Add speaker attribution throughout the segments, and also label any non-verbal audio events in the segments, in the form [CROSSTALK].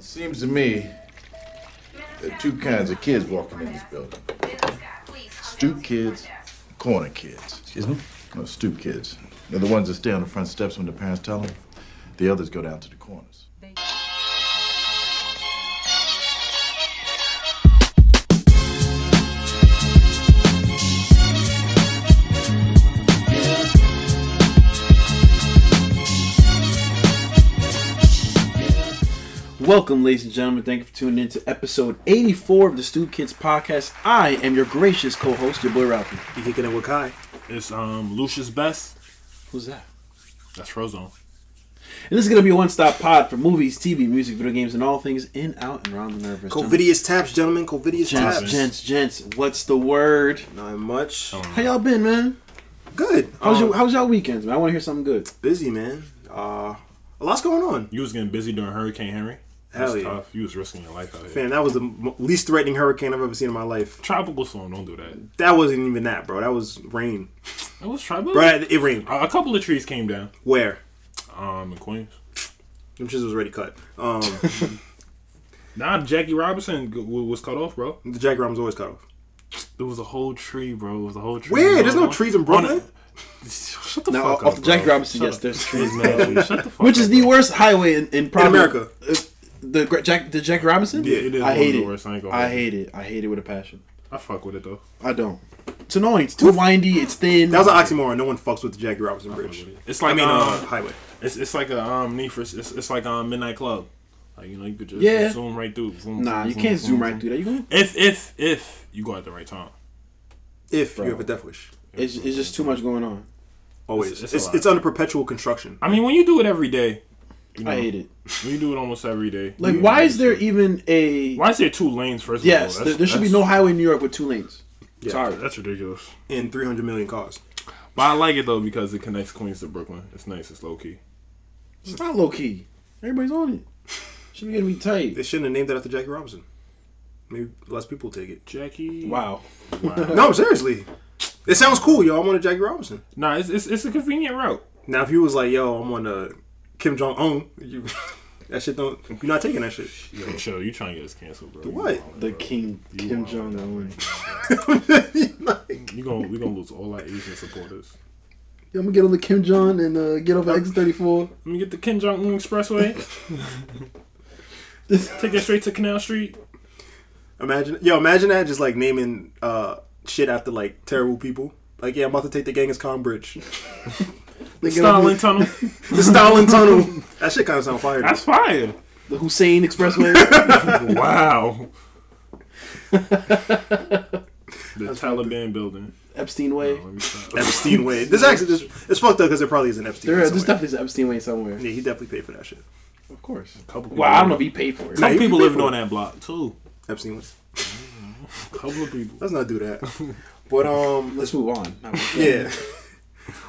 Speaker 1: Seems to me there are two kinds of kids walking in this building stoop kids, corner kids.
Speaker 2: Excuse me?
Speaker 1: No, stoop kids. They're the ones that stay on the front steps when the parents tell them. The others go down to the corners.
Speaker 3: Welcome, ladies and gentlemen. Thank you for tuning in to episode 84 of the Stoop Kids podcast. I am your gracious co-host, your boy Ralphie.
Speaker 2: You kicking it with Kai?
Speaker 4: It's um Lucius Best.
Speaker 3: Who's that?
Speaker 4: That's Frozone.
Speaker 3: And this is going to be a one-stop pod for movies, TV, music, video games, and all things in, out, and around the nervous.
Speaker 2: Covidious taps, gentlemen. Covidious
Speaker 3: Gents,
Speaker 2: taps.
Speaker 3: gents, gents. What's the word?
Speaker 2: Not much.
Speaker 3: How y'all been, man?
Speaker 2: Good.
Speaker 3: How's
Speaker 2: Um,
Speaker 3: your How's y'all weekends, man? I want to hear something good.
Speaker 2: busy, man? Uh, a lot's going on.
Speaker 4: You was getting busy during Hurricane Henry. That
Speaker 2: Hell
Speaker 4: was
Speaker 2: yeah.
Speaker 4: tough. You was risking your life out here.
Speaker 2: Man, that was the m- least threatening hurricane I've ever seen in my life.
Speaker 4: Tropical storm, don't do that.
Speaker 2: That wasn't even that, bro. That was rain.
Speaker 4: It was tropical.
Speaker 2: Bro, it it rained.
Speaker 4: A a couple of trees came down.
Speaker 2: Where?
Speaker 4: Um, in Queens.
Speaker 2: Them shits was already cut. Um,
Speaker 4: Nah, Jackie Robinson g- w- was cut off, bro.
Speaker 2: the Jack Rams always cut off.
Speaker 4: It was a whole tree, bro. It was a whole tree.
Speaker 2: Where? There's
Speaker 4: On-
Speaker 2: no trees in
Speaker 4: on
Speaker 2: Brooklyn.
Speaker 4: a- Shut the
Speaker 3: Now,
Speaker 4: fuck
Speaker 3: off
Speaker 4: up,
Speaker 3: the
Speaker 4: bro.
Speaker 3: Jackie Robinson,
Speaker 4: Shut
Speaker 3: yes,
Speaker 4: up. [LAUGHS]
Speaker 3: there's
Speaker 4: trees, man.
Speaker 3: [LAUGHS]
Speaker 4: Shut the fuck
Speaker 3: Which is
Speaker 4: up,
Speaker 3: the
Speaker 4: bro.
Speaker 3: worst highway in, in, probably-
Speaker 2: America.
Speaker 3: Uh, The Gra- Jack the Jack Robinson?
Speaker 2: Yeah,
Speaker 4: It is
Speaker 3: I hate
Speaker 4: one of
Speaker 3: it.
Speaker 4: the worst. I, ain't gonna
Speaker 3: I
Speaker 4: hold you.
Speaker 3: hate it. I hate it with a passion.
Speaker 4: I fuck with it though.
Speaker 3: I don't. It's annoying. It's too windy. It's thin.
Speaker 2: That was an oxymoron. No one fucks with the Jackie Robinson Bridge.
Speaker 4: It's
Speaker 2: I
Speaker 4: like
Speaker 2: mean, uh,
Speaker 4: um,
Speaker 2: highway.
Speaker 4: it's it's like a um need for it's, it's like um midnight club. Like you know you could just
Speaker 3: Yeah.
Speaker 4: zoom right through. Zoom,
Speaker 3: Nah,
Speaker 4: zoom,
Speaker 3: you can't zoom right through
Speaker 4: through.
Speaker 3: that. You going
Speaker 4: If if if you go at the right time,
Speaker 2: If you have a death wish,
Speaker 3: It's, it's just too much going on.
Speaker 2: always.
Speaker 4: It's-
Speaker 2: It's
Speaker 4: it's a
Speaker 2: it's,
Speaker 4: lot.
Speaker 2: under perpetual construction.
Speaker 4: I mean when you do it every day, you know,
Speaker 3: I hate it.
Speaker 4: When you do it almost every day,
Speaker 3: Like,
Speaker 4: you-
Speaker 3: why is there even a?
Speaker 4: why is there two lanes? First,
Speaker 3: yes,
Speaker 4: of all?
Speaker 3: there, there should be no
Speaker 4: that's-
Speaker 3: highway in New York with two lanes.
Speaker 2: Yeah.
Speaker 3: Sorry,
Speaker 4: That's ridiculous.
Speaker 2: In 300 million cars.
Speaker 4: But I like it though because it connects Queens to Brooklyn. It's nice. It's low key.
Speaker 3: it's not low key. Everybody's on it. Should be getting me
Speaker 2: They
Speaker 3: tight.
Speaker 2: shouldn't have named it after Jackie Robinson. Maybe less people take it.
Speaker 4: Jackie.
Speaker 3: Wow.
Speaker 4: wow.
Speaker 2: No, seriously. It sounds cool, yo. I'm on a Jackie Robinson.
Speaker 4: nah, it's, it's it's a convenient route.
Speaker 2: Now, if you was like, yo, I'm on a Kim Jong Un, you [LAUGHS] that shit don't. You're not taking that shit.
Speaker 4: Yo, chill. You trying to get us canceled, bro?
Speaker 2: What? [LAUGHS]
Speaker 3: The King Kim Jong Un.
Speaker 2: like,
Speaker 4: You gonna we gonna lose all our Asian supporters?
Speaker 3: I'm gonna get on the Kim Jong and uh, get over X thirty four.
Speaker 4: Let me get the Kim Jong
Speaker 3: [LAUGHS]
Speaker 4: Un Expressway. Take it straight to Canal Street.
Speaker 2: imagine, yo, imagine that just like naming uh shit after like terrible people. Like, yeah, I'm about to take the Genghis Khan bridge, [LAUGHS]
Speaker 3: The
Speaker 4: Stalin Tunnel.
Speaker 2: the Stalin Tunnel. That shit kind of sound fire.
Speaker 4: That's fire.
Speaker 3: The Hussein Expressway.
Speaker 4: Wow. the Taliban building.
Speaker 3: Epstein Way.
Speaker 4: Let me stop.
Speaker 2: Epstein way. This actually, this it's fucked up because there probably is an Epstein.
Speaker 3: There,
Speaker 2: way
Speaker 3: is- this
Speaker 2: somewhere.
Speaker 3: stuff is Epstein Way somewhere.
Speaker 2: Yeah, he definitely paid for that shit.
Speaker 3: Of course.
Speaker 4: Couple
Speaker 3: Well, I don't know if he paid for it.
Speaker 2: No.
Speaker 4: Couple
Speaker 2: Hey,
Speaker 4: people
Speaker 2: you
Speaker 4: living
Speaker 2: people-
Speaker 4: on that block too.
Speaker 2: Epstein was.
Speaker 4: Couple of people.
Speaker 2: Let's not do that. But um,
Speaker 3: Let's move on. Not really.
Speaker 2: yeah. [LAUGHS]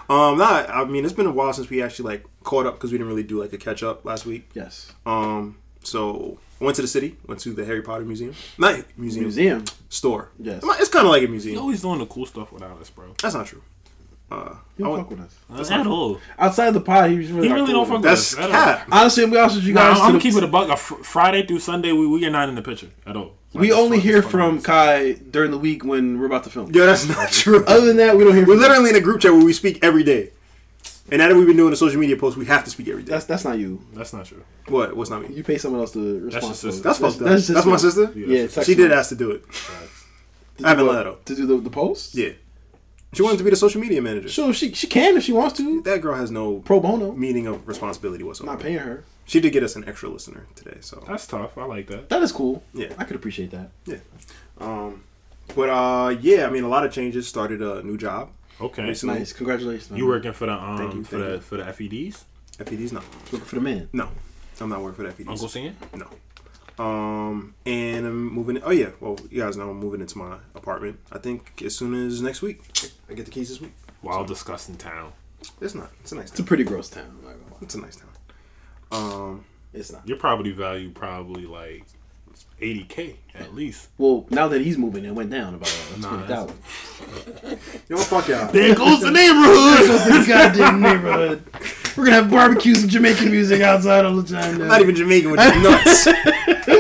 Speaker 2: Um, nah, I mean, it's been a while since we actually like caught up because we didn't really do like a catch up last week.
Speaker 3: Yes.
Speaker 2: Um, so I went to the city, went to the Harry Potter museum, not museum,
Speaker 3: Museum.
Speaker 2: store.
Speaker 3: Yes.
Speaker 2: It's kind of like a
Speaker 4: You
Speaker 2: museum.
Speaker 4: always doing the cool stuff without us, bro.
Speaker 2: That's not true. Uh,
Speaker 3: You
Speaker 2: I
Speaker 3: don't
Speaker 2: went-
Speaker 3: fuck with us.
Speaker 4: That's at all.
Speaker 3: Outside the pod, he's really.
Speaker 4: He
Speaker 3: not
Speaker 4: really
Speaker 3: cool
Speaker 4: don't fuck
Speaker 3: with
Speaker 4: with
Speaker 3: us.
Speaker 2: that's
Speaker 4: us. at all.
Speaker 2: cap.
Speaker 3: Honestly, I'm gonna be honest with you guys.
Speaker 4: Nah, I'm
Speaker 3: to the-
Speaker 4: keeping the buck. A fr- Friday through Sunday, we we are not in the picture at all. Like,
Speaker 3: We
Speaker 4: it's
Speaker 3: only
Speaker 4: fuck-
Speaker 3: hear
Speaker 4: it's fucking
Speaker 3: from
Speaker 4: nice.
Speaker 3: Kai during the week when we're about to film.
Speaker 2: Yo,
Speaker 3: [LAUGHS]
Speaker 2: that's not true.
Speaker 3: Other than that, we don't hear.
Speaker 2: We're
Speaker 3: From
Speaker 2: literally in a group chat where we speak every day, and now that we've been doing the social media posts, we have to speak every day.
Speaker 3: that's that's not you.
Speaker 4: That's not true.
Speaker 2: what? What's not me?
Speaker 3: You pay someone else to respond.
Speaker 4: just us.
Speaker 3: to
Speaker 2: That's
Speaker 3: those.
Speaker 2: fucked up. That's,
Speaker 3: just
Speaker 2: my
Speaker 3: me.
Speaker 2: sister.
Speaker 4: Yeah,
Speaker 3: Yeah,
Speaker 4: that's
Speaker 3: text
Speaker 2: She did
Speaker 3: me.
Speaker 2: ask to do it.
Speaker 3: Did
Speaker 2: I haven't
Speaker 3: you, uh,
Speaker 2: let her.
Speaker 3: to do the, the post.
Speaker 2: Yeah, she wanted to be the social media manager.
Speaker 3: sure. She she can if she wants to.
Speaker 2: That girl has no
Speaker 3: Pro bono.
Speaker 2: meaning of responsibility whatsoever.
Speaker 3: not paying her.
Speaker 2: She did get us an extra listener today, so
Speaker 4: That's tough. I like that.
Speaker 3: That is cool.
Speaker 2: Yeah.
Speaker 3: I could appreciate that.
Speaker 2: yeah. Um, but uh, yeah, I mean, a lot of changes. Started a new job.
Speaker 4: Okay.
Speaker 2: Recently.
Speaker 3: Nice. Congratulations.
Speaker 4: You working for the um
Speaker 2: you,
Speaker 4: for
Speaker 2: thank
Speaker 4: the
Speaker 2: you.
Speaker 4: for the E FEDs?
Speaker 2: FEDs, E no,
Speaker 3: working for the man.
Speaker 2: no, I'm not working for the FEDs.
Speaker 4: Uncle Sam?
Speaker 2: No. Um, and I'm moving. Oh yeah, well, you guys know I'm moving into my apartment. I think as soon as next week, I get the keys this week.
Speaker 4: While discussing town.
Speaker 2: It's not. It's a nice
Speaker 3: It's a
Speaker 2: town.
Speaker 3: pretty gross town. I'm not gonna lie.
Speaker 2: It's a nice town. Um,
Speaker 3: It's not.
Speaker 4: Your property value probably like eighty K at least.
Speaker 3: Well, now that he's moving, it went down about uh,
Speaker 4: Nah,
Speaker 3: twenty thousand.
Speaker 2: you know what? Fuck y'all.
Speaker 4: [LAUGHS] There goes the neighborhood.
Speaker 3: goddamn neighborhood. We're gonna have barbecues and Jamaican music outside all the time now.
Speaker 2: Not even Jamaican, which is nuts.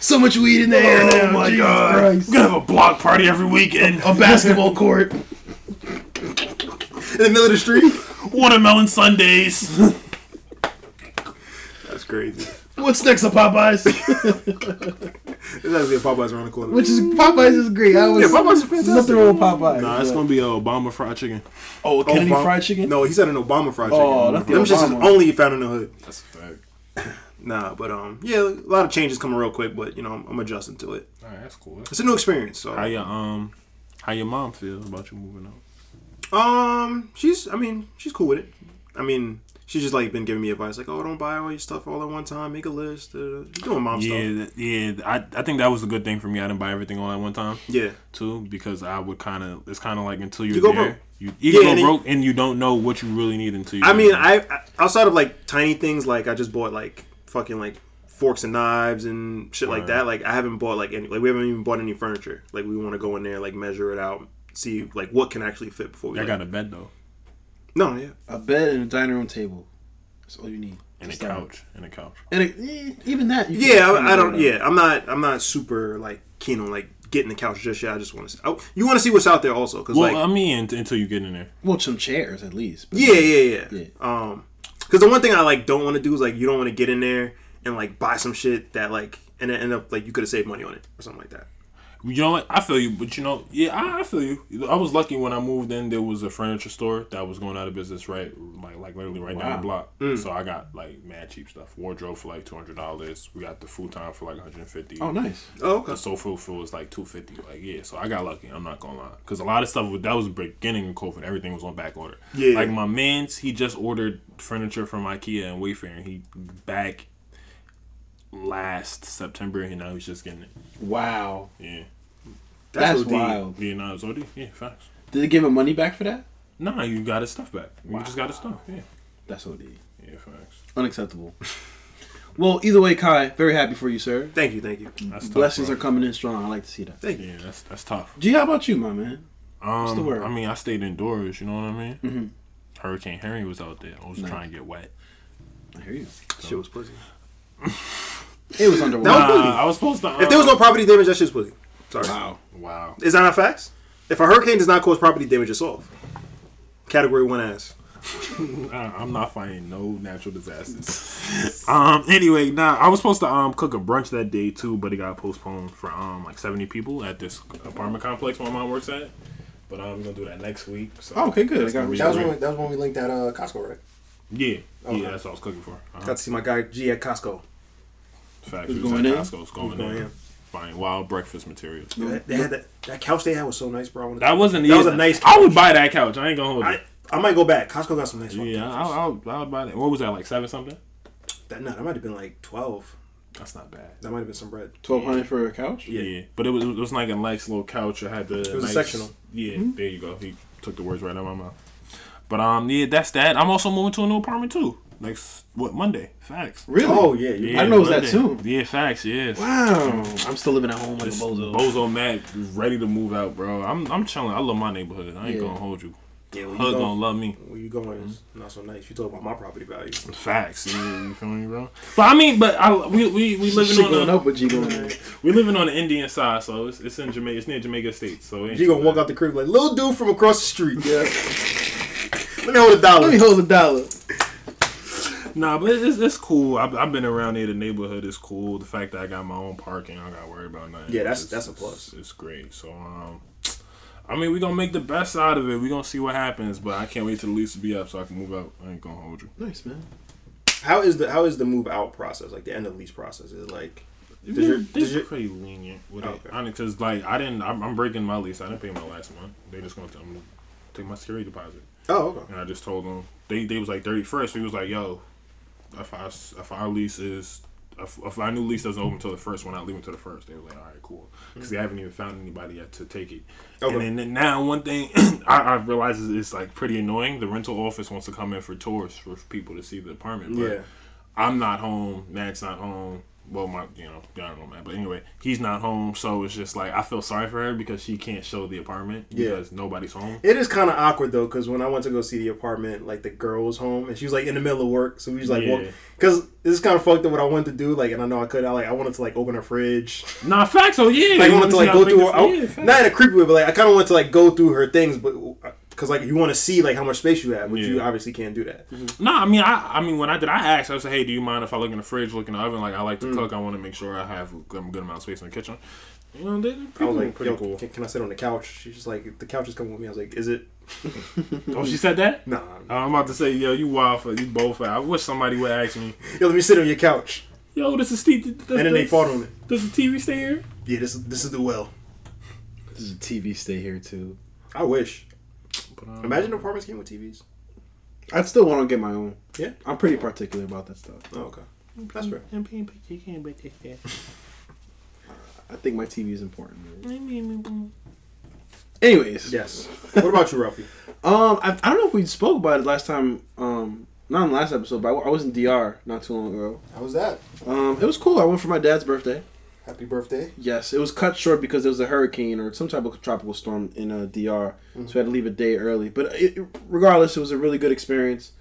Speaker 3: so much weed in the
Speaker 1: Oh,
Speaker 3: air now.
Speaker 4: my
Speaker 3: Jesus
Speaker 4: God.
Speaker 3: Christ.
Speaker 4: We're gonna have a block party every weekend.
Speaker 3: A basketball court.
Speaker 2: [LAUGHS] in the middle of the street.
Speaker 4: Watermelon Sundays.
Speaker 2: That's crazy.
Speaker 3: What's next to Popeyes?
Speaker 2: There's actually a Popeyes around the corner.
Speaker 3: Which is Popeyes is great. I was
Speaker 2: Yeah, Popeyes is fantastic.
Speaker 3: Nothing wrong with Popeyes.
Speaker 4: nah, it's gonna be a Obama fried chicken.
Speaker 3: oh, a Kennedy
Speaker 2: Obama-
Speaker 3: fried chicken.
Speaker 2: No, he said an Obama fried chicken.
Speaker 3: Oh, that's the
Speaker 2: Them shits is
Speaker 3: Obama.
Speaker 2: only found in the hood.
Speaker 4: That's a fact.
Speaker 2: Nah, but um, yeah, a lot of changes coming real quick, but you know, I'm, I'm adjusting to it.
Speaker 4: All right, that's cool.
Speaker 2: It's a new experience, so
Speaker 4: How your um, how your mom feel about you moving out?
Speaker 2: um, she's, I mean, she's cool with it. I mean, she's just like been giving me advice, like, oh, don't buy all your stuff all at one time, make a list. da, da, da. She's doing mom
Speaker 4: Yeah,
Speaker 2: stuff.
Speaker 4: th- yeah. th- I, I think that was a good thing for me. I didn't buy everything all at one time
Speaker 2: Yeah,
Speaker 4: too, because I would kind of. It's kind of like until you're
Speaker 2: You go
Speaker 4: there,
Speaker 2: broke.
Speaker 4: you either
Speaker 2: Yeah, and
Speaker 4: go
Speaker 2: then-
Speaker 4: broke and you don't know what you really need until. you
Speaker 2: I mean,
Speaker 4: there.
Speaker 2: I, I outside of like tiny things, like I just bought like fucking like forks and knives and shit like
Speaker 4: Right.
Speaker 2: that. Like I haven't bought like any, like we haven't even bought any furniture. Like we want to go in there, like measure it out, see like what can actually fit before we.
Speaker 4: I
Speaker 2: like-
Speaker 4: got a bed though,
Speaker 2: no, yeah,
Speaker 3: A bed and a dining room table. That's all you need.
Speaker 4: and a
Speaker 3: Just that.
Speaker 4: couch, and a couch.
Speaker 3: And a, eh, even that. You can
Speaker 2: yeah.
Speaker 3: kinda
Speaker 2: I, I don't.
Speaker 3: do that.
Speaker 2: Yeah, I'm not. I'm not super like keen on like getting the couch just yet. I just want to. see oh, You want to see what's out there also, because
Speaker 4: Well, um,
Speaker 2: like
Speaker 4: I mean, unt- until you get in there,
Speaker 3: Well, some chairs at least. but-
Speaker 2: Yeah, yeah, yeah.
Speaker 3: Yeah.
Speaker 2: Um, because the one thing I like don't want to do is like you don't want to get in there and like buy some shit that like and then end up like you could have saved money on it or something like that.
Speaker 4: you know what? I feel you, but you know, yeah, I, I feel you. I was lucky when I moved in. There was a furniture store that was going out of business, right? Like, like literally right down
Speaker 3: Wow. Mm.
Speaker 4: the block. So I got like mad cheap stuff. Wardrobe for like two hundred dollars. We got the futon for like one hundred and fifty.
Speaker 3: Oh, nice.
Speaker 2: Oh, okay.
Speaker 4: the soul food food was like two fifty. Like yeah, so I got lucky. I'm not gonna lie, because a lot of stuff was- that was beginning of COVID. Everything was on back order.
Speaker 2: Yeah.
Speaker 4: like my man's he just ordered furniture from IKEA and Wayfair, and he back last September, and now he's just getting it.
Speaker 3: Wow.
Speaker 4: Yeah,
Speaker 3: That's,
Speaker 2: OD.
Speaker 3: wild.
Speaker 4: yeah, nah, it's OD. Yeah, facts.
Speaker 3: Did they give him money back for that?
Speaker 4: Nah, you got his stuff back. You just got his stuff. Yeah,
Speaker 3: That's OD.
Speaker 4: yeah, facts.
Speaker 2: [LAUGHS]
Speaker 3: Unacceptable. well, either way, Kai, very happy for you, sir.
Speaker 2: Thank you, thank you,
Speaker 3: Mm.
Speaker 4: That's tough,
Speaker 3: Blessings
Speaker 4: bro.
Speaker 3: are coming in strong. I like to see that.
Speaker 2: thank you.
Speaker 4: Yeah, that's that's tough.
Speaker 3: G, how about you, my man? the
Speaker 4: Um,
Speaker 3: word?
Speaker 4: I mean, I stayed indoors. You know what I mean? Mm-hmm. Hurricane Henry was out there. I was trying to get wet.
Speaker 3: I hear you.
Speaker 2: Shit was pussy.
Speaker 3: It was underwater.
Speaker 2: That was-
Speaker 4: Nah, I was supposed to.
Speaker 2: If there was no
Speaker 4: um,
Speaker 2: property damage, that shit's pussy. Sorry.
Speaker 3: wow.
Speaker 4: wow.
Speaker 2: Is that not facts? If a hurricane does not cause property damage, it's off. Category one ass.
Speaker 4: I- I'm not finding no natural disasters. [LAUGHS] um. Anyway, nah, I was supposed to um cook a brunch that day too, but it got postponed for um like 70 people at this apartment complex my mom works at. But I'm gonna do that next week. So
Speaker 3: Oh, okay, good.
Speaker 4: That's
Speaker 3: I got
Speaker 4: gonna be
Speaker 3: That
Speaker 4: great.
Speaker 2: that was when we linked at uh, Costco, right?
Speaker 4: yeah, yeah.
Speaker 2: Okay.
Speaker 4: That's what I was cooking for. Uh-huh.
Speaker 2: Got to see my guy G at Costco.
Speaker 4: Facts.
Speaker 3: Who's
Speaker 4: It was
Speaker 3: going
Speaker 4: at
Speaker 3: in?
Speaker 4: Costco's going
Speaker 2: going
Speaker 4: in.
Speaker 2: in?
Speaker 4: Buying wild breakfast materials.
Speaker 2: That- They had that, that couch they had was so nice, bro. I wanna-
Speaker 4: That wasn't.
Speaker 2: That was
Speaker 4: even-
Speaker 2: a nice
Speaker 4: I would buy that couch. I ain't gonna hold
Speaker 2: I,
Speaker 4: it.
Speaker 2: I might go back. Costco got some nice fucking
Speaker 4: Yeah,
Speaker 2: couches.
Speaker 4: I'll, I'll, I'll buy that. What was that? Like seven something?
Speaker 2: That no, that might have been like twelve.
Speaker 4: That's not bad.
Speaker 2: That might have been some bread.
Speaker 3: Twelve hundred for a couch.
Speaker 4: Yeah. but it was, it was like a nice little couch. I had the. It
Speaker 2: was a
Speaker 4: nice,
Speaker 2: sectional.
Speaker 4: Yeah, there you go. He took the words right out of my mouth. But um, yeah, that's that. I'm also moving to a new apartment too. Next what Monday? Facts.
Speaker 3: Really?
Speaker 2: Oh yeah, you
Speaker 4: Yeah,
Speaker 3: didn't know it was that
Speaker 4: Monday.
Speaker 3: soon.
Speaker 4: Yeah, facts. Yes.
Speaker 3: Wow. I'm still living at home like a
Speaker 4: This
Speaker 3: bozo.
Speaker 4: Bozo Mac ready to move out, bro. I'm I'm chilling. I love my neighborhood. I ain't
Speaker 3: Yeah.
Speaker 4: gonna hold you.
Speaker 2: yeah, where you
Speaker 4: Hood gonna
Speaker 2: going?
Speaker 4: love Mm-hmm. me.
Speaker 2: Where you going is not so nice. You talk about my property value.
Speaker 4: Facts. Yeah, you feel me, bro? But I mean, but I we we, we
Speaker 3: Shit
Speaker 4: living on
Speaker 3: going
Speaker 4: the,
Speaker 3: up with G going in.
Speaker 4: we living on the Indian side, so it's, it's in Jamaica. It's near Jamaica State, so
Speaker 2: You gonna walk out the crib like little dude from across the street. [LAUGHS] Yeah. Let me hold a dollar.
Speaker 3: Let me hold a dollar.
Speaker 4: Nah, but it's, it's cool. I've, I've been around there. The neighborhood is cool. The fact that I got my own parking, I don't got to worry about nothing.
Speaker 2: Yeah, that's-
Speaker 4: It's-
Speaker 2: that's a
Speaker 4: it's-
Speaker 2: plus.
Speaker 4: It's, great. So, um, I mean, we're going to make the best out of it. We're going to see what happens, but I can't wait till the lease to be up so I can move out. I ain't going to hold you.
Speaker 3: Nice man.
Speaker 2: How is the how is the move out process? Like the end of lease process? Is it like Did your-
Speaker 4: They're-
Speaker 2: did
Speaker 4: They're
Speaker 2: your-
Speaker 4: pretty lenient with
Speaker 2: Okay.
Speaker 4: it. Honestly, because, like, I didn't, I'm, I'm breaking my lease. I didn't pay my last month. They just going to tell me to take my security deposit.
Speaker 2: oh okay
Speaker 4: And I just told them, they, they was like 31st. So he was like, yo, if, I, if our lease is if, if our new lease doesn't open until the first, we're not leaving until the first. They were like, all right, cool, because they haven't even found anybody yet to take it.
Speaker 2: Okay.
Speaker 4: And then, then now one thing [CLEARS THROAT] I, I realize is it's like pretty annoying. The rental office wants to come in for tours for people to see the apartment, but
Speaker 2: yeah
Speaker 4: I'm not home. Matt's not home. well, my you know, I don't know, man. But anyway, he's not home, so it's just like I feel sorry for her because she can't show the apartment
Speaker 2: Yeah.
Speaker 4: because nobody's home.
Speaker 2: It is kind of awkward though, because when I went to go see the apartment, like the girl was home and she was like in the middle of work, so we was like,
Speaker 4: Yeah.
Speaker 2: because this is kind of fucked up what I wanted to do, like, and I know I could, I like, I wanted to like open her
Speaker 4: [LAUGHS]
Speaker 2: fridge,
Speaker 4: Nah, facts. Oh yeah,
Speaker 2: like, I wanted to like go through, her, I-
Speaker 4: Yeah, facts.
Speaker 2: not in a creepy way, but like I kind of wanted to like go through her things, but because like you want to see like how much space you have, which you
Speaker 4: Yeah.
Speaker 2: obviously can't do that.
Speaker 4: No, I mean, I, I mean, when I did, I asked. I said, "Hey, do you mind if I look in the fridge, look in the oven? Like, I like to
Speaker 2: Mm.
Speaker 4: cook. I want to make sure I have a good, good amount of space in the kitchen." You know, they,
Speaker 2: I
Speaker 4: people
Speaker 2: was
Speaker 4: were
Speaker 2: like,
Speaker 4: pretty
Speaker 2: Yo,
Speaker 4: cool.
Speaker 2: can, can I sit on the couch? She's just like, the couch is coming with me. I was like, is it?
Speaker 4: Oh, she said that.
Speaker 2: Nah.
Speaker 4: I'm about to say, yo, you wild for you both. I wish somebody would ask me.
Speaker 2: Yo, let me sit on your couch.
Speaker 4: Yo, this is Steve. Does,
Speaker 2: And then they
Speaker 4: does-
Speaker 2: fought on it.
Speaker 4: Does the TV stay here?
Speaker 2: Yeah, this is this is the well.
Speaker 3: Does the TV stay here too?
Speaker 2: I wish.
Speaker 4: But, um,
Speaker 2: Imagine the apartments came with TVs.
Speaker 3: I'd still want to get my own.
Speaker 2: Yeah.
Speaker 3: I'm pretty particular about that stuff.
Speaker 2: Oh, okay. That's fair.
Speaker 3: I think my TV is important. man. Anyways,
Speaker 2: Yes. [LAUGHS] What about you, Ralphie?
Speaker 3: Um, I, I don't know if we spoke about it last time. Um, not in the last episode, but I, I was in DR not too long ago.
Speaker 2: How was that?
Speaker 3: Um, it was cool. I went for my dad's birthday.
Speaker 2: Happy birthday.
Speaker 3: Yes, it was cut short because there was a hurricane or some type of tropical storm in uh, DR, so we had to leave a day early. But it, regardless, it was a really good experience.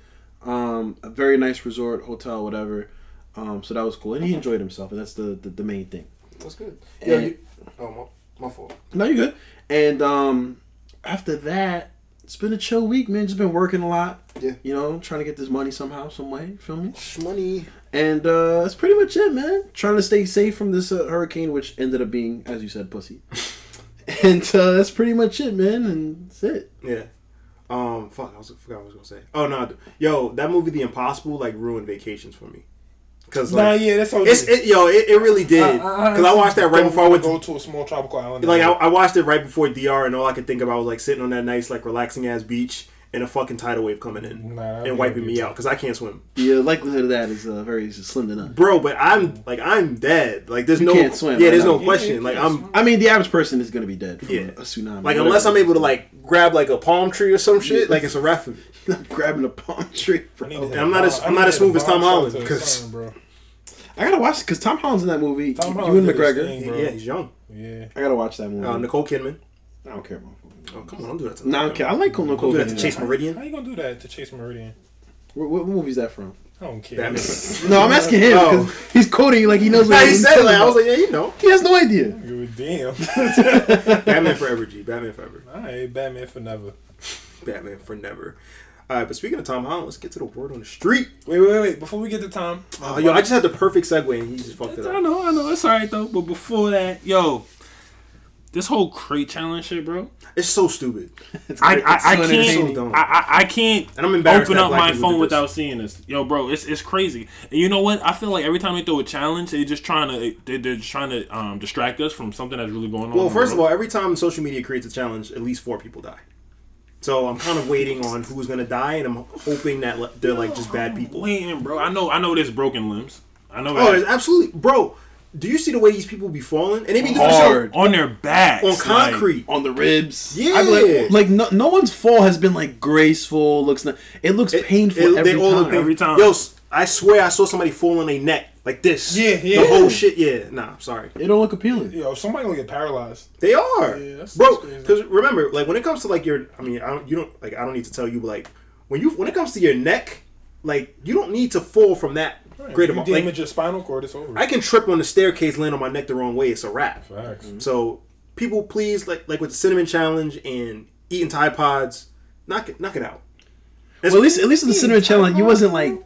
Speaker 3: Um, a very nice resort, hotel, whatever. Um, so that was cool, and he enjoyed himself, and that's the the, the main thing.
Speaker 2: That's good.
Speaker 3: Yeah,
Speaker 2: Yeah.
Speaker 3: you-
Speaker 2: oh, my, my fault.
Speaker 3: No, you're good. And um, after that, it's been a chill week, man. Just been working a lot.
Speaker 2: Yeah.
Speaker 3: You know, trying to get this money somehow, some way. Feel me?
Speaker 2: Shmoney.
Speaker 3: And uh, that's pretty much it, man. Trying to stay safe from this uh, hurricane, which ended up being, as you said,
Speaker 2: [LAUGHS]
Speaker 3: pussy. and uh, that's pretty much it, man. And that's it.
Speaker 2: Yeah. Um. Fuck. I was forgot what I was gonna say. Oh no. dude. Yo, that movie, The Impossible, like ruined vacations for me. Cause like,
Speaker 4: yeah, that's all.
Speaker 2: it's it, yo, it, it really did.
Speaker 4: I- I-
Speaker 2: Cause I watched that right before I went to
Speaker 4: go to a small tropical island.
Speaker 2: Like I, I watched it right before DR, and all I could think about was like sitting on that nice, like relaxing ass beach, and a fucking tidal wave coming in
Speaker 4: Nah, that'd
Speaker 2: and
Speaker 4: be-
Speaker 2: wiping me out because I can't swim,
Speaker 3: The uh, likelihood of that is uh, very slim to none.
Speaker 2: bro. But I'm like I'm dead. Like there's
Speaker 3: You
Speaker 2: no
Speaker 3: can't swim,
Speaker 2: yeah,
Speaker 3: I
Speaker 2: there's
Speaker 3: know.
Speaker 2: no
Speaker 3: Yeah,
Speaker 2: question.
Speaker 4: you
Speaker 2: like
Speaker 4: can't
Speaker 2: I'm
Speaker 4: swim.
Speaker 3: I mean, the average person is going to be dead from
Speaker 2: Yeah.
Speaker 3: a tsunami.
Speaker 2: like unless I'm able to like grab like a palm tree or some shit, like it's a wrap for
Speaker 4: [LAUGHS]
Speaker 2: me.
Speaker 3: like [LAUGHS] grabbing a palm tree. Bro.
Speaker 2: I'm not as- I'm not as smooth as Tom Holland, 'cause-
Speaker 4: bro.
Speaker 3: I gotta watch because Tom Holland's in that movie.
Speaker 4: Tom
Speaker 3: You
Speaker 4: Holland
Speaker 3: and
Speaker 4: did his
Speaker 3: McGregor.
Speaker 4: thing,
Speaker 2: Yeah,
Speaker 4: bro.
Speaker 2: yeah, he's young.
Speaker 4: Yeah.
Speaker 3: I gotta watch that movie.
Speaker 2: Uh, Nicole Kidman.
Speaker 3: I don't care about.
Speaker 2: Oh come on, don't do that to
Speaker 3: Nah, I'm kidding. I like Cool Nicole.
Speaker 2: Don't do that
Speaker 3: Kidman.
Speaker 2: to Chase Meridian.
Speaker 4: How you gonna do that to Chase Meridian?
Speaker 3: What, what movie is that
Speaker 2: [LAUGHS]
Speaker 3: from?
Speaker 4: I don't
Speaker 3: [LAUGHS]
Speaker 4: care.
Speaker 2: Batman.
Speaker 3: No, I'm asking him
Speaker 2: Oh.
Speaker 3: because he's quoting you like he
Speaker 2: [LAUGHS]
Speaker 3: knows.
Speaker 2: nah,
Speaker 3: what
Speaker 2: he
Speaker 3: he's
Speaker 2: said it.
Speaker 3: talking
Speaker 2: Like oh. I was
Speaker 3: about.
Speaker 2: like, yeah, you know,
Speaker 3: he has no idea.
Speaker 5: [LAUGHS]
Speaker 4: Damn.
Speaker 2: Batman forever, G. Batman forever.
Speaker 4: All right, Batman for never.
Speaker 2: Batman for never. All right, but speaking of Tom Holland, let's get to the word on the street.
Speaker 4: Wait, wait, wait. Before we get to Tom,
Speaker 2: Oh, yo, I just had the perfect segue and he just fucked it
Speaker 4: I
Speaker 2: up.
Speaker 4: know, I know. It's all right though. But before that, yo, this whole crate challenge shit, bro.
Speaker 2: It's so stupid.
Speaker 4: I, I, I
Speaker 3: so
Speaker 4: can't.
Speaker 2: entertaining.
Speaker 4: I, I, I can't.
Speaker 2: And I'm embarrassed
Speaker 4: Open
Speaker 2: that
Speaker 4: up
Speaker 2: black
Speaker 4: my
Speaker 2: people do
Speaker 4: phone
Speaker 2: this.
Speaker 4: without seeing this, yo, bro. It's it's crazy. And you know what? I feel like every time they throw a challenge, they just trying to they, they're just trying to um, distract us from something that's really going on.
Speaker 2: Well, first of all, every time social media creates a challenge, at least four people die. So I'm kind of waiting on who's gonna die, and I'm hoping that like, they're like just bad people.
Speaker 4: waiting, bro. I know, I know. There's broken limbs. I know.
Speaker 2: Oh,
Speaker 4: that.
Speaker 2: it's absolutely, bro. Do you see the way these people be falling? And they be doing
Speaker 3: Hard.
Speaker 2: hard
Speaker 4: on their backs,
Speaker 2: on concrete.
Speaker 3: On the ribs.
Speaker 2: Yeah.
Speaker 3: I'd be like, like, no, no one's fall has been like graceful. Looks not, it looks painful
Speaker 2: It-
Speaker 3: every
Speaker 2: they all
Speaker 3: time.
Speaker 2: look painful.
Speaker 4: Every time.
Speaker 2: Yo, s- I swear I saw somebody fall on their neck like this.
Speaker 4: Yeah, yeah.
Speaker 2: The whole shit. Yeah, nah, I'm sorry.
Speaker 3: it don't look appealing.
Speaker 4: Yo, somebody gonna get paralyzed.
Speaker 2: They are,
Speaker 4: Yeah, that's-
Speaker 2: bro.
Speaker 4: that's crazy.
Speaker 2: Because remember, like when it comes to like your, I mean, I don't, you don't like, I don't need to tell you, but like when you when it comes to your neck, like you don't need to fall from that great amount. Like,
Speaker 4: your spinal cord. It's over.
Speaker 2: I can trip on the staircase, land on my neck the wrong way. It's a wrap.
Speaker 4: Facts.
Speaker 2: So people, please, like like with the cinnamon challenge and eating Tide Pods, knock it knock it out.
Speaker 3: Well, at least, at least in the center of challenge, you wasn't like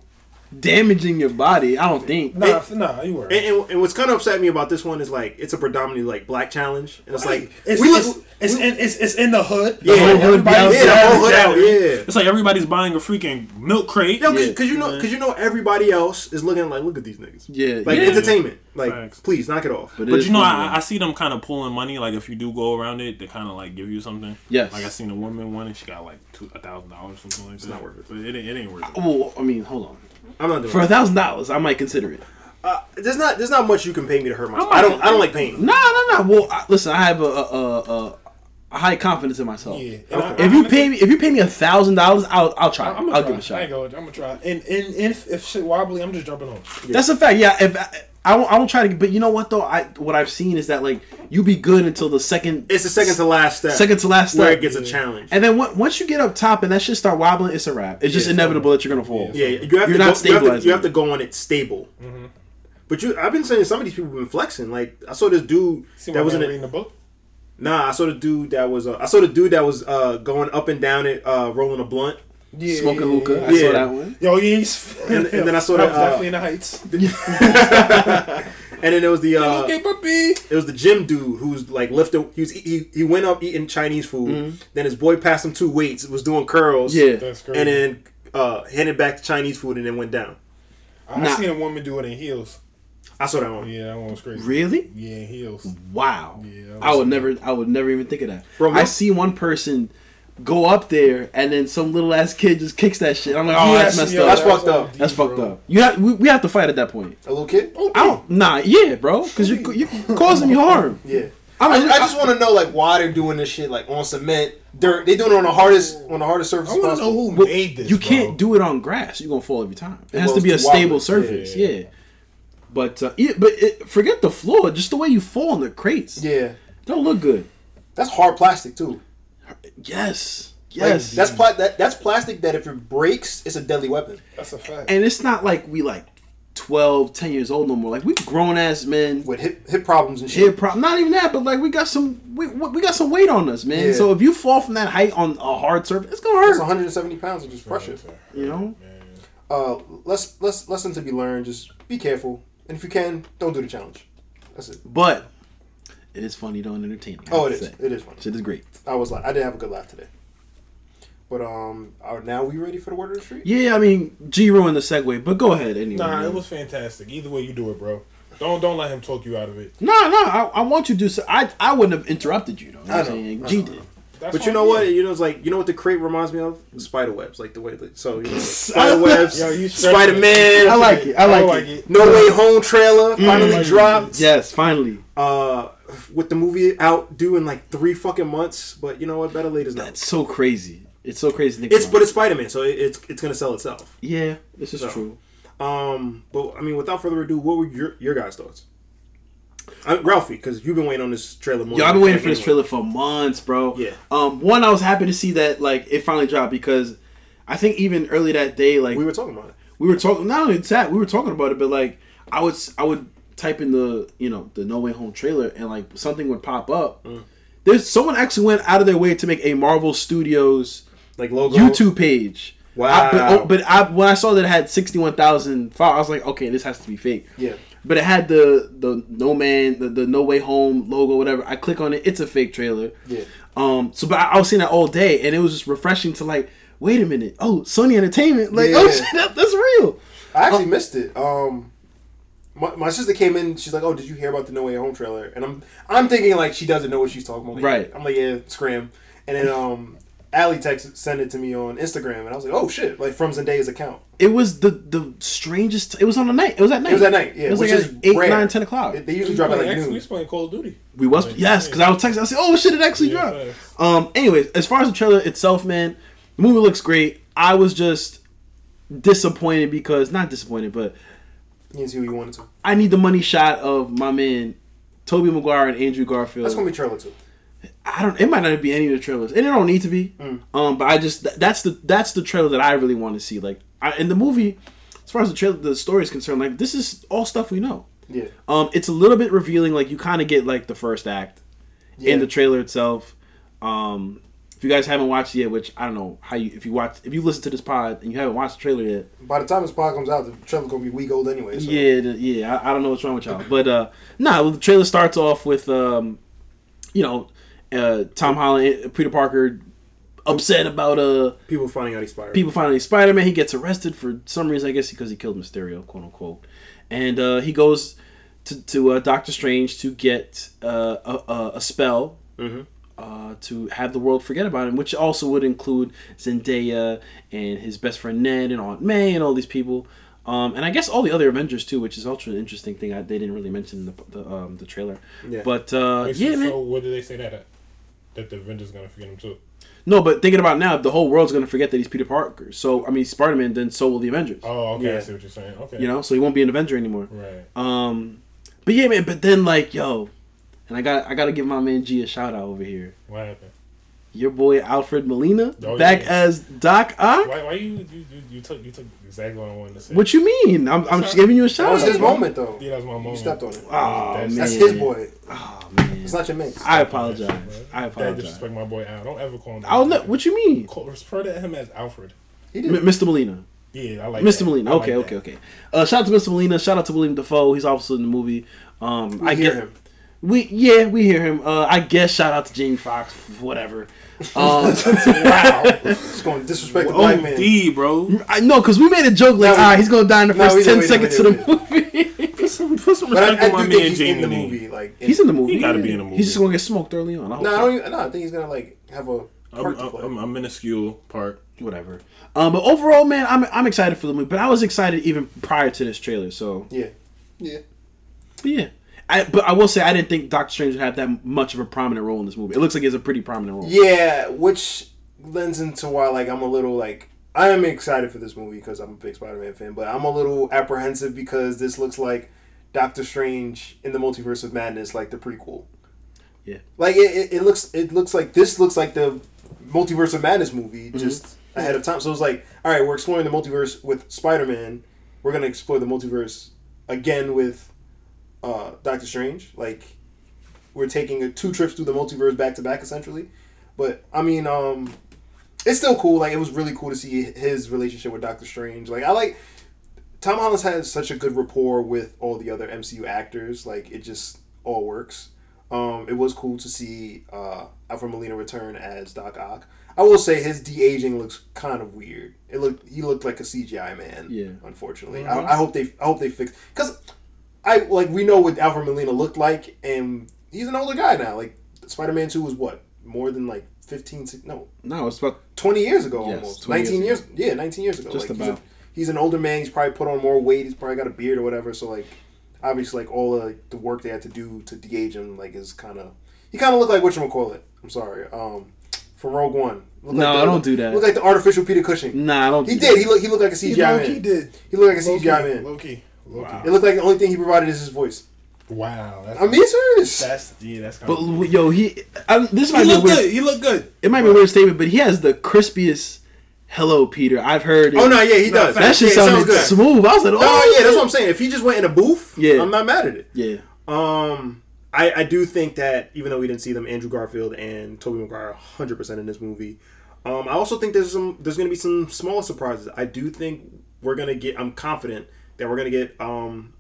Speaker 3: damaging your body. I don't think.
Speaker 4: Nah, nah, you were.
Speaker 2: And, and, and what's kind of upset me about this one is like it's a predominantly like black challenge, and it's like
Speaker 6: It's,
Speaker 2: we
Speaker 6: it's,
Speaker 2: look,
Speaker 6: it's, in, it's, it's in the hood.
Speaker 2: yeah,
Speaker 3: whole hood be
Speaker 2: yeah,
Speaker 3: out
Speaker 2: the whole hood out,
Speaker 4: Exactly.
Speaker 2: yeah.
Speaker 4: It's like everybody's buying a freaking milk crate.
Speaker 2: No, because you know, because you know, everybody else is looking like, look at these niggas.
Speaker 3: Yeah,
Speaker 2: like
Speaker 3: yeah.
Speaker 2: entertainment. Like,
Speaker 4: Facts.
Speaker 2: please knock it off.
Speaker 3: But, it
Speaker 4: But
Speaker 3: is
Speaker 4: you know,
Speaker 3: funny,
Speaker 4: I, I see them kind of pulling money. Like if you do go around it, they kind of like give you something.
Speaker 3: Yes.
Speaker 4: Like I seen a woman one and she got like two a thousand dollars something like that.
Speaker 2: not worth it.
Speaker 4: But it, ain't- it ain't worth it.
Speaker 3: though. well, I mean, hold on.
Speaker 2: I'm not doing.
Speaker 3: For a
Speaker 2: it.
Speaker 3: thousand dollars, I might consider it.
Speaker 2: There's not. There's not much you can pay me to hurt myself.
Speaker 4: I'm
Speaker 2: I
Speaker 4: not-
Speaker 2: don't. I don't like pain.
Speaker 3: No, no, no. Well, I, listen, I have a, a, a, a- a high confidence in myself.
Speaker 6: Yeah.
Speaker 4: And I-
Speaker 3: If
Speaker 4: I-
Speaker 3: you
Speaker 4: I-
Speaker 3: pay me, if you pay me a thousand dollars, I'll I'll try.
Speaker 6: I'm gonna try.
Speaker 3: I'll give it a shot.
Speaker 6: I ain't gonna, I'm gonna try. And, and if, if shit wobbly, I'm just jumping on.
Speaker 3: That's a fact. Yeah, if I, I won't, I won't try to. But you know what though? I what I've seen is that like you be good until the second,
Speaker 2: It's the second to last step.
Speaker 3: second to last
Speaker 2: where
Speaker 3: step,
Speaker 2: it gets a challenge.
Speaker 3: and then on- once you get up top and that shit start wobbling, it's a wrap. It's just
Speaker 2: Yeah,
Speaker 3: inevitable that you're gonna fall.
Speaker 2: Yeah, you have
Speaker 3: You're not
Speaker 2: to go, you, have to,
Speaker 3: stabilizing.
Speaker 2: you have to go on it stable. But you, I've been saying some of these people have been flexing. Like I saw this dude
Speaker 5: See
Speaker 2: that
Speaker 5: that
Speaker 2: was in
Speaker 5: wasn't
Speaker 2: a,
Speaker 5: reading the book.
Speaker 2: nah. I saw the dude that was uh, I saw the dude that was uh, going up and down it, uh, rolling a blunt.
Speaker 5: Yeah,
Speaker 3: Smoking hookah. I
Speaker 2: Yeah.
Speaker 3: saw that one.
Speaker 5: Yo, he's
Speaker 2: And- and then
Speaker 5: [LAUGHS]
Speaker 2: I saw
Speaker 5: that
Speaker 2: the,
Speaker 5: was
Speaker 2: uh,
Speaker 5: definitely in the heights.
Speaker 2: And then there was the uh,
Speaker 5: okay, puppy.
Speaker 2: it was the gym dude who's like lifting. He was he, he went up eating Chinese food. Then his boy passed him two weights. Was doing curls.
Speaker 3: Yeah.
Speaker 5: That's crazy.
Speaker 2: And then uh, handed back the Chinese food and then went down.
Speaker 5: I
Speaker 3: Nah.
Speaker 5: seen a woman do it in heels.
Speaker 2: I saw that one.
Speaker 5: Yeah, that one was crazy.
Speaker 3: Really? Oh,
Speaker 5: Yeah, in heels.
Speaker 3: Wow.
Speaker 5: Yeah,
Speaker 3: I would never. I would never even think of that.
Speaker 2: Bro,
Speaker 3: I
Speaker 2: my-
Speaker 3: see one person go up there and then some little ass kid just kicks that shit. I'm like, oh, that's
Speaker 5: Yes,
Speaker 3: messed
Speaker 5: yo,
Speaker 3: up.
Speaker 2: That's
Speaker 3: That's,
Speaker 2: fucked
Speaker 5: OD,
Speaker 2: up.
Speaker 5: bro.
Speaker 3: fucked up. You have we, we have to fight at that point.
Speaker 2: A little kid. Oh,
Speaker 3: I don't. Nah. Yeah, bro. Because you you causing me harm.
Speaker 2: Yeah.
Speaker 3: I'm,
Speaker 2: I, I just want to know like why they're doing this shit like on cement, dirt. They doing it on the hardest on the hardest surface
Speaker 5: I want to know
Speaker 2: possible.
Speaker 5: who made this.
Speaker 3: You
Speaker 5: bro.
Speaker 3: can't do it on grass. You're gonna fall every time. It has
Speaker 2: Well,
Speaker 3: to be a
Speaker 2: it's too wobbly.
Speaker 3: stable surface. Yeah. But uh, yeah, but it, forget the floor. Just the way you fall in the crates.
Speaker 2: Yeah,
Speaker 3: Don't look good.
Speaker 2: that's hard plastic too.
Speaker 3: Yes.
Speaker 2: Like,
Speaker 3: Yes.
Speaker 2: that's pla- that, that's plastic that if it breaks, it's a deadly weapon.
Speaker 5: That's a fact.
Speaker 3: and it's not like we like 12, 10 years old no more. Like we grown ass men.
Speaker 2: With hip hip problems and
Speaker 3: Yeah,
Speaker 2: shit.
Speaker 3: prob- not even that, but like we got some we, we got some weight on us, man.
Speaker 2: Yeah.
Speaker 3: So if you fall from that height on a hard surface, it's gonna
Speaker 2: That's
Speaker 3: hurt.
Speaker 2: 170 pounds of just pressure.
Speaker 3: You know,
Speaker 2: Uh, less less lesson to be learned. Just be careful, and if you can, don't do the challenge. That's it.
Speaker 3: but it is funny, though, and entertaining. I
Speaker 2: Oh,
Speaker 3: have
Speaker 2: it is.
Speaker 3: to say.
Speaker 2: It is funny.
Speaker 3: Shit is great.
Speaker 2: I was like, I didn't have a good laugh today. But um, are now we ready for the word of the street?
Speaker 3: Yeah, I mean, G ruined the segue, but go ahead anyway.
Speaker 5: Nah,
Speaker 3: man.
Speaker 5: it was fantastic. Either way you do it, bro. Don't don't let him talk you out of it.
Speaker 3: No, no, I, I want you to do. So, I I wouldn't have interrupted you though. You know
Speaker 2: I
Speaker 3: what I'm
Speaker 2: know,
Speaker 3: saying
Speaker 2: I
Speaker 3: G
Speaker 2: know.
Speaker 3: did.
Speaker 5: That's
Speaker 2: But you
Speaker 5: all
Speaker 2: know
Speaker 5: it
Speaker 2: what?
Speaker 5: is.
Speaker 2: You know, it's like you know what the crate reminds me of spider webs, like the way that so [LAUGHS] you know, spider webs,
Speaker 5: Yo, you stretching
Speaker 2: Spider Man,
Speaker 3: I like it. I
Speaker 5: I
Speaker 3: like,
Speaker 5: like
Speaker 3: it.
Speaker 5: it.
Speaker 2: No Way Home trailer finally dropped.
Speaker 3: Yes, finally.
Speaker 2: Uh, with the movie out due in like three fucking months, but you know what? Better late is not.
Speaker 3: That's so crazy. It's so crazy. to think
Speaker 2: It's
Speaker 3: about.
Speaker 2: but it's Spider Man, so it, it's it's gonna sell itself.
Speaker 3: yeah, this is
Speaker 2: So.
Speaker 3: true.
Speaker 2: Um, but I mean, without further ado, what were your your guys' thoughts? I, Ralphie, because you've been waiting on this trailer.
Speaker 3: Yo,
Speaker 2: More than
Speaker 3: I've been waiting for
Speaker 2: anyone.
Speaker 3: this trailer for months, bro.
Speaker 2: Yeah.
Speaker 3: Um, one, I was happy to see that like it finally dropped because I think even early that day, like
Speaker 2: We were talking about it.
Speaker 3: we were talking not only that we were talking about it but like i would s- i would type in the you know the no way home trailer and like something would pop up
Speaker 2: Mm.
Speaker 3: there's someone actually went out of their way to make a marvel studios
Speaker 2: Like logo
Speaker 3: youtube page I- but,
Speaker 2: Wow.
Speaker 3: oh, but I, when i saw that it had 61000 followers i was like okay this has to be fake
Speaker 2: Yeah.
Speaker 3: but it had the the no man the, the no way home logo whatever i click on it it's a fake trailer
Speaker 2: Yeah.
Speaker 3: um so but i, I was seeing that all day and it was just refreshing to like wait a minute oh sony entertainment like oh
Speaker 2: Yeah.
Speaker 3: shit that, that's real
Speaker 2: I actually
Speaker 3: Oh.
Speaker 2: missed it. Um, my, my sister came in. She's like, "Oh, did you hear about the No Way Home trailer?" And I'm I'm thinking like she doesn't know what she's talking about. Like,
Speaker 3: Right.
Speaker 2: I'm like, yeah, scram. And then um, Allie text sent it to me on Instagram, and I was like, "Oh shit!" Like from Zendaya's account.
Speaker 3: It was the the strangest. It was on the night. It was at night.
Speaker 2: It was at night. Yeah,
Speaker 3: it was like
Speaker 2: which
Speaker 3: at
Speaker 2: is
Speaker 3: eight,
Speaker 2: rare.
Speaker 3: nine, ten o'clock.
Speaker 2: It- they usually
Speaker 5: We
Speaker 2: drop at
Speaker 5: playing
Speaker 2: like
Speaker 5: X- we
Speaker 2: noon.
Speaker 5: was playing Call of Duty.
Speaker 3: we was
Speaker 5: Like,
Speaker 3: yes, because I was texting. I said, "Oh shit, it actually
Speaker 5: Yeah,
Speaker 3: dropped."
Speaker 5: facts.
Speaker 3: Um. Anyways, as far as the trailer itself, man, the movie looks great. I was just disappointed because not disappointed, but
Speaker 2: You can see who you wanted to.
Speaker 3: I need the money shot of my man. Toby Maguire and Andrew Garfield.
Speaker 2: That's gonna be Mm. trailer two.
Speaker 3: I don't. It might not be any of the trailers, and it don't need to be. Um, but I just th- that's the that's the trailer that I really want to see. Like, I, in the movie, as far as the trailer, the story is concerned, like this is all stuff we know.
Speaker 2: Yeah.
Speaker 3: Um, it's a little bit revealing. Like you kind of get like the first act
Speaker 2: Yeah.
Speaker 3: in the trailer itself. Um, if you guys haven't watched it yet, which I don't know how you if you watch if you listen to this pod and you haven't watched the trailer yet,
Speaker 2: By the time this pod comes out, the trailer's gonna be week old anyway. So.
Speaker 3: yeah, the- yeah. I, I don't know what's wrong with y'all, but uh, nah. well, The trailer starts off with um, you know, uh, Tom Holland, uh, Peter Parker, upset about uh
Speaker 2: People finding out he's Spider.
Speaker 3: people finding Spider Man. He gets arrested for some reason, I guess, because he killed Mysterio, quote unquote, and uh, he goes to to uh, Doctor Strange to get uh, a, a, a spell. Uh, to have the world forget about him, which also would include Zendaya and his best friend Ned and Aunt May and all these people, um, and I guess all the other Avengers too, which is also an interesting thing. I, they didn't really mention in the the, um, the trailer,
Speaker 2: Yeah.
Speaker 3: but uh,
Speaker 5: Wait, so-
Speaker 3: yeah, man.
Speaker 5: So what did they say that at? that the Avengers gonna forget him too.
Speaker 3: No, but thinking about it now, the whole world's gonna forget that he's Peter Parker. So I mean, Spider Man. Then so will the Avengers.
Speaker 5: Oh, okay. I
Speaker 7: Yeah.
Speaker 5: see what you're saying. Okay.
Speaker 3: You know, so he won't be an Avenger anymore.
Speaker 5: Right.
Speaker 3: Um, but yeah, man. But then like, yo, and I got I gotta give my man G a shout out over here.
Speaker 5: What happened?
Speaker 3: Your boy Alfred Molina
Speaker 5: Oh,
Speaker 3: back
Speaker 5: yeah.
Speaker 3: as Doc Ock.
Speaker 5: Why? Why you? You, you, you took. You took exactly what I wanted to say.
Speaker 3: What you mean? I'm, I'm giving you a
Speaker 2: That
Speaker 3: shout
Speaker 2: was his
Speaker 3: out.
Speaker 2: moment, though.
Speaker 5: Yeah, that was my moment.
Speaker 2: You stepped on it.
Speaker 3: Oh,
Speaker 5: That's-
Speaker 2: That's
Speaker 3: man.
Speaker 2: his boy.
Speaker 3: Oh, man.
Speaker 2: It's not your mix.
Speaker 3: I apologize. I
Speaker 5: That
Speaker 3: apologize.
Speaker 5: disrespect my boy Al. Don't ever call him.
Speaker 3: I'll ne- What you mean,
Speaker 5: Call, refer to him as Alfred.
Speaker 2: He
Speaker 3: M-
Speaker 2: did.
Speaker 3: Mr. Molina?
Speaker 5: Yeah, I like
Speaker 3: Mr.
Speaker 5: that.
Speaker 3: Molina.
Speaker 5: I like
Speaker 3: Okay,
Speaker 5: that.
Speaker 3: okay, okay. Uh, shout out to Mr. Molina. Shout out to William Defoe. He's also in the movie. Um,
Speaker 2: We
Speaker 3: I
Speaker 2: hear
Speaker 3: get-
Speaker 2: him. [LAUGHS]
Speaker 3: We yeah, we hear him. Uh, I guess shout out to Jamie Foxx.
Speaker 2: [LAUGHS]
Speaker 3: Whatever. Um,
Speaker 2: Just going to disrespect the black man.
Speaker 4: OD, bro.
Speaker 3: I know because we made a joke like,
Speaker 2: No, we-
Speaker 3: ah, he's gonna die in the
Speaker 2: no,
Speaker 3: first
Speaker 2: we did,
Speaker 3: ten
Speaker 2: we did,
Speaker 3: seconds
Speaker 2: we
Speaker 3: of
Speaker 2: did,
Speaker 3: the movie.
Speaker 4: [LAUGHS] Put some, put some
Speaker 2: But
Speaker 4: respect
Speaker 2: I, I
Speaker 4: on
Speaker 2: do
Speaker 4: my
Speaker 2: think
Speaker 4: man
Speaker 2: he's in the
Speaker 4: Jamie Lee.
Speaker 2: movie. Like
Speaker 3: he's in the movie.
Speaker 4: gotta be in the movie.
Speaker 3: He's just gonna get smoked early on. I hope
Speaker 2: No, I
Speaker 3: so.
Speaker 2: don't. Even, no, I think he's gonna like have a
Speaker 4: I'm,
Speaker 2: part to
Speaker 4: I'm,
Speaker 2: play.
Speaker 4: I'm a minuscule part.
Speaker 3: Whatever. Um, but overall, man, I'm I'm excited for the movie. But I was excited even prior to this trailer. So
Speaker 2: yeah, yeah.
Speaker 3: But yeah. I, but I will say I didn't think Doctor Strange would have that much of a prominent role in this movie. It looks like he has a pretty prominent role.
Speaker 2: Yeah, which lends into why like I'm a little like I am excited for this movie because I'm a big Spider-Man fan, but I'm a little apprehensive because this looks like Doctor Strange in the Multiverse of Madness, like the prequel.
Speaker 3: Yeah.
Speaker 2: like it, it, it looks it looks like this looks like the Multiverse of Madness movie just ahead of time. So it's like, all right, we're exploring the multiverse with Spider-Man. We're gonna explore the multiverse again with uh, Doctor Strange. Like we're taking uh, two trips through the multiverse back to back essentially. But I mean, um, it's still cool. Like it was really cool to see his relationship with Doctor Strange. Like I like Tom Holland has such a good rapport with all the other MCU actors. Like it just all works. Um, it was cool to see uh, Alfred Molina return as Doc Ock. I will say his de aging looks kind of weird. It looked he looked like a CGI man.
Speaker 3: Yeah.
Speaker 2: unfortunately, I, I hope they I hope they fix because I like we know what Alfred Molina looked like, and he's an older guy now. Like Spider Man Two was what more than like 15, si- no
Speaker 3: No, it's about
Speaker 2: 20 years ago
Speaker 3: Yes,
Speaker 2: almost.
Speaker 3: 20
Speaker 2: 19
Speaker 3: years
Speaker 2: years, Yeah, 19 years ago.
Speaker 3: Just
Speaker 2: like, He's,
Speaker 3: about.
Speaker 2: a, he's an older man. He's probably put on more weight. He's probably got a beard or whatever. So, like, obviously, like, all the, the work they had to do to de age him, like, is kind of. He kind of looked like whatchamacallit. I'm sorry. Um, from Rogue One. Looked
Speaker 3: No,
Speaker 2: like
Speaker 3: don't do that.
Speaker 2: Looked like the artificial Peter Cushing.
Speaker 3: nah. I don't.
Speaker 2: He
Speaker 3: do
Speaker 2: did.
Speaker 3: that.
Speaker 2: He looked, he looked like a CGI man.
Speaker 5: Loki did.
Speaker 2: He looked like a
Speaker 5: Loki,
Speaker 2: CGI man.
Speaker 5: Loki. Loki.
Speaker 2: It looked like the only thing he provided is his voice.
Speaker 5: Wow. That's,
Speaker 2: I'm being serious.
Speaker 5: That's yeah. That's kind
Speaker 3: But
Speaker 5: of.
Speaker 3: yo, he I, this
Speaker 5: He
Speaker 3: might be a
Speaker 5: looked
Speaker 3: weird.
Speaker 5: good. He looked good.
Speaker 3: It might be a weird statement, but he has the crispiest "Hello, Peter" I've heard. in-
Speaker 2: Oh, no, yeah, he does.
Speaker 3: that shit
Speaker 2: Yeah, it sounds
Speaker 3: sounded
Speaker 2: good.
Speaker 3: smooth. I was like, oh
Speaker 2: No, yeah, that's what I'm saying. If he just went in a booth,
Speaker 3: Yeah.
Speaker 2: I'm not mad at it.
Speaker 3: yeah.
Speaker 2: Um, I, I do think that even though we didn't see them, Andrew Garfield and Toby Maguire, hundred percent in this movie. Um, I also think there's some there's gonna be some small surprises. I do think we're gonna get. I'm confident that we're gonna get um,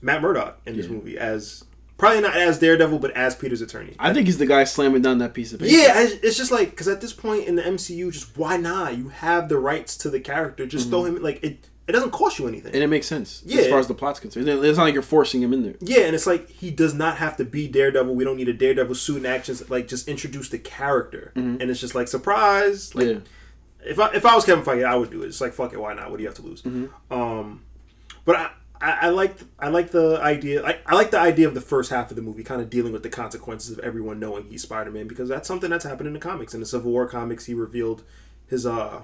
Speaker 2: Matt Murdock in this movie as probably not as Daredevil, but as Peter's attorney.
Speaker 3: I think he's the guy slamming down that piece of paper.
Speaker 2: Yeah, I- it's just like because at this point in the MCU, just why not? You have the rights to the character. Just throw him like it. It doesn't cost you anything.
Speaker 3: and it makes sense as
Speaker 2: Yeah.
Speaker 3: far as the plot's concerned. It's not like you're forcing him in there.
Speaker 2: Yeah, and it's like he does not have to be Daredevil. We don't need a Daredevil suit and actions. Like just introduce the character, and it's just like surprise. Like
Speaker 3: yeah,
Speaker 2: if I if I was Kevin Feige, I would do it. It's like fuck it, why not? What do you have to lose? Um, but I. I I like I like the idea I, I like the idea of the first half of the movie kind of dealing with the consequences of everyone knowing he's Spider Man because that's something that's happened in the comics in the Civil War comics he revealed his uh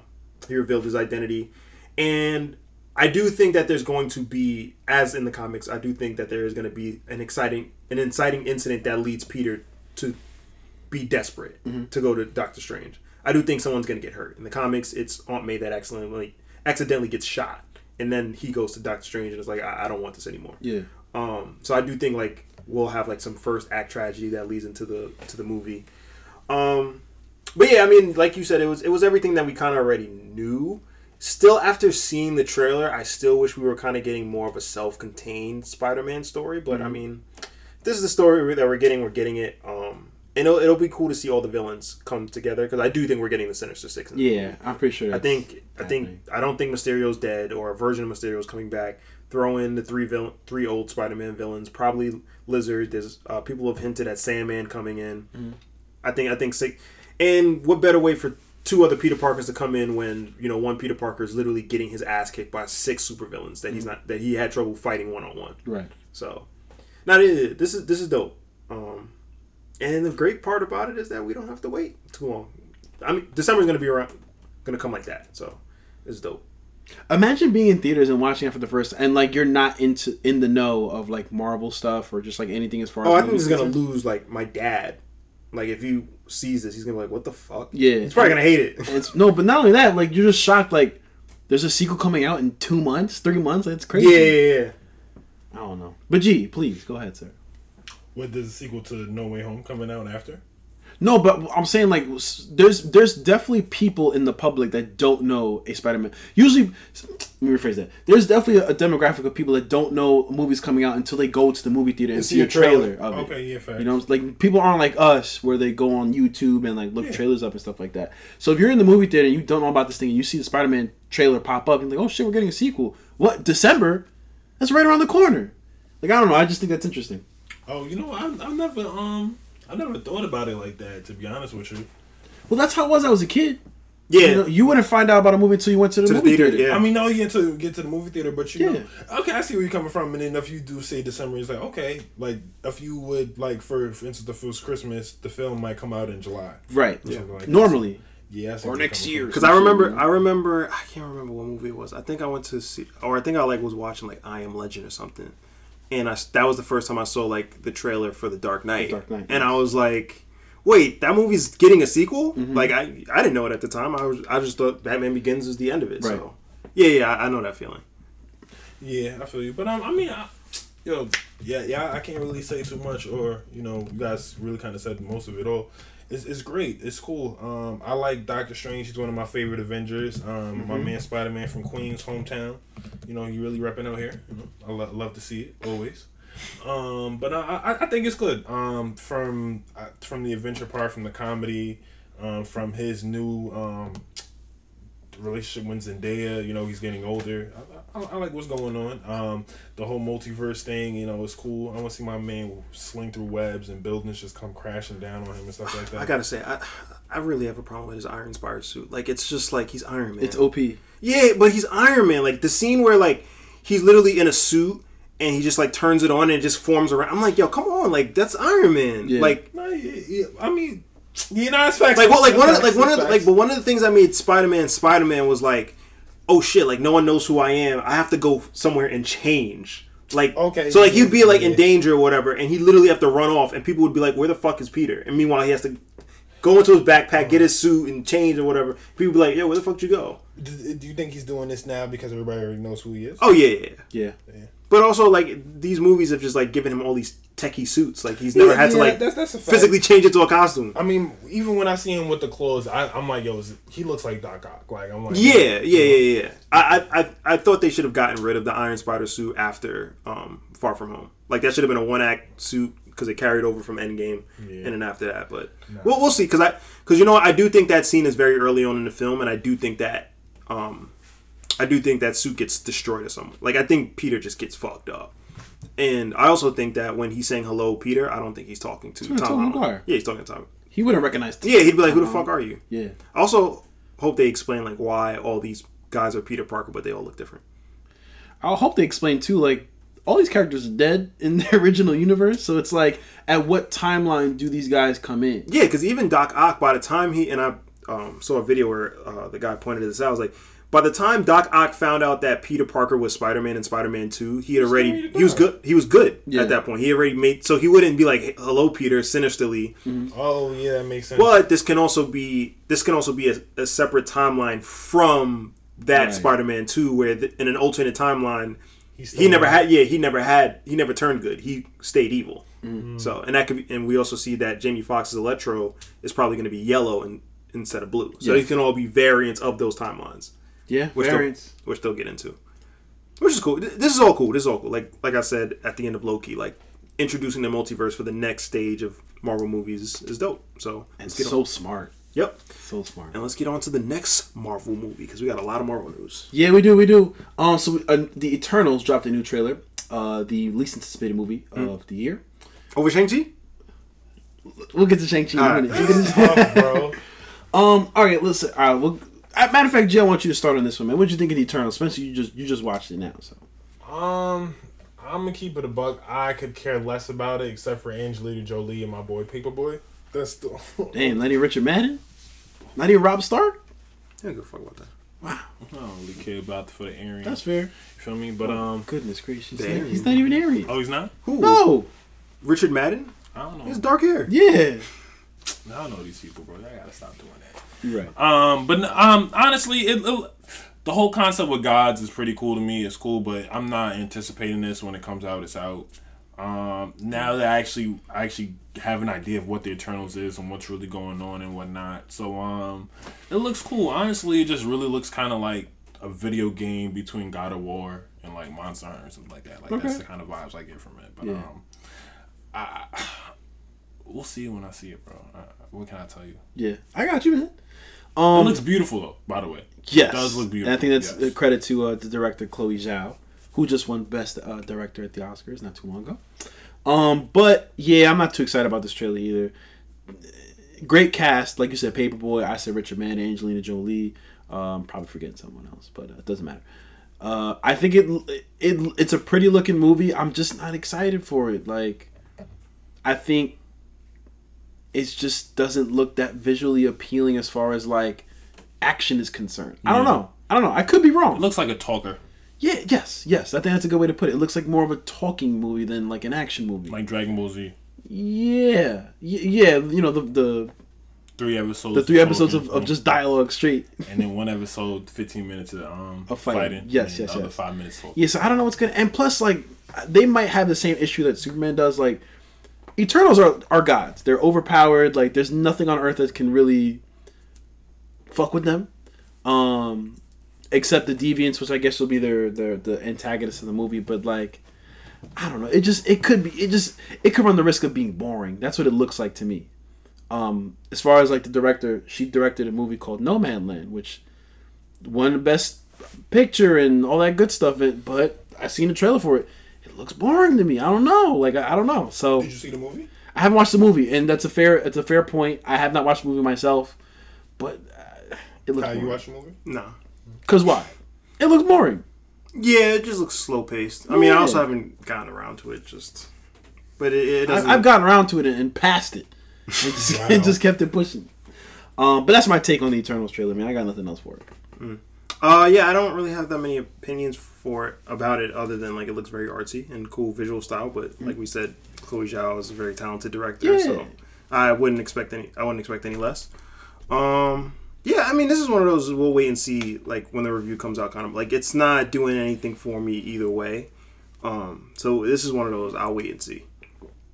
Speaker 2: he revealed his identity and I do think that there's going to be as in the comics I do think that there is going to be an exciting an inciting incident that leads Peter to be desperate to go to Doctor Strange. I do think someone's gonna get hurt. In the comics, it's Aunt May that accidentally accidentally gets shot, and then he goes to Doctor Strange and is like, I, I don't want this anymore.
Speaker 3: yeah.
Speaker 2: Um, so I do think like we'll have like some first act tragedy that leads into the to the movie. Um, but yeah, I mean, like you said, it was it was everything that we kind of already knew. Still, after seeing the trailer, I still wish we were kind of getting more of a self-contained Spider-Man story. But I mean, this is the story that we're getting. We're getting it. Um, and it'll, it'll be cool to see all the villains come together because I do think we're getting the Sinister Six. in this
Speaker 3: Yeah, I'm pretty sure.
Speaker 2: I
Speaker 3: that's
Speaker 2: think I think
Speaker 3: happening.
Speaker 2: I don't think Mysterio's dead or a version of Mysterio's coming back. Throw in the three villain, three old Spider-Man villains, probably Lizard. There's uh, people have hinted at Sandman coming in. I think I think six. And what better way for two other Peter Parkers to come in when you know one Peter Parker is literally getting his ass kicked by six supervillains that he's not that he had trouble fighting one on one.
Speaker 3: right.
Speaker 2: So, not this is this is dope. Um, And the great part about it is that we don't have to wait too long. I mean, December's gonna be around, gonna come like that. So it's dope.
Speaker 3: Imagine being in theaters and watching it for the first and like you're not into in the know of like Marvel stuff or just like anything as far as
Speaker 2: Oh, I think
Speaker 3: movies
Speaker 2: he's gonna
Speaker 3: concerned.
Speaker 2: lose like my dad. Like if he sees this, he's gonna be like, "What the fuck?"
Speaker 3: Yeah.
Speaker 2: he's probably gonna hate
Speaker 3: [LAUGHS]
Speaker 2: it.
Speaker 3: It's no, but not only that, like you're just shocked like there's a sequel coming out in 2 months, 3 months. That's
Speaker 2: yeah,
Speaker 3: crazy.
Speaker 2: yeah, yeah.
Speaker 3: I don't know. But gee, please go ahead, sir.
Speaker 5: What does the sequel to No Way Home coming out after?
Speaker 3: No, but I'm saying like s- there's there's definitely people in the public that don't know a Spider-Man. Usually, let me rephrase that. There's definitely a demographic of people that don't know a movie's coming out until they go to the movie theater and
Speaker 2: see
Speaker 3: see
Speaker 2: a
Speaker 3: a trailer, of it.
Speaker 5: Okay, yeah, fair.
Speaker 3: You know, it's like people aren't like us where they go on YouTube and like look trailers up and stuff like that. So if you're in the movie theater and you don't know about this thing and you see the Spider-Man trailer pop up, and you're like, oh shit, we're getting a sequel. What December? That's right around the corner. Like I don't know. I just think that's interesting.
Speaker 5: Oh, you know, I, I never um I never thought about it like that. To be honest with you,
Speaker 3: Well, that's how it was. I was a kid.
Speaker 2: yeah.
Speaker 3: You, know, you wouldn't find out about a movie until you went to the
Speaker 2: To the
Speaker 3: movie
Speaker 2: theater,
Speaker 3: theater.
Speaker 2: Yeah.
Speaker 5: I mean, now you get to get to the movie theater, but you
Speaker 3: Yeah.
Speaker 5: know, okay, I see where you're coming from. And then if you do say December, it's like okay, like if you would like for, for instance, the first Christmas, the film might come out in July.
Speaker 3: Right.
Speaker 5: Yeah. Something like
Speaker 3: Normally.
Speaker 5: that. yeah, I see where you're coming from.
Speaker 2: Because I remember, I remember, I can't remember what movie it was. I think I went to see, or I think I like was watching like I Am Legend or something, and I that was the first time I saw like the trailer for the Dark Knight,
Speaker 3: Dark Knight,
Speaker 2: and I was like, wait, that movie's getting a sequel?
Speaker 3: Mm-hmm.
Speaker 2: Like I, I didn't know it at the time. I was, I just thought Batman Begins was the end of it.
Speaker 3: Right.
Speaker 2: So, yeah, yeah, I, I know that feeling.
Speaker 5: Yeah, I feel you. But um, I mean, I, yo, yeah, yeah, I can't really say too much, or you know, you guys really kind of said most of it all. It's, it's great. It's cool. Um, I like Doctor Strange. He's one of my favorite Avengers. Um, my man Spider Man from Queens, hometown. You know, he really repping out here. You know, I lo- love to see it always. Um, but I, I, I think it's good. Um, from uh, from the adventure part, from the comedy, um, from his new um, relationship with Zendaya. You know, he's getting older. I, I, I like what's going on. Um, the whole multiverse thing, you know, is cool. I want to see my man sling through webs and buildings just come crashing down on him and stuff like that.
Speaker 2: I gotta say, I, I really have a problem with his iron-inspired suit. Like it's just like he's Iron Man.
Speaker 3: It's OP.
Speaker 2: Yeah, but he's Iron Man. Like the scene where like he's literally in a suit and he just like turns it on and it just forms around. I'm like, yo, come on, like that's Iron Man.
Speaker 3: Yeah.
Speaker 2: Like,
Speaker 5: No, yeah, yeah, I mean, you know, it's facts.
Speaker 2: like what? Like one of the, like
Speaker 5: That's
Speaker 2: one of the,
Speaker 5: facts.
Speaker 2: like but one of the things that made Spider Man Spider Man was like, oh shit, like no one knows who I am. I have to go somewhere and change. Like
Speaker 5: Okay,
Speaker 2: so like
Speaker 5: yeah,
Speaker 2: he'd be like in
Speaker 5: yeah.
Speaker 2: danger or whatever, and he'd literally have to run off, and people would be like, where the fuck is Peter? And meanwhile, he has to. Go into his backpack, get his suit, and change or whatever. People be like, "Yo, where the fuck did you go?"
Speaker 5: Do, do you think he's doing this now because everybody already knows who he is?
Speaker 2: Oh yeah, yeah, yeah.
Speaker 3: Yeah.
Speaker 2: But also, like these movies have just like given him all these techie suits. Like he's never
Speaker 5: Yeah,
Speaker 2: had to
Speaker 5: yeah,
Speaker 2: like
Speaker 5: that's- that's a fact.
Speaker 2: physically change it to a costume.
Speaker 5: I mean, even when I see him with the clothes, I, I'm like, yo, is, he looks like Doc Ock. Like, I'm like,
Speaker 2: Yeah, yeah, yeah, yeah. I, I, I- I thought they should have gotten rid of the Iron Spider suit after um, Far From Home. Like that should have been a one act suit because it carried over from Endgame and then after that. But we'll, we'll see because I because you know what? I do think that scene is very early on in the film, and I do think that um, I do think that suit gets destroyed or something. Like I think Peter just gets fucked up. And I also think that when he's saying hello, Peter, I don't think he's talking to Tom.
Speaker 3: Tobey
Speaker 2: Holland.
Speaker 3: Maguire.
Speaker 2: Yeah, he's talking to Tom.
Speaker 3: He wouldn't recognize.
Speaker 2: Yeah, he'd be like, "Who the fuck are you?"
Speaker 3: [LAUGHS] Yeah.
Speaker 2: I also hope they explain like why all these guys are Peter Parker, but they all look different.
Speaker 3: I hope they explain too. Like all these characters are dead in [LAUGHS] the original universe, so it's like, at what timeline do these guys come in?
Speaker 2: Yeah, because even Doc Ock, by the time he and I um, saw a video where uh, the guy pointed this out, I was like, by the time Doc Ock found out that Peter Parker was Spider Man in Spider Man Two, he had already he was good. He was good
Speaker 3: Yeah.
Speaker 2: at that point. He already made so he wouldn't be like, "Hello, Peter," sinisterly.
Speaker 5: Oh, yeah, that makes sense.
Speaker 2: But this can also be this can also be a, a separate timeline from that
Speaker 3: Right.
Speaker 2: Spider Man Two, where the, in an alternate timeline.
Speaker 5: He's
Speaker 2: he never
Speaker 5: still-
Speaker 2: had yeah he never had he never turned good he stayed evil
Speaker 3: Mm-hmm.
Speaker 2: so and that could be and we also see that jamie foxx's electro is probably going to be yellow and instead of blue so
Speaker 3: Yeah.
Speaker 2: it can all be variants of those timelines
Speaker 3: Yeah.
Speaker 2: which
Speaker 3: Variants.
Speaker 2: they'll, which they'll get into which is cool Th- this is all cool this is all cool like like i said at the end of loki like introducing the multiverse for the next stage of marvel movies is dope so
Speaker 3: And
Speaker 2: let's get
Speaker 3: so
Speaker 2: on
Speaker 3: smart.
Speaker 2: yep
Speaker 3: So smart.
Speaker 2: and let's get on to the next marvel movie because we got a lot of marvel news
Speaker 3: Yeah, we do. We do. Um. So we, uh, the Eternals dropped a new trailer. Uh, the least anticipated movie
Speaker 2: Hmm.
Speaker 3: of the year.
Speaker 2: over shang-chi
Speaker 3: We'll get to Shang Chi.
Speaker 2: All
Speaker 3: in a
Speaker 2: right.
Speaker 3: minute. We'll get to- [LAUGHS]
Speaker 5: Tough, bro.
Speaker 3: Um. All right. Listen. All right. Well. uh, Matter of fact, Jay, I want you to start on this one, man. What would you think of the Eternals? Spencer, you just you just watched it now, so
Speaker 5: Um, I'm gonna keep it a buck. I could care less about it except for Angelina Jolie and my boy Paperboy. That's the [LAUGHS]
Speaker 3: Damn, Lenny Richard Madden? Not even Rob Stark?
Speaker 2: I don't give a fuck about that.
Speaker 4: I don't really care about the, for the Aryan.
Speaker 3: That's fair.
Speaker 4: you feel me? But um,
Speaker 3: Goodness gracious.
Speaker 2: Damn.
Speaker 3: He's not even Aryan.
Speaker 4: oh, he's not.
Speaker 2: Who?
Speaker 3: No!
Speaker 2: Richard Madden?
Speaker 4: I don't know.
Speaker 2: He has dark hair.
Speaker 3: Yeah.
Speaker 4: I don't know these people, bro. I gotta stop doing that.
Speaker 3: You're right.
Speaker 4: Um, but um, honestly, it, it- the whole concept with gods is pretty cool to me. It's cool, but I'm not anticipating this when it comes out. It's out. Um, now that I actually I actually have an idea of what the Eternals is and what's really going on and whatnot. So um, it looks cool. Honestly, it just really looks kind of like a video game between God of War and like Monster Hunter or something like that. Like that's the kind of vibes I get from it. But um, I [SIGHS] we'll see when I see it, bro. Uh, what can I tell you?
Speaker 3: Yeah. I got you, man.
Speaker 4: It
Speaker 3: Um,
Speaker 4: looks beautiful though. By the way.
Speaker 3: yes.
Speaker 4: does look
Speaker 3: And I think that's
Speaker 4: beautiful,
Speaker 3: a
Speaker 4: yes.
Speaker 3: credit to uh, the director, Chloe Zhao, who just won Best uh, Director at the Oscars not too long ago. Um, but yeah, I'm not too excited about this trailer either. Great cast, like you said, Paperboy. I said Richard Madden, Angelina Jolie. Um, probably forgetting someone else, but uh, it doesn't matter. Uh, I think it, it it's a pretty looking movie. I'm just not excited for it. Like, I think it just doesn't look that visually appealing as far as like action is concerned. I don't know. I don't know. I could be wrong.
Speaker 4: It looks like a talker,
Speaker 3: yeah, yes, yes. I think that's a good way to put it. It looks like more of a talking movie than like an action movie.
Speaker 4: like Dragon Ball Z.
Speaker 3: yeah, Y- yeah. You know the the,
Speaker 4: Three episodes.
Speaker 3: the three
Speaker 4: of
Speaker 3: episodes of,
Speaker 4: talking,
Speaker 3: of just dialogue straight.
Speaker 4: and then one episode, fifteen minutes of um
Speaker 3: Of fighting.
Speaker 4: fighting.
Speaker 3: Yes,
Speaker 4: and
Speaker 3: yes,
Speaker 4: the Other
Speaker 3: yes.
Speaker 4: five minutes. Talk.
Speaker 3: Yeah, so I don't know what's gonna. And plus, like they might have the same issue that Superman does. Like Eternals are are gods. They're overpowered. Like there's nothing on Earth that can really fuck with them. Um, except the deviants, which I guess will be their their the antagonists of the movie. But like, I don't know. It just it could be. It just it could run the risk of being boring. That's what it looks like to me. Um, as far as like the director, she directed a movie called No Man Land, which won the best picture and all that good stuff. It, but I seen the trailer for it. It looks boring to me. I don't know. Like I, I don't know. So
Speaker 5: Did you see the movie?
Speaker 3: I haven't watched the movie, and that's a fair. It's a fair point. I have not watched the movie myself, but uh, it looks
Speaker 5: How you
Speaker 3: boring.
Speaker 5: watch the movie?
Speaker 2: Nah.
Speaker 3: Cause why? It looks boring.
Speaker 2: Yeah, it just looks slow paced. I mean, I also
Speaker 3: Yeah.
Speaker 2: haven't gotten around to it. Just, but it, it doesn't.
Speaker 3: I, I've gotten around to it and, and passed it. It just, it [LAUGHS] just kept it pushing. Um, but that's my take on the Eternals trailer. Man, I got nothing else for it.
Speaker 2: Uh, yeah, I don't really have that many opinions for it, about it, other than like it looks very artsy and cool visual style. But like we said, Chloe Zhao is a very talented director,
Speaker 3: Yeah.
Speaker 2: so I wouldn't expect any. I wouldn't expect any less. Um, yeah, I mean, this is one of those we'll wait and see. Like when the review comes out, kind of like it's not doing anything for me either way. Um, so this is one of those I'll wait and see.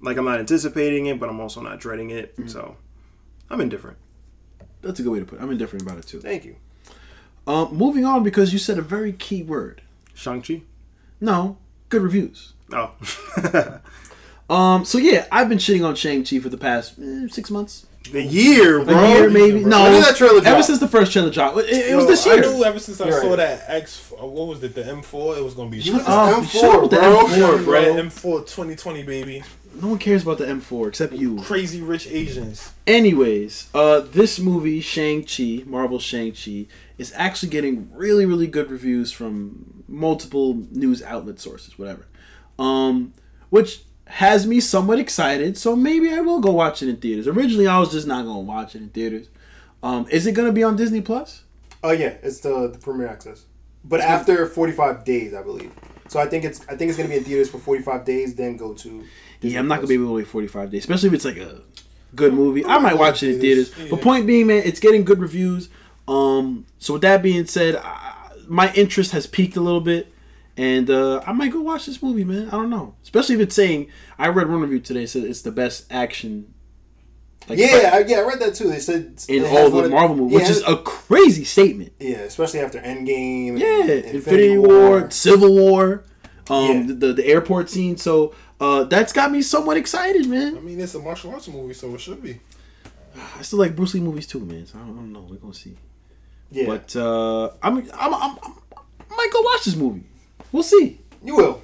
Speaker 2: Like I'm not anticipating it, but I'm also not dreading it. So I'm indifferent.
Speaker 3: That's a good way to put it. I'm indifferent about it too.
Speaker 2: Thank you,
Speaker 3: Um, moving on because you said a very key word.
Speaker 2: Shang Chi.
Speaker 3: No, good reviews.
Speaker 2: Oh, [LAUGHS]
Speaker 3: Um, so yeah, I've been shitting on Shang Chi for the past eh, six months,
Speaker 2: the year,
Speaker 3: a
Speaker 2: bro.
Speaker 3: year maybe. No,
Speaker 8: When did that trailer
Speaker 3: ever
Speaker 8: drop?
Speaker 3: since the first trailer drop, it, it was
Speaker 5: Yo,
Speaker 3: this
Speaker 5: I
Speaker 3: year.
Speaker 5: knew ever since I
Speaker 8: You're
Speaker 5: saw
Speaker 8: right.
Speaker 5: that X. uh, What was it? The M four. It was gonna be.
Speaker 8: What is
Speaker 3: Oh,
Speaker 8: M4,
Speaker 3: shut up with the
Speaker 8: bro?
Speaker 3: M4, bro.
Speaker 5: Red M4 2020, baby.
Speaker 3: No one cares about the M4 except you.
Speaker 5: Crazy rich Asians.
Speaker 3: Anyways, uh, this movie Shang-Chi, Marvel Shang-Chi, is actually getting really, really good reviews from multiple news outlet sources, whatever. Um, which has me somewhat excited, so maybe I will go watch it in theaters. Originally, I was just not going to watch it in theaters. Um, is it going to be on Disney Plus?
Speaker 8: Oh yeah, it's the the premier access, but after forty five days, I believe. So I think it's I think it's gonna be in theaters for forty five days, then go to.
Speaker 3: Yeah, I'm not gonna be able to wait 45 days, especially if it's like a good movie. I might watch it in theaters. But point being, man, it's getting good reviews. Um, so with that being said, I, my interest has peaked a little bit, and uh, I might go watch this movie, man. I don't know, especially if it's saying I read one review today said it's the best action. Like,
Speaker 8: Yeah, I, yeah, I read that too. They said
Speaker 3: in
Speaker 8: it
Speaker 3: all
Speaker 8: has one
Speaker 3: the
Speaker 8: of-
Speaker 3: Marvel movies,
Speaker 8: yeah,
Speaker 3: which
Speaker 8: it
Speaker 3: is
Speaker 8: has-
Speaker 3: a crazy statement.
Speaker 8: yeah, especially after Endgame. and
Speaker 3: Yeah, Infinity, War, Civil War, um,
Speaker 8: Yeah.
Speaker 3: the the airport scene. So uh, that's got me somewhat excited, man.
Speaker 5: I mean, it's a martial arts movie, so it should be.
Speaker 3: I still like Bruce Lee movies too, man. So I don't, I don't know. We're gonna see.
Speaker 8: Yeah,
Speaker 3: But uh, I'm, I'm, I'm, I'm, I might go watch this movie. We'll see.
Speaker 8: you will.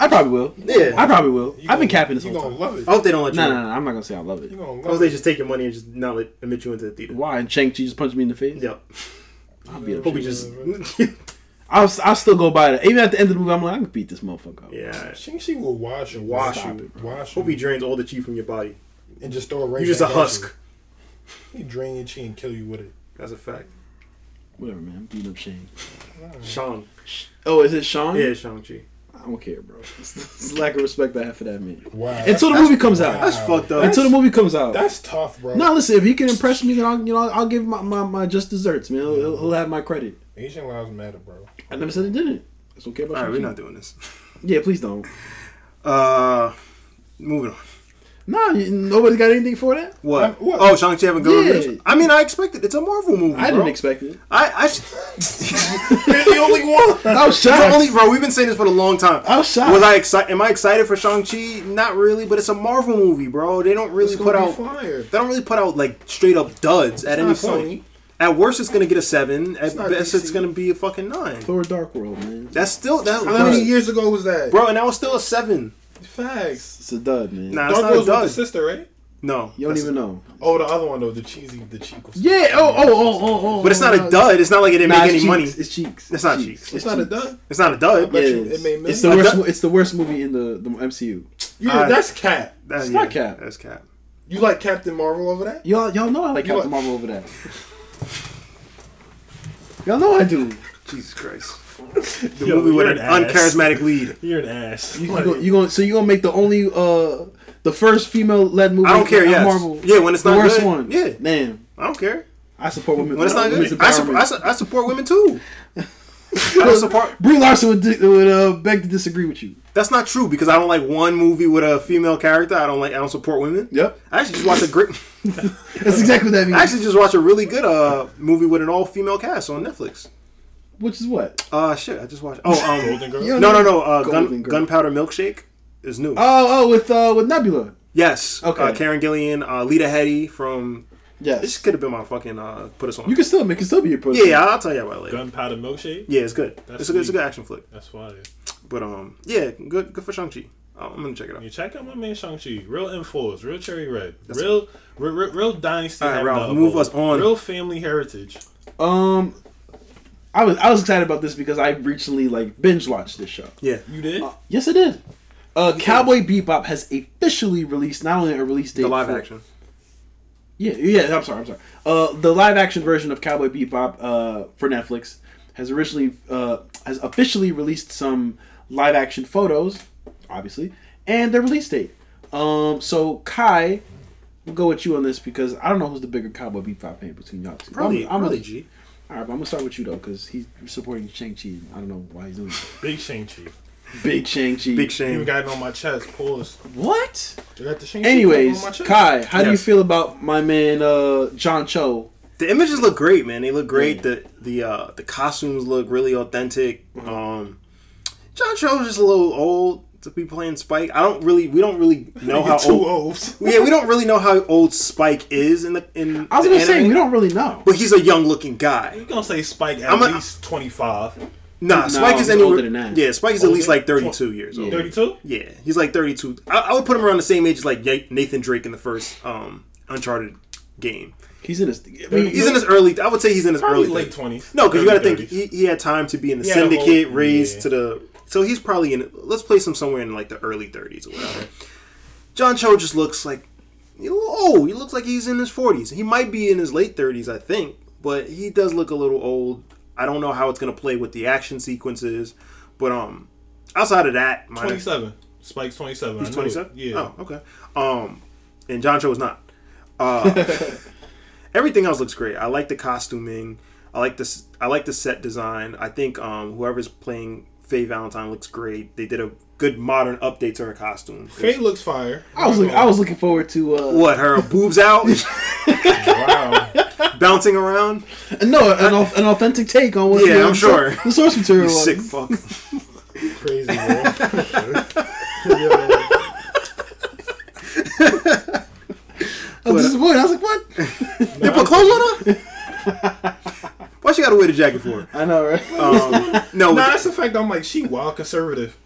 Speaker 3: I probably will.
Speaker 2: Yeah.
Speaker 3: I probably will.
Speaker 5: You
Speaker 3: I've been
Speaker 5: gonna-
Speaker 3: capping this
Speaker 5: You
Speaker 3: whole
Speaker 5: gonna
Speaker 3: time.
Speaker 5: love it.
Speaker 2: I hope they don't let you.
Speaker 3: No, no, no. I'm not gonna say I love it.
Speaker 5: You gonna
Speaker 2: I hope
Speaker 5: love
Speaker 2: they
Speaker 5: it.
Speaker 2: just take your money and just not let, admit you into the theater.
Speaker 3: Why? And Shang Chi just punched me in the face.
Speaker 2: Yep.
Speaker 3: I'll be
Speaker 2: Hope
Speaker 3: upset.
Speaker 2: we just.
Speaker 3: I'll, s- I'll still go buy it. Even at the end of the movie, I'm like, I can beat this motherfucker. up.
Speaker 2: Yeah.
Speaker 5: Shang Chi will wash you,
Speaker 8: Wash
Speaker 5: Stop
Speaker 8: you.
Speaker 5: it, bro. wash
Speaker 8: Hope he
Speaker 5: you,
Speaker 8: drains all the chi from your body.
Speaker 5: and just throw it right.
Speaker 8: You're just a
Speaker 5: back at
Speaker 8: husk.
Speaker 5: you. He drain your chi and kill you with it.
Speaker 8: That's a fact.
Speaker 3: Whatever, man. I'm beating up Shane.
Speaker 8: Shang.
Speaker 3: Oh, is it Sean?
Speaker 8: Yeah, Shang Chi.
Speaker 3: I don't care, bro. [LAUGHS] It's, it's the lack of respect I have for that man.
Speaker 5: Wow.
Speaker 3: Until the movie comes out.
Speaker 8: That's fucked up.
Speaker 3: Until the movie comes out.
Speaker 5: That's tough, bro.
Speaker 3: No, listen. If he can impress me, then I'll you know I'll give my, my, my just desserts, man. He'll, he'll- he'll have my credit.
Speaker 5: Asian lives matter, bro.
Speaker 3: I never said it didn't. It's okay about
Speaker 2: All right,
Speaker 3: you.
Speaker 2: we're not doing this.
Speaker 3: Yeah, please don't.
Speaker 2: Uh, moving on.
Speaker 3: Nah, you, nobody got anything for that.
Speaker 2: What?
Speaker 5: Um, what?
Speaker 2: Oh, Shang Chi having good
Speaker 3: Yeah.
Speaker 2: reviews. I mean, I expected. It's a Marvel movie.
Speaker 3: I
Speaker 2: bro.
Speaker 3: didn't expect it.
Speaker 2: I, I you're
Speaker 5: [LAUGHS]
Speaker 2: the only one.
Speaker 3: I was
Speaker 2: You're
Speaker 3: shocked.
Speaker 2: the only, bro, we've been saying this for a long time.
Speaker 3: I was shocked.
Speaker 2: Was I excited? Am I excited for Shang Chi? Not really, but it's a Marvel movie, bro. They don't really
Speaker 5: It's
Speaker 2: put
Speaker 5: gonna be
Speaker 2: out.
Speaker 5: fire.
Speaker 2: They don't really put out like straight up duds at any
Speaker 5: not
Speaker 2: point.
Speaker 5: Sony.
Speaker 2: At worst, it's gonna get a seven. At
Speaker 5: not
Speaker 2: best, it's
Speaker 5: DC.
Speaker 2: gonna be a fucking nine.
Speaker 3: Thor: Dark World, man.
Speaker 2: That's still that,
Speaker 5: How many
Speaker 2: that's-
Speaker 5: years ago was that?
Speaker 2: bro, and that was still a seven.
Speaker 5: Facts.
Speaker 3: It's a dud, man.
Speaker 2: Nah,
Speaker 5: Dark
Speaker 2: it's
Speaker 5: Rose
Speaker 2: not a
Speaker 5: with the
Speaker 2: dud.
Speaker 5: sister, right?
Speaker 2: No,
Speaker 3: You don't
Speaker 2: that's-
Speaker 3: even know.
Speaker 5: Oh, the other one though, the cheesy, the cheek. was-
Speaker 3: Yeah. Oh. Oh. Oh. Oh. oh
Speaker 2: But it's not a
Speaker 3: oh,
Speaker 2: dud. It's not like it didn't
Speaker 3: Nah, it's
Speaker 2: make any
Speaker 3: cheeks.
Speaker 2: money.
Speaker 3: It's cheeks.
Speaker 2: That's not cheeks.
Speaker 3: cheeks.
Speaker 5: It's not a done.
Speaker 2: It's not a dud.
Speaker 3: Yeah,
Speaker 5: bet
Speaker 3: it
Speaker 5: you
Speaker 3: is.
Speaker 5: it made
Speaker 3: it's
Speaker 5: millions.
Speaker 3: the
Speaker 2: I
Speaker 3: worst.
Speaker 2: thought-
Speaker 3: mo- It's the worst movie in the, the MCU.
Speaker 5: Yeah,
Speaker 2: Alright.
Speaker 5: that's cat.
Speaker 2: That-
Speaker 3: It's
Speaker 2: yeah,
Speaker 3: not cap.
Speaker 2: That's cap.
Speaker 5: You like Captain Marvel over that?
Speaker 3: Y'all, y'all know I like
Speaker 5: You
Speaker 3: Captain
Speaker 5: know-
Speaker 3: Marvel over that. y'all know I do.
Speaker 2: Jesus Christ. The
Speaker 4: Yo,
Speaker 2: movie with
Speaker 4: you're
Speaker 2: an
Speaker 4: an ass.
Speaker 2: uncharismatic lead.
Speaker 4: You're an ass.
Speaker 3: You, you gonna, you gonna so you gonna make the only uh the first female led movie?
Speaker 2: I don't care,
Speaker 3: of
Speaker 2: yes.
Speaker 3: Marvel.
Speaker 2: Yeah, when it's
Speaker 3: the
Speaker 2: not
Speaker 3: worst
Speaker 2: good.
Speaker 3: one.
Speaker 2: Yeah.
Speaker 3: damn.
Speaker 2: I don't care.
Speaker 3: I support women.
Speaker 2: When it's not
Speaker 3: women's
Speaker 2: good, I, su-
Speaker 3: empowerment.
Speaker 2: I, su- I support women too. I don't support.
Speaker 3: Brie Larson would, di- would uh, beg to disagree with you.
Speaker 2: That's not true because I don't like one movie with a female character. I don't like. I don't support women.
Speaker 3: Yep,
Speaker 2: I actually just watched a great.
Speaker 3: that's exactly what that means.
Speaker 2: I actually just watched a really good uh movie with an all female cast on Netflix.
Speaker 3: Which is what?
Speaker 2: Uh shit, I just watched. Oh um.
Speaker 5: Golden Girl.
Speaker 3: You don't
Speaker 2: No no
Speaker 3: know-
Speaker 2: no. Uh,
Speaker 3: Golden
Speaker 2: gun,
Speaker 3: Girl.
Speaker 2: Gunpowder Milkshake is new.
Speaker 3: Oh, oh, with uh, with Nebula.
Speaker 2: yes.
Speaker 3: okay.
Speaker 2: Uh, Karen Gillian, uh, Lita Headey from. This
Speaker 3: Yes,
Speaker 2: could have been my fucking uh put us on.
Speaker 3: you can still make it still be your pussy.
Speaker 2: yeah, yeah, I'll tell you about it later.
Speaker 5: Gunpowder milkshake.
Speaker 2: Yeah, it's good.
Speaker 5: That's
Speaker 2: It's a good, it's a
Speaker 5: sweet.
Speaker 2: good action flick.
Speaker 5: That's fire.
Speaker 2: But um, yeah, good good for Shang Chi. I'm gonna check it out.
Speaker 5: You check out my man Shang Chi. Real enforce. Real cherry red. Real, real, real, real dynasty.
Speaker 2: All right,
Speaker 5: having
Speaker 2: Ralph,
Speaker 5: a-
Speaker 2: move us on.
Speaker 5: Real family heritage.
Speaker 3: Um, I was I was excited about this because I recently like binge watched this show.
Speaker 2: Yeah,
Speaker 5: You did?
Speaker 3: Yes, it did. Uh, Cowboy Bebop has officially released not only a release date
Speaker 2: the live
Speaker 3: for-
Speaker 2: action.
Speaker 3: Yeah, yeah. I'm sorry, I'm sorry. Uh, the live action version of Cowboy Bebop uh, for Netflix has originally uh, has officially released some live action photos, obviously, and their release date. Um, so Kai, we'll go with you on this because I don't know who's the bigger Cowboy Bebop fan between y'all two.
Speaker 2: Probably,
Speaker 3: I'm, I'm
Speaker 2: probably
Speaker 3: gonna,
Speaker 2: G.
Speaker 3: all right, but I'm gonna start with you though because he's supporting Shang Chi. I don't know why he's doing it.
Speaker 5: Big Shang Chi.
Speaker 3: [LAUGHS] Big Shang Chi.
Speaker 2: Big
Speaker 5: Even
Speaker 2: shame.
Speaker 5: got it on my chest. Pause.
Speaker 3: what?
Speaker 5: I got the Shang Chi
Speaker 3: Anyways,
Speaker 5: on my chest.
Speaker 3: Kai, how do you
Speaker 2: Yes.
Speaker 3: feel about my man uh, John Cho?
Speaker 2: The images look great, man. They look great. The the uh, the costumes look really authentic. Um, John Cho's just a little old to be playing Spike. I don't really. We don't really know how
Speaker 5: Two
Speaker 2: old.
Speaker 5: O's.
Speaker 2: Yeah, we don't really know how old Spike is in the in.
Speaker 3: I was
Speaker 2: the
Speaker 3: gonna say
Speaker 2: anime,
Speaker 3: we don't really know.
Speaker 2: But he's a young looking guy.
Speaker 5: You gonna say Spike at
Speaker 2: I'm a-
Speaker 5: least twenty five?
Speaker 2: Nah, Spike is
Speaker 3: he's
Speaker 2: anywhere.
Speaker 3: older than that.
Speaker 2: Yeah, Spike is at
Speaker 5: Older?
Speaker 2: least like thirty two years old.
Speaker 5: Thirty two?
Speaker 2: Yeah, he's like 32. I, I would put him around the same age as like Ya- Nathan Drake in the first um, Uncharted game.
Speaker 3: He's in his. I mean,
Speaker 2: He's in his early. I would say he's in his
Speaker 5: Probably
Speaker 2: early
Speaker 5: late
Speaker 2: 30s.
Speaker 5: twenties.
Speaker 2: No, because you got to think he, he had time to be in the
Speaker 5: He had a whole-
Speaker 2: syndicate, raised
Speaker 5: yeah.
Speaker 2: to the. So he's probably in. Let's place him somewhere in like the early 30s or whatever. John Cho just looks like. Oh, he looks like he's in his 40s. He might be in his late 30s, I think, but he does look a little old. I don't know how it's gonna play with the action sequences, but um, outside of that, my
Speaker 5: Twenty seven. Spike's twenty seven.
Speaker 2: He's 27?
Speaker 5: Yeah.
Speaker 2: Oh, okay. Um, and John Cho is not.
Speaker 5: [LAUGHS]
Speaker 2: Uh, everything else looks great. I like the costuming. I like this. I like the set design. I think um, whoever's playing Faye Valentine looks great. They did a good modern update to her costume.
Speaker 5: Faye looks fire. Oh,
Speaker 3: I was look, I was looking forward to. Uh,
Speaker 2: What her boobs
Speaker 5: [LAUGHS]
Speaker 2: out,
Speaker 5: Wow.
Speaker 2: bouncing
Speaker 5: [LAUGHS]
Speaker 2: around.
Speaker 3: No, an, au- an authentic take on what.
Speaker 2: Yeah,
Speaker 3: the-
Speaker 2: I'm sure.
Speaker 3: The source material.
Speaker 2: You
Speaker 3: was.
Speaker 2: sick fuck.
Speaker 5: Crazy,
Speaker 2: [LAUGHS]
Speaker 5: bro.
Speaker 3: I was disappointed. I was like, what?
Speaker 2: [LAUGHS] They put clothes on her. Why she got to wear the jacket for?
Speaker 3: I know, right?
Speaker 2: Um, no,
Speaker 5: [LAUGHS] Nah, that's the fact. I'm like, she wild conservative.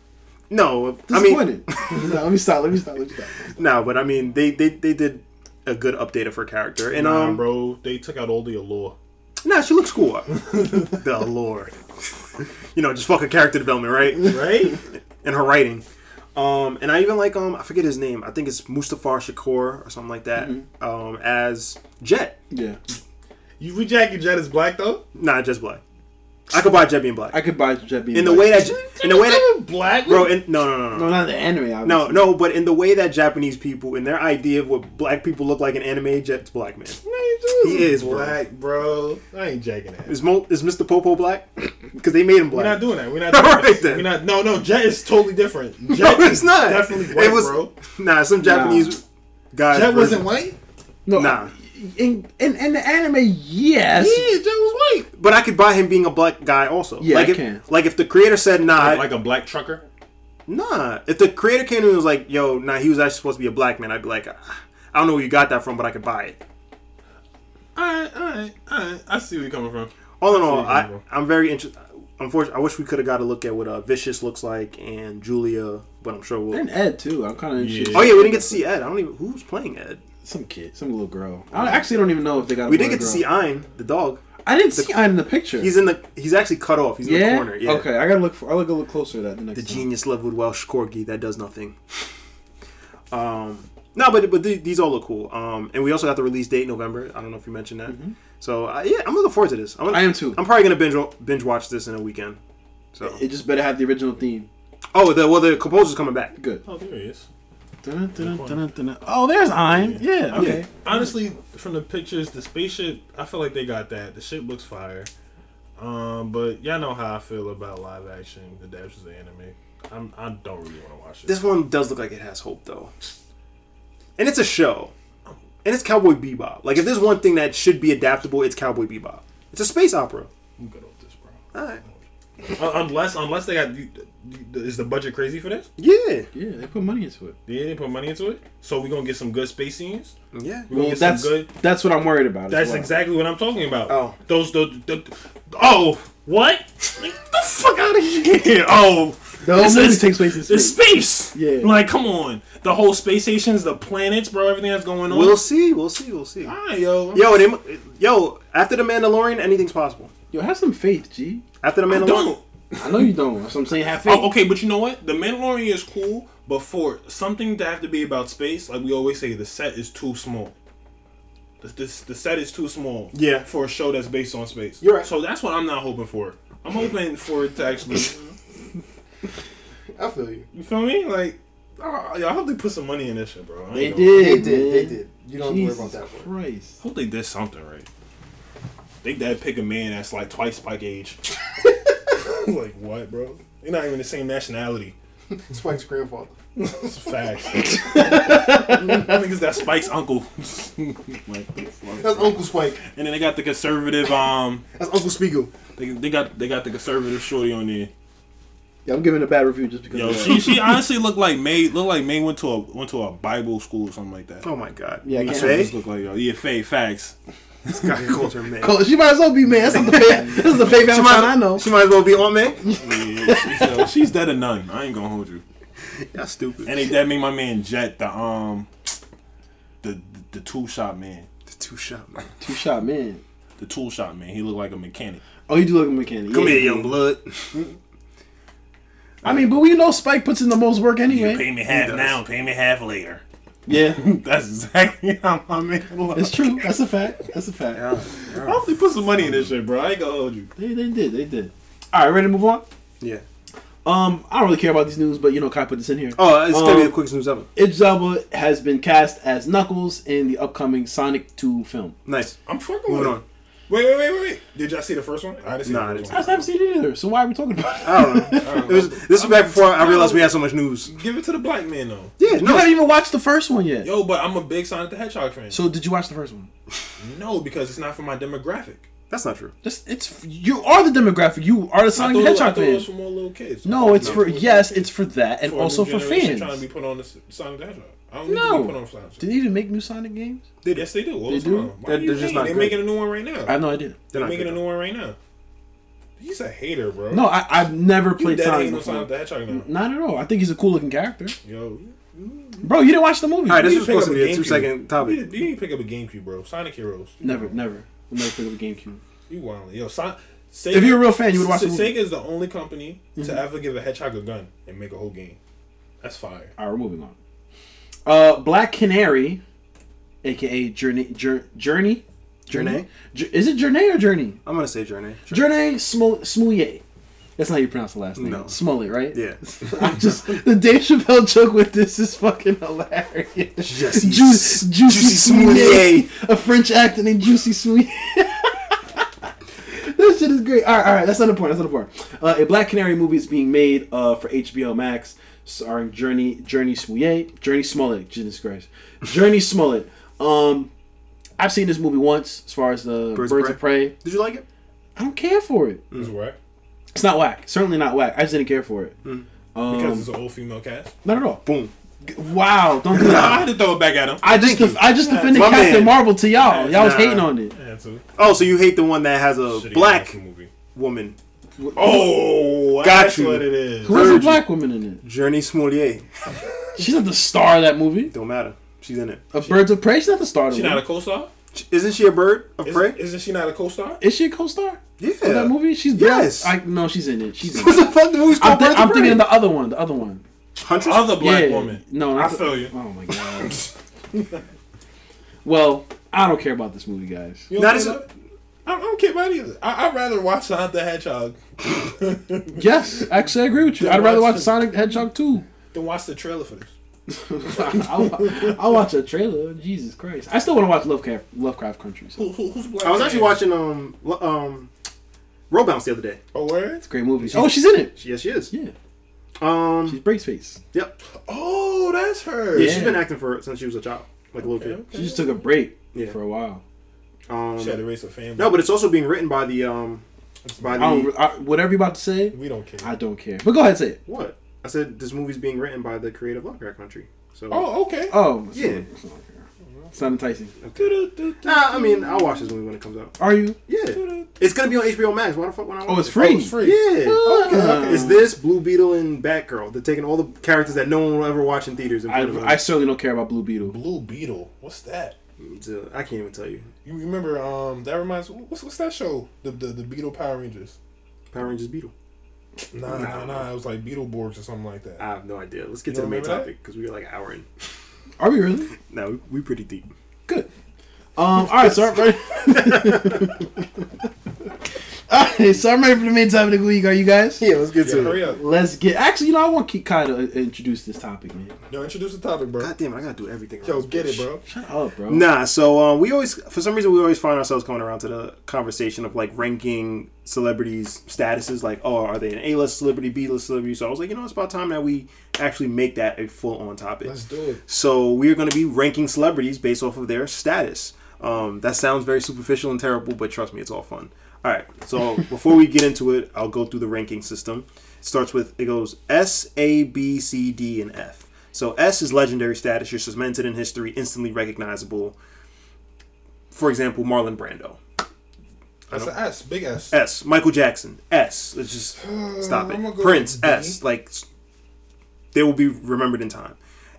Speaker 2: no. I mean,
Speaker 3: disappointed.
Speaker 2: [LAUGHS]
Speaker 3: [LAUGHS] no, let me stop. Let me stop. Let me stop.
Speaker 2: No, but I mean, they they, they did a good update of her character, and
Speaker 5: Nah,
Speaker 2: um,
Speaker 5: bro, they took out all the allure.
Speaker 2: [LAUGHS] nah, she looks cool. the Lord, you know, just fucking character development, right? [LAUGHS]
Speaker 8: right?
Speaker 2: and her writing. Um, and I even like um, I forget his name. I think it's Mustafar Shakur or something like that. Um, as Jet,
Speaker 3: Yeah,
Speaker 5: You with Jackie Jet is black though.
Speaker 2: not just black. I could buy Jet being black.
Speaker 3: I could buy Jet being
Speaker 2: in the
Speaker 3: black.
Speaker 2: way that in the way that
Speaker 5: Black
Speaker 2: bro, in, no, no, no, no,
Speaker 3: no, not the anime. Obviously.
Speaker 2: no, no, but in the way that Japanese people and their idea of what black people look like in anime, Jet's black man. He is, bro.
Speaker 5: black, bro. I ain't jacking that.
Speaker 2: Is Mo, is Mr. Popo black? [LAUGHS] Because they made him
Speaker 5: We're
Speaker 2: black.
Speaker 5: not doing that.
Speaker 2: [LAUGHS]
Speaker 5: We're not doing
Speaker 2: Alright
Speaker 5: that.
Speaker 2: then.
Speaker 5: We're not. No, no. Jet is totally different.
Speaker 2: [LAUGHS] no,
Speaker 5: Jet
Speaker 2: it's not.
Speaker 5: Definitely white,
Speaker 2: it was,
Speaker 5: bro.
Speaker 2: Nah, some Japanese guy.
Speaker 5: Jet wasn't white.
Speaker 3: no.
Speaker 2: Nah.
Speaker 3: In, in in the anime, yes.
Speaker 5: Yeah, Jet was white.
Speaker 2: But I could buy him being a black guy also.
Speaker 3: Yeah,
Speaker 2: like
Speaker 3: I
Speaker 2: if,
Speaker 3: can.
Speaker 2: Like if the creator said nah,
Speaker 5: Like a black trucker.
Speaker 2: nah. If the creator came to me and was like, "Yo, nah, he was actually supposed to be a black man," I'd be like, "Ah, "I don't know where you got that from, but I could buy it."
Speaker 5: All right, all right, all right. I see where you're coming from.
Speaker 2: All in all,
Speaker 5: That's
Speaker 2: I,
Speaker 5: reasonable.
Speaker 2: I'm very interested. Unfortunately, I wish we could have got a look at what uh, Vicious looks like and Julia, but I'm sure we'll.
Speaker 3: And Ed too. I'm kind of interested.
Speaker 2: Oh yeah, we didn't get to see Ed. I don't even who's playing Ed.
Speaker 3: some kid, some little girl. I actually don't even know if they got. a
Speaker 2: We
Speaker 3: boy
Speaker 2: did
Speaker 3: or
Speaker 2: get to
Speaker 3: girl.
Speaker 2: see Ein, the dog.
Speaker 3: I didn't see I in the picture.
Speaker 2: He's in the. He's actually cut off. He's in
Speaker 3: yeah?
Speaker 2: the corner. Yeah.
Speaker 3: Okay, I gotta look. For, I'll go look closer at that the next.
Speaker 2: the
Speaker 3: time.
Speaker 2: genius leveled Welsh corgi that does nothing. Um, no, but but th- these all look cool. Um, and we also got the release date November. I don't know if you mentioned that. So uh, yeah, I'm looking forward to this. I'm gonna,
Speaker 3: Mm-hmm. I am too.
Speaker 2: I'm probably gonna binge binge watch this in a weekend. So
Speaker 3: It just better have the original theme.
Speaker 2: oh, the well the composer's coming back.
Speaker 3: Good.
Speaker 5: Oh, there he is.
Speaker 3: Dun, dun, dun, dun, dun. Oh, there's I'm. Yeah. Okay.
Speaker 5: Honestly, from the pictures, the spaceship, I feel like they got that. The ship looks fire. Um, but y'all know how I feel about live action adaptations of anime. I'm, I don't really want to watch it.
Speaker 2: This one does look like it has hope though, and it's a show, and it's Cowboy Bebop. Like if there's one thing that should be adaptable, it's Cowboy Bebop. It's a space opera.
Speaker 5: I'm good with this, bro.
Speaker 2: All right.
Speaker 5: Un- unless, unless they got, you- you- is the budget crazy for this?
Speaker 2: Yeah.
Speaker 3: Yeah, they put money into it.
Speaker 5: They didn't put money into it, so we're gonna get some good space scenes.
Speaker 2: Yeah.
Speaker 5: We're gonna
Speaker 3: Well,
Speaker 5: get some
Speaker 3: that's
Speaker 5: good.
Speaker 3: that's what I'm worried about. as
Speaker 5: That's
Speaker 3: well.
Speaker 5: exactly what I'm talking about.
Speaker 2: Oh.
Speaker 5: those, those, the, oh, what? Get the fuck out of here!
Speaker 6: [LAUGHS] oh,
Speaker 3: The whole
Speaker 6: This
Speaker 3: movie
Speaker 6: is-
Speaker 3: takes place in
Speaker 6: it's
Speaker 3: space.
Speaker 6: space.
Speaker 3: Yeah.
Speaker 6: Like, come on. The whole space stations, the planets, bro, everything that's going on.
Speaker 2: We'll see. We'll see. We'll see.
Speaker 5: Hi, yo.
Speaker 2: Yo, they, mu- yo, after the Mandalorian, anything's possible.
Speaker 3: Yo, have some faith, G.
Speaker 2: After the Mandalorian,
Speaker 6: don't.
Speaker 3: I know you don't. That's what I'm saying. Have faith.
Speaker 6: Oh, okay, but you know what? The Mandalorian is cool, but for something to have to be about space, like we always say, the set is too small. The, this, the set is too small.
Speaker 2: Yeah.
Speaker 6: For a show that's based on space.
Speaker 8: You're right.
Speaker 6: So that's what I'm not hoping for. I'm hoping for it to actually.
Speaker 2: [LAUGHS]
Speaker 8: I feel you.
Speaker 6: You feel me? Like,
Speaker 5: Oh, yo, I hope they put some money in this shit, bro. I ain't
Speaker 3: They
Speaker 5: gonna-
Speaker 3: did.
Speaker 8: They did. They
Speaker 3: man.
Speaker 8: did. You don't have to worry
Speaker 3: Jesus
Speaker 8: about that one.
Speaker 3: Christ.
Speaker 6: hope they did something right. They did pick a man that's like twice Spike age.
Speaker 5: [LAUGHS] like what, bro? You're not even the same nationality.
Speaker 8: Spike's grandfather.
Speaker 6: [LAUGHS]
Speaker 5: It's facts.
Speaker 6: I think it's that Spike's uncle. [LAUGHS]
Speaker 8: That's Uncle Spike.
Speaker 6: And then they got the conservative. Um,
Speaker 8: That's Uncle Spiegel.
Speaker 6: they, they got they got the conservative shorty on there.
Speaker 3: Yeah, I'm giving a bad review just because.
Speaker 6: Yo,
Speaker 3: of that.
Speaker 6: she
Speaker 3: [LAUGHS]
Speaker 6: she honestly looked like May looked like May went to a went to a Bible school or something like that.
Speaker 2: oh my god,
Speaker 3: Yeah, I
Speaker 2: you
Speaker 3: can't-
Speaker 6: She
Speaker 2: say
Speaker 6: just looked like yo, yeah, Faye facts.
Speaker 2: this guy calls her man.
Speaker 3: Cool, Oh, she might as well be man. That's not the favorite. this is the favorite
Speaker 2: She
Speaker 3: Valentine
Speaker 2: might,
Speaker 3: I know.
Speaker 2: she might as well be on man.
Speaker 6: Yeah, she's, uh, she's dead or none. I ain't gonna hold you.
Speaker 2: That's stupid.
Speaker 6: And they dead made my man Jet the um the the tool shop man.
Speaker 2: the two shot man.
Speaker 3: Two shot man.
Speaker 6: The tool shop man. He looked like a mechanic.
Speaker 3: Oh, you do look a mechanic.
Speaker 2: Come
Speaker 3: yeah.
Speaker 2: here, young blood.
Speaker 3: I mean, but we know Spike puts in the most work anyway.
Speaker 6: Pay me half now, pay me half later. [LAUGHS]
Speaker 3: Yeah, [LAUGHS]
Speaker 6: That's exactly how my man looked.
Speaker 3: it's true. That's a fact. That's a fact.
Speaker 6: I hope they put some money in this shit, bro. I ain't gonna hold you.
Speaker 3: They, they did. They did. All right, ready to move on.
Speaker 2: Yeah.
Speaker 3: Um, I don't really care about these news, but you know, can I put this in here?
Speaker 2: Oh, it's gonna be
Speaker 3: Um,
Speaker 2: the quickest news ever.
Speaker 3: Idris Elba has been cast as Knuckles in the upcoming Sonic 2 film.
Speaker 2: Nice.
Speaker 5: I'm fucking with
Speaker 2: Moving
Speaker 5: it.
Speaker 2: on.
Speaker 5: Wait, wait, wait, wait, wait. Did y'all see the first one? I didn't see
Speaker 2: Nah, I
Speaker 5: the
Speaker 2: didn't
Speaker 5: first
Speaker 2: see
Speaker 3: I
Speaker 5: one.
Speaker 3: haven't seen it either, so why are we talking about it?
Speaker 5: [LAUGHS]
Speaker 2: I don't know. [LAUGHS] It was, this is back before I realized we had so much news.
Speaker 5: Give it to the black man though.
Speaker 2: Yeah,
Speaker 3: You haven't
Speaker 2: no.
Speaker 3: even watched the first one yet.
Speaker 5: Yo, but I'm a big Sonic the Hedgehog fan.
Speaker 3: So did you watch the first one?
Speaker 5: no, because it's not for my demographic.
Speaker 2: That's not true.
Speaker 3: Just it's you are the demographic. You are the
Speaker 5: I
Speaker 3: Sonic
Speaker 5: thought,
Speaker 3: the
Speaker 5: it was- I
Speaker 3: Hedgehog
Speaker 5: thought it
Speaker 3: fan.
Speaker 5: was for more little kids.
Speaker 3: No, it's
Speaker 5: No,
Speaker 3: for
Speaker 5: it was
Speaker 3: yes,
Speaker 5: for kids.
Speaker 3: it's for that and
Speaker 5: For a new
Speaker 3: also for
Speaker 5: generation
Speaker 3: fans.
Speaker 5: trying to be
Speaker 3: Did
Speaker 5: put on the S- Sonic the Hedgehog. I don't need
Speaker 3: No.
Speaker 5: to be put on Sonic.
Speaker 3: they even make new Sonic games?
Speaker 5: yes, they do. All
Speaker 3: They
Speaker 5: the
Speaker 3: do?
Speaker 5: time. Why
Speaker 2: They're-
Speaker 5: do you
Speaker 2: they're just
Speaker 5: mean?
Speaker 2: not
Speaker 5: They're
Speaker 2: good.
Speaker 5: making a new one right now.
Speaker 3: I know I did.
Speaker 2: They're
Speaker 5: They're
Speaker 2: not
Speaker 5: making a
Speaker 2: good.
Speaker 5: new one right now. He's a hater, bro.
Speaker 3: No, I, I've never
Speaker 5: you
Speaker 3: played
Speaker 5: dead
Speaker 3: Sonic
Speaker 5: hating on Sonic
Speaker 3: before.
Speaker 5: the Hedgehog now.
Speaker 3: Not at all. I think he's a cool looking character.
Speaker 5: Yo,
Speaker 3: Bro, you didn't watch the movie.
Speaker 2: All right, this
Speaker 5: You
Speaker 2: was
Speaker 5: pick
Speaker 2: supposed
Speaker 5: up
Speaker 2: to be a
Speaker 5: GameCube.
Speaker 2: two-second topic.
Speaker 5: You need, you need to pick up a GameCube, bro. Sonic Heroes.
Speaker 3: never, never. I'll never pick up a GameCube.
Speaker 5: You wild. Yo, Son- Sega,
Speaker 3: If you're a real fan, you would watch
Speaker 5: Se-
Speaker 3: the movie. Mm-hmm.
Speaker 5: Sega is the only company to ever give a hedgehog a gun and make a whole game. That's fire.
Speaker 3: All right, we're moving on. Uh, Black Canary, aka Journey, Jour- Journey,
Speaker 8: Journey?
Speaker 3: J- is it Journey or Journey?
Speaker 2: I'm gonna say Journey.
Speaker 3: Journey Smo- Smouillet. That's not how you pronounce the last name.
Speaker 2: No.
Speaker 3: Smollett, right?
Speaker 2: Yeah.
Speaker 3: [LAUGHS] I'm just the Dave Chappelle joke with this is fucking hilarious.
Speaker 2: Jesse
Speaker 3: Ju-
Speaker 2: S-
Speaker 3: Juicy
Speaker 2: Juicy
Speaker 3: Smouillet, a French actor named Juicy Smouillet. [LAUGHS] This shit is great. All right, all right. That's not important. That's not important. Uh, a Black Canary movie is being made uh, for HBO Max, starring Journey Journey Smouillet, Journey Smollett. Jesus Christ, Journey Smollett. Um, I've seen this movie once, as far as the Birds,
Speaker 2: Birds of
Speaker 3: of Prey.
Speaker 2: Did you like it?
Speaker 3: I don't care for it.
Speaker 5: It's whack Hmm.
Speaker 3: It's not whack. Certainly not whack. I just didn't care for it. Um,
Speaker 5: because it's an old female cast.
Speaker 3: Not at all.
Speaker 2: Boom.
Speaker 3: Wow, don't do that.
Speaker 5: I had to throw it back at him.
Speaker 3: [LAUGHS] I just def- I just defended
Speaker 2: my
Speaker 3: Captain
Speaker 2: man.
Speaker 3: Marvel to y'all. Y'all was
Speaker 2: Nah.
Speaker 3: hating on it.
Speaker 5: I had to.
Speaker 2: Oh, so you hate the one that has a
Speaker 5: Shitty
Speaker 2: black
Speaker 5: ass movie.
Speaker 2: woman?
Speaker 5: Oh,
Speaker 2: Got
Speaker 5: that's
Speaker 2: you.
Speaker 5: what it is.
Speaker 3: Who was a
Speaker 2: Virgin.
Speaker 3: black woman in
Speaker 2: Journey Smollier.
Speaker 3: it? She's not the star of that movie.
Speaker 2: Don't matter. She's in it.
Speaker 3: Of Birds of Prey, she's not the star of the
Speaker 5: She not a
Speaker 3: movie.
Speaker 5: co-star?
Speaker 2: Isn't she a bird of
Speaker 5: Is,
Speaker 2: prey?
Speaker 5: Isn't she not a co-star?
Speaker 3: Is she a co-star
Speaker 2: yeah.
Speaker 3: of that movie? She's
Speaker 2: Yes.
Speaker 3: I, no, she's in it. She's. In
Speaker 2: [LAUGHS] What
Speaker 3: it.
Speaker 2: the fuck? The movie's
Speaker 3: I'm,
Speaker 2: called
Speaker 3: thi-
Speaker 2: Birds of
Speaker 3: I'm
Speaker 2: Prey.
Speaker 3: thinking of the other one. The other one.
Speaker 2: Huntress?
Speaker 5: Other black
Speaker 3: Yeah.
Speaker 5: woman.
Speaker 3: No,
Speaker 5: I
Speaker 3: not the-
Speaker 5: feel you.
Speaker 3: Oh my god. well, I don't care about this movie, guys.
Speaker 5: You
Speaker 2: That
Speaker 5: don't
Speaker 2: is
Speaker 5: care
Speaker 2: a-
Speaker 5: about it? I I don't care about it either. I, I'd rather watch Sonic the Hedgehog
Speaker 3: Yes, actually, I agree with you. I'd rather watch Sonic the Hedgehog two. [LAUGHS]
Speaker 5: than watch the trailer for this.
Speaker 3: I'll, I'll watch a trailer. Jesus Christ! I still want to watch Lovecraft Lovecraft Country. So.
Speaker 5: Who, who, who's black?
Speaker 2: I was actually
Speaker 5: man?
Speaker 2: watching um lo- um Roll Bounce the other day.
Speaker 5: Oh, where?
Speaker 3: Great movie. oh, she's in it.
Speaker 2: She, yes, she is.
Speaker 3: Yeah,
Speaker 2: Um,
Speaker 3: she's Brace Face.
Speaker 2: yep.
Speaker 5: Oh, that's her.
Speaker 2: Yeah,
Speaker 3: Yeah.
Speaker 2: she's been acting for since she was a child, like a little
Speaker 5: Okay,
Speaker 2: kid.
Speaker 3: She just took a break
Speaker 2: Yeah.
Speaker 3: for a while.
Speaker 5: She had to
Speaker 2: Um,
Speaker 5: raise her family.
Speaker 2: no, but it's also being written by the um by
Speaker 3: I
Speaker 2: the
Speaker 3: don't. I, whatever you're about to say,
Speaker 5: we don't care.
Speaker 3: I don't care. But go ahead, say it.
Speaker 2: what? I said this movie's being written by the creative Lovecraft Country. So
Speaker 5: oh, okay.
Speaker 3: Oh, it's
Speaker 2: Yeah.
Speaker 3: not- it's not fair. It's not enticing.
Speaker 5: Do-do-do-do.
Speaker 2: nah, I mean I'll watch this movie when it comes out.
Speaker 3: Are you?
Speaker 2: Yeah, it's gonna be on HBO Max. Why the fuck would I?
Speaker 3: Oh,
Speaker 2: watch
Speaker 3: it's
Speaker 2: it?
Speaker 3: free.
Speaker 5: it's free.
Speaker 2: Yeah.
Speaker 3: Ah.
Speaker 2: Okay. It's this Blue Beetle and Batgirl. They're taking all the characters that no one will ever watch in theaters. And
Speaker 3: I,
Speaker 2: put them on-
Speaker 3: I certainly don't care about Blue Beetle.
Speaker 5: Blue Beetle. What's that?
Speaker 2: it's, uh, I can't even tell you.
Speaker 5: You remember? Um, that reminds. What's what's that show? The the, the Beetle Power Rangers.
Speaker 2: Power Rangers Beetle.
Speaker 5: Nah, nah, nah. It was like Beetleborgs or something like that.
Speaker 2: I have no idea. Let's get
Speaker 5: You
Speaker 2: to the main
Speaker 5: remember that?
Speaker 2: topic because we got like an hour in.
Speaker 3: Are we really?
Speaker 2: No, we pretty deep.
Speaker 3: Good. [LAUGHS] Um, all right, so I'm ready. all right, so I'm ready for the main topic of the week. Are you guys?
Speaker 2: Yeah, let's get
Speaker 5: Yeah, hurry up.
Speaker 3: Let's get. Actually, you know, I want Ki- Kai to uh, introduce this topic, man.
Speaker 5: Yo, introduce the topic, bro.
Speaker 2: God damn it, I gotta do everything.
Speaker 5: Yo,
Speaker 2: around
Speaker 5: get
Speaker 2: this
Speaker 5: it,
Speaker 2: bitch.
Speaker 5: bro.
Speaker 3: Shut up, Oh, bro.
Speaker 2: Nah, so um, we always, for some reason, we always find ourselves coming around to the conversation of like ranking celebrities' statuses, like, oh, are they an A-list celebrity, B-list celebrity? So I was like, you know, it's about time that we actually make that a full-on topic.
Speaker 5: Let's do it.
Speaker 2: So we're going to be ranking celebrities based off of their status. Um, that sounds very superficial and terrible, but trust me, it's all fun. All right. So before we get into it, I'll go through the ranking system. It starts with it goes S, A, B, C, D, and F. So S is legendary status. You're cemented in history, instantly recognizable. For example, Marlon Brando.
Speaker 5: That's an S, big S.
Speaker 2: S. Michael Jackson. S. Let's just stop
Speaker 5: [SIGHS] I'm gonna
Speaker 2: it.
Speaker 5: go
Speaker 2: Prince.
Speaker 5: with B.
Speaker 2: S. Like s- they will be remembered in time.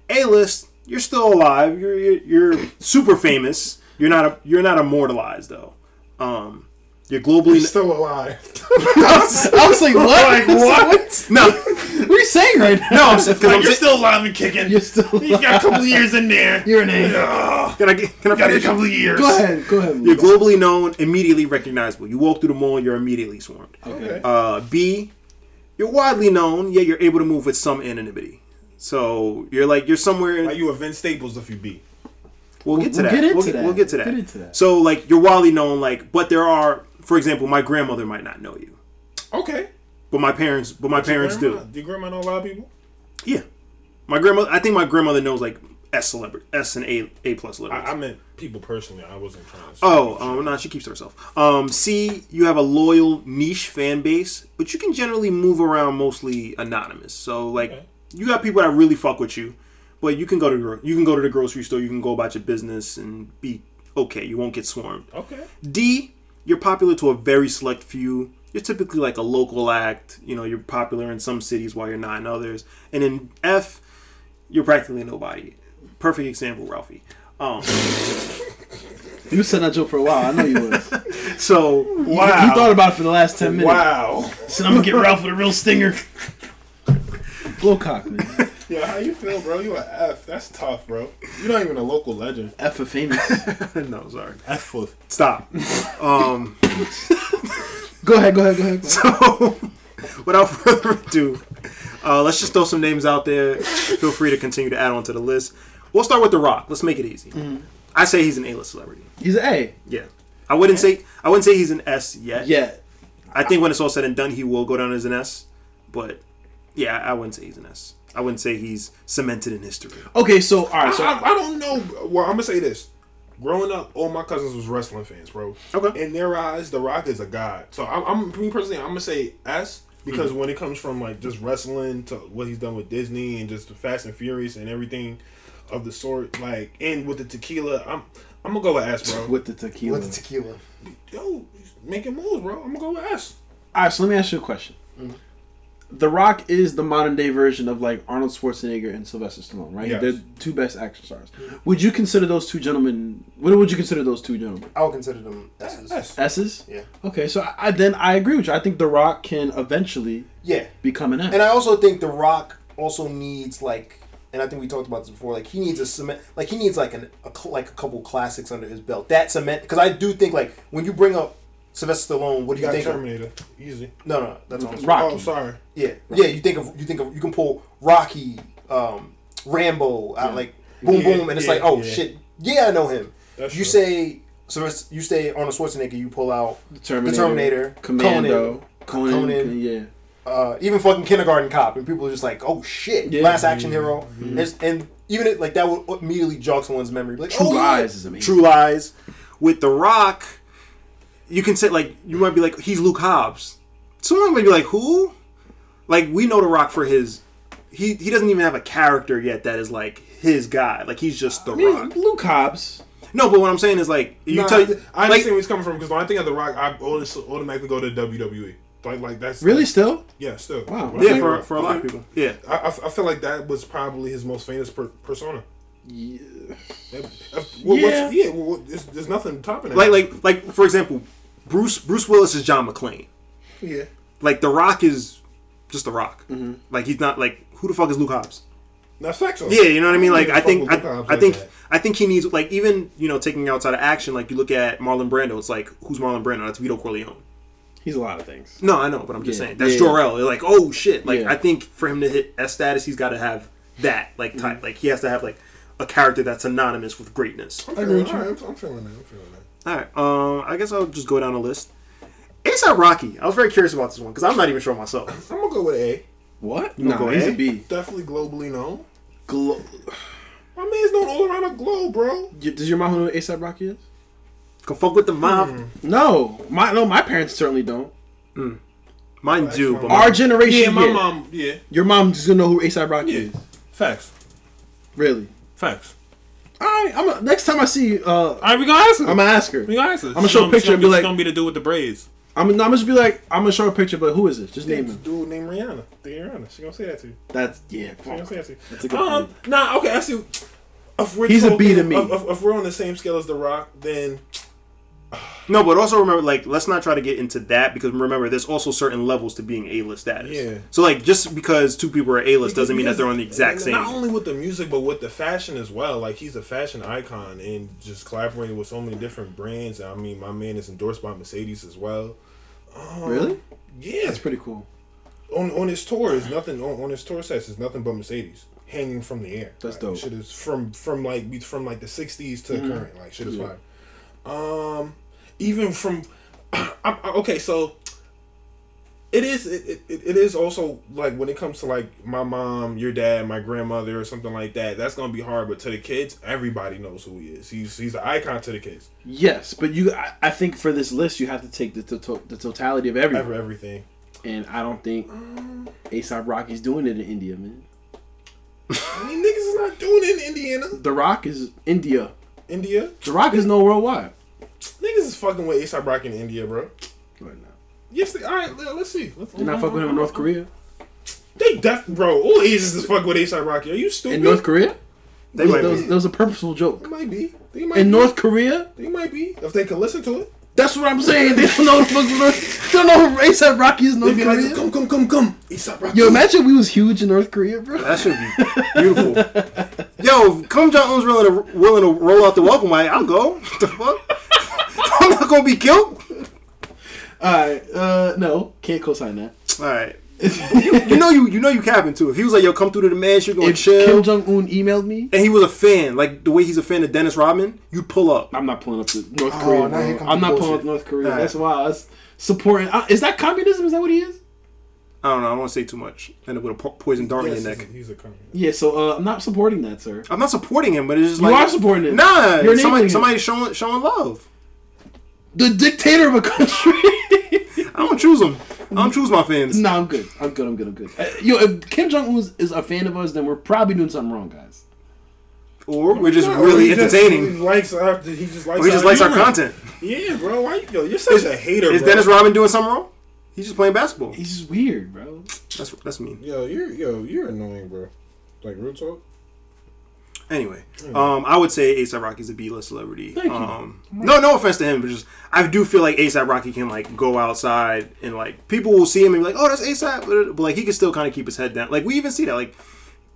Speaker 2: A list. You're still alive. You're, you're you're super famous. You're not a, you're not immortalized though. Um, you're globally.
Speaker 5: He's still [LAUGHS] alive.
Speaker 3: I was [LAUGHS] like,
Speaker 5: [LAUGHS]
Speaker 3: what?
Speaker 2: what? No, no.
Speaker 3: what are you saying right now? [LAUGHS]
Speaker 2: I'm, s- 'cause I'm
Speaker 5: You're
Speaker 2: s-
Speaker 5: still alive and kicking.
Speaker 3: You're still.
Speaker 5: You got a couple of years in there.
Speaker 3: You're an A.
Speaker 5: Ugh,
Speaker 2: can I get- can I
Speaker 5: got a
Speaker 2: finish?
Speaker 5: couple of years.
Speaker 3: Go ahead. Go ahead.
Speaker 2: You're globally known, immediately recognizable. You walk through the mall, you're immediately swarmed.
Speaker 3: Okay.
Speaker 2: Uh, B, you're widely known, yet you're able to move with some anonymity. So you're like you're somewhere.
Speaker 5: Are you a Vince Staples if you be?
Speaker 2: We'll get to
Speaker 3: We'll
Speaker 2: that.
Speaker 3: get into
Speaker 2: we'll,
Speaker 3: that.
Speaker 2: we'll get to
Speaker 3: We'll
Speaker 2: that.
Speaker 3: get into that.
Speaker 2: So like you're widely known, like, but there are, for example, my grandmother might not know you,
Speaker 5: Okay.
Speaker 2: but my parents, but my parents
Speaker 5: grandma,
Speaker 2: do.
Speaker 5: Your grandma know a lot of people?
Speaker 2: Yeah, my grandmother. I think my grandmother knows like S celebrity, S and A, A plus celebrities.
Speaker 5: I, I meant people personally. I wasn't trying to.
Speaker 2: Oh, um, nah, she keeps to herself. Um, C, you have a loyal niche fan base, but you can generally move around mostly anonymous. So like, you got people that really fuck with you, but you can go to gro- you can go to the grocery store, you can go about your business and be okay. You won't get swarmed.
Speaker 5: Okay.
Speaker 2: D, you're popular to a very select few. You're typically like a local act. You know, you're popular in some cities while you're not in others. And then F, you're practically nobody. Perfect example, Ralphie. Um,
Speaker 3: You was sitting that joke for a while. I know you was. You-
Speaker 2: [LAUGHS] So
Speaker 3: You, thought about it for the last ten minutes.
Speaker 5: Wow.
Speaker 3: Said, I'm gonna get Ralph with a real stinger. Blowcock, man.
Speaker 5: [LAUGHS] Yeah, how you feel, bro? You a F. That's tough, bro. You're not even a local legend.
Speaker 3: F for famous.
Speaker 2: [LAUGHS] no, sorry.
Speaker 5: F for
Speaker 2: Stop. [LAUGHS] Um,
Speaker 3: Go ahead, go ahead, go ahead. Go ahead.
Speaker 2: so, without further ado, uh, let's just throw some names out there. Feel free to continue to add on to the list. We'll start with The Rock. Let's make it easy.
Speaker 3: Mm.
Speaker 2: I say he's an A-list celebrity.
Speaker 3: He's an A.
Speaker 2: Yeah, I wouldn't say I wouldn't say he's an S yet.
Speaker 3: Yeah.
Speaker 2: I think when it's all said and done, he will go down as an S. But yeah, I wouldn't say he's an S. I wouldn't say he's cemented in history.
Speaker 3: Okay, so all right, so
Speaker 5: I, I don't know. Well, I'm gonna say this. Growing up, all my cousins was wrestling fans, bro.
Speaker 2: Okay.
Speaker 5: In their eyes, The Rock is a god. So I'm, I'm me personally, I'm gonna say S because when it comes from like just wrestling to what he's done with Disney and just the Fast and Furious and everything of the sort, like and with the tequila, I'm I'm gonna go with
Speaker 3: [LAUGHS]
Speaker 5: S, bro.
Speaker 3: with the tequila.
Speaker 8: With the tequila.
Speaker 5: Yo, he's making moves, bro. I'm gonna go with S.
Speaker 3: all right, so let me ask you a question. The Rock is the modern day version of like Arnold Schwarzenegger and Sylvester Stallone, right?
Speaker 5: Yes.
Speaker 3: They're two best action stars. Would you consider those two gentlemen? What would you consider those two gentlemen?
Speaker 8: I would consider them S's.
Speaker 5: S.
Speaker 3: S's?
Speaker 8: Yeah.
Speaker 3: Okay, so I, I then I agree with you. I think The Rock can eventually
Speaker 8: Yeah.
Speaker 3: become an S.
Speaker 8: And I also think The Rock also needs like, and I think we talked about this before. Like he needs a cement, like he needs like an a, cl- like a couple classics under his belt. That cement, because I do think like when you bring up Sylvester Stallone, what do you
Speaker 5: Got
Speaker 8: think? Of,
Speaker 5: Terminator. Easy.
Speaker 8: no, no, that's awesome.
Speaker 3: Rocky.
Speaker 5: Oh, sorry.
Speaker 8: Yeah, yeah. You think of you think of you can pull Rocky, um, Rambo out like boom
Speaker 5: Yeah,
Speaker 8: boom, and it's
Speaker 5: yeah,
Speaker 8: like oh
Speaker 5: yeah.
Speaker 8: shit, yeah I know him.
Speaker 5: That's
Speaker 8: you
Speaker 5: true.
Speaker 8: say Sylvester, you say Arnold Schwarzenegger, you pull out
Speaker 3: Terminator,
Speaker 8: Terminator,
Speaker 3: Commando, Conan,
Speaker 8: Conan,
Speaker 3: Conan, yeah.
Speaker 8: uh, even fucking Kindergarten Cop, and people are just like, "Oh shit,
Speaker 3: Yeah.
Speaker 8: Last Action
Speaker 2: Mm-hmm.
Speaker 8: Hero," It's- and even it, like that would immediately jog someone's memory. Like,
Speaker 3: True
Speaker 8: oh, yeah.
Speaker 3: Lies is amazing.
Speaker 2: True Lies. With The Rock, you can say like you might be like he's Luke Hobbs. Someone might be like who? Like we know The Rock for his. He he doesn't even have a character yet that is like his guy. Like he's just The
Speaker 3: I mean,
Speaker 2: Rock.
Speaker 3: Luke Hobbs.
Speaker 2: No, but what I'm saying is like you
Speaker 5: Nah,
Speaker 2: tell
Speaker 5: I understand
Speaker 2: like,
Speaker 5: where he's coming from because when I think of The Rock, I always automatically go to WWE. Like, like that's
Speaker 3: Really, still?
Speaker 5: yeah, still.
Speaker 3: Wow.
Speaker 5: Right.
Speaker 2: yeah for, for a lot of people yeah.
Speaker 5: I, I, I feel like that was probably his most famous per, persona. Yeah. What,
Speaker 3: Yeah.
Speaker 5: yeah. yeah well, what- there's, there's nothing topping that.
Speaker 2: Like like like for example, Bruce Bruce Willis is John McClane.
Speaker 5: yeah.
Speaker 2: Like The Rock is just The Rock. Like he's not like who the fuck is Luke Hobbs?
Speaker 5: That's factual.
Speaker 2: Yeah, you know what I mean. Like
Speaker 5: even
Speaker 2: I
Speaker 5: fuck
Speaker 2: think
Speaker 5: with
Speaker 2: I,
Speaker 5: Luke Hobbs
Speaker 2: I
Speaker 5: like
Speaker 2: think
Speaker 5: that.
Speaker 2: I think he needs like even you know taking outside of action. Like you look at Marlon Brando, it's like who's Marlon Brando? That's Vito Corleone.
Speaker 3: He's a lot of things.
Speaker 2: No, I know, but I'm just
Speaker 3: Yeah,
Speaker 2: saying that's
Speaker 3: yeah.
Speaker 2: Jor El. They're like, oh shit! Like
Speaker 3: Yeah.
Speaker 2: I think for him to hit S status, he's got to have that like type. Like he has to have like a character that's synonymous with greatness.
Speaker 5: I'm feeling, all right, I'm, I'm feeling that. I'm feeling that.
Speaker 2: All right, um, I guess I'll just go down the list. ASAP Rocky. I was very curious about this one because I'm not even sure myself.
Speaker 5: I'm gonna go with A.
Speaker 3: What? No, eh?
Speaker 2: go
Speaker 3: he's a
Speaker 2: A.
Speaker 3: B.
Speaker 5: Definitely globally known.
Speaker 3: Glo-
Speaker 5: My man's known all around the globe, bro.
Speaker 3: Y- Does your mom know who ASAP Rocky is?
Speaker 2: Can fuck with the mob.
Speaker 3: No, my no, my parents certainly don't.
Speaker 2: Mine do, but
Speaker 3: Our
Speaker 2: my,
Speaker 3: generation.
Speaker 5: Yeah, my
Speaker 3: yeah.
Speaker 5: mom. Yeah,
Speaker 3: Your mom's gonna know who ASAP Rocky
Speaker 5: yeah.
Speaker 3: is.
Speaker 6: Facts.
Speaker 3: Really?
Speaker 6: Facts.
Speaker 3: All right. I'm a, next time I see you, uh,
Speaker 6: All right, we gonna ask her.
Speaker 3: I'm gonna ask her.
Speaker 6: we gonna ask her. I'm
Speaker 3: gonna show a picture and be like-
Speaker 6: "It's gonna be the dude with the braids."
Speaker 3: I'm, no, I'm just be like, I'm gonna show her a picture, but who is this? Just name him.
Speaker 5: Dude named Rihanna. Rihanna. She gonna say that to you.
Speaker 3: That's yeah.
Speaker 5: She gonna say that to you.
Speaker 3: That's a good
Speaker 5: um, Nah, okay, I see. If we're
Speaker 3: He's a B to
Speaker 5: talking-
Speaker 3: me.
Speaker 5: If, if- if we're on the same scale as The Rock, then
Speaker 2: no. But also remember, like, let's not try to get into that because remember, there's also certain levels to being A-list status.
Speaker 5: Yeah.
Speaker 2: So like, just because two people are A-list doesn't mean that they're on the exact
Speaker 5: And
Speaker 2: same.
Speaker 5: Not only with the music, but with the fashion as well. Like he's a fashion icon, and just collaborating with so many different brands. I mean, my man is endorsed by Mercedes as well.
Speaker 3: Really?
Speaker 5: Yeah,
Speaker 3: That's pretty cool.
Speaker 5: on on his tour is nothing. On, on his tour sets is nothing but Mercedes hanging from the air.
Speaker 3: That's
Speaker 5: Like,
Speaker 3: dope. Mm-hmm.
Speaker 5: Shit is from from like be- from like the '60s to current. Like shit is fire. Um, even from [CLEARS THROAT] I'm, I- okay, so it is it, it, it is also like when it comes to like my mom, your dad, my grandmother, or something like that. That's gonna be hard, but to the kids, everybody knows who he is. He's he's an icon to the kids.
Speaker 3: Yes, but you, I, I think for this list, you have to take the to- the totality of everything,
Speaker 5: Ever everything.
Speaker 3: and I don't think Um, ASAP Rocky's doing it in India, man.
Speaker 5: I mean, niggas is not doing it in Indiana,
Speaker 3: The Rock is India.
Speaker 5: India.
Speaker 3: The Rock is no worldwide.
Speaker 5: Niggas is fucking with ASAP Rock in India, bro.
Speaker 3: Right now.
Speaker 5: Yes, they, all right. let- Let's see. Let's,
Speaker 3: You're not fucking with him in North Korea.
Speaker 5: They def bro. All Asians is fuck with ASAP Rocky. Are you stupid?
Speaker 3: In North Korea?
Speaker 2: They might
Speaker 3: That was,
Speaker 2: be.
Speaker 3: that was a purposeful joke.
Speaker 5: It might be. They might
Speaker 3: In
Speaker 5: be.
Speaker 3: North Korea,
Speaker 5: They might be. If they can listen to it.
Speaker 3: that's what I'm saying. They don't know the fuck. North, they don't know what race at Rocky is in North
Speaker 5: They'd be
Speaker 3: Korea.
Speaker 5: like, come, come, come, come. Aesop Rocky.
Speaker 3: Yo, imagine we was huge in North Korea, bro.
Speaker 2: That should be beautiful. Yo, if Kim Jong Un's willing to willing to roll out the welcome mat, I'll go. [LAUGHS] What the fuck? I'm not gonna be killed.
Speaker 3: Alright, uh, no, can't co-sign that.
Speaker 2: All right. you, you know you you know you capping too. If he was like yo come through to the man, you're gonna
Speaker 3: If
Speaker 2: chill.
Speaker 3: Kim Jong Un emailed me,
Speaker 2: and he was a fan, like the way he's a fan of Dennis Rodman, you'd pull up.
Speaker 3: I'm not pulling up to North Korea.
Speaker 8: now here
Speaker 3: bro.
Speaker 8: comes
Speaker 3: I'm
Speaker 8: the
Speaker 3: not pulling up
Speaker 8: bullshit.
Speaker 3: to North Korea.
Speaker 2: Alright.
Speaker 3: That's why I was supporting. Uh, is that communism? Is that what he is?
Speaker 2: I don't know. I don't want to say too much. End up with a po- poison dart
Speaker 5: Yes,
Speaker 2: in
Speaker 5: he's
Speaker 2: your
Speaker 5: a,
Speaker 2: neck.
Speaker 5: he's a communist.
Speaker 3: Yeah. So uh, I'm not supporting that, sir.
Speaker 2: I'm not supporting him, but it's just
Speaker 3: You
Speaker 2: like
Speaker 3: are supporting him.
Speaker 2: Nah,
Speaker 3: You're enabling
Speaker 2: somebody
Speaker 3: him.
Speaker 2: somebody showing showing love.
Speaker 3: The dictator of a country. [LAUGHS]
Speaker 2: I don't choose him. I don't choose my fans.
Speaker 3: No, I'm good. I'm good. I'm good. I'm good. Uh, yo, if Kim Jong Un is a fan of us, then we're probably doing something wrong, guys.
Speaker 2: Or we're just
Speaker 5: No,
Speaker 2: really
Speaker 5: he just-
Speaker 2: entertaining.
Speaker 5: he likes our, he just likes
Speaker 2: or he just likes our
Speaker 5: humor.
Speaker 2: content.
Speaker 5: Yeah, bro. Why you, yo, you're such a hater,
Speaker 2: Is
Speaker 5: bro.
Speaker 2: Dennis Rodman doing something wrong? He's just playing basketball.
Speaker 3: He's just weird, bro.
Speaker 2: That's that's mean.
Speaker 5: Yo, you're yo, you're annoying, bro. Like real talk.
Speaker 2: Anyway, um, I would say ASAP Rocky's a B-list celebrity.
Speaker 3: Thank you.
Speaker 2: Um, no, no offense to him, but just I do feel like ASAP Rocky can like go outside and like people will see him and be like, oh, that's ASAP, but, but like he can still kind of keep his head down. Like we even see that like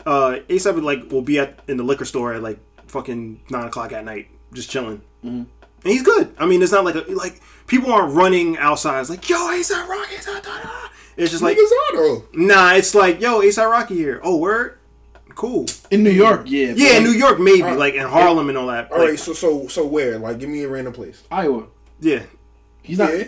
Speaker 2: uh, ASAP would, like will be at in the liquor store at like fucking nine o'clock at night, just chilling. And he's good. I mean, it's not like a, like people aren't running outside. It's like yo, ASAP Rocky, ASAP, da, da, da. It's just like
Speaker 5: Niggas are though.
Speaker 2: Nah, it's like, yo, ASAP Rocky here. Oh, word? Cool.
Speaker 3: In New York, yeah. but
Speaker 2: Yeah,
Speaker 3: like,
Speaker 2: New York maybe, like in Harlem and all that.
Speaker 5: All
Speaker 2: like,
Speaker 5: right, so so so where? Like, give me a random place.
Speaker 3: Iowa.
Speaker 2: Yeah.
Speaker 3: He's not.
Speaker 5: yeah.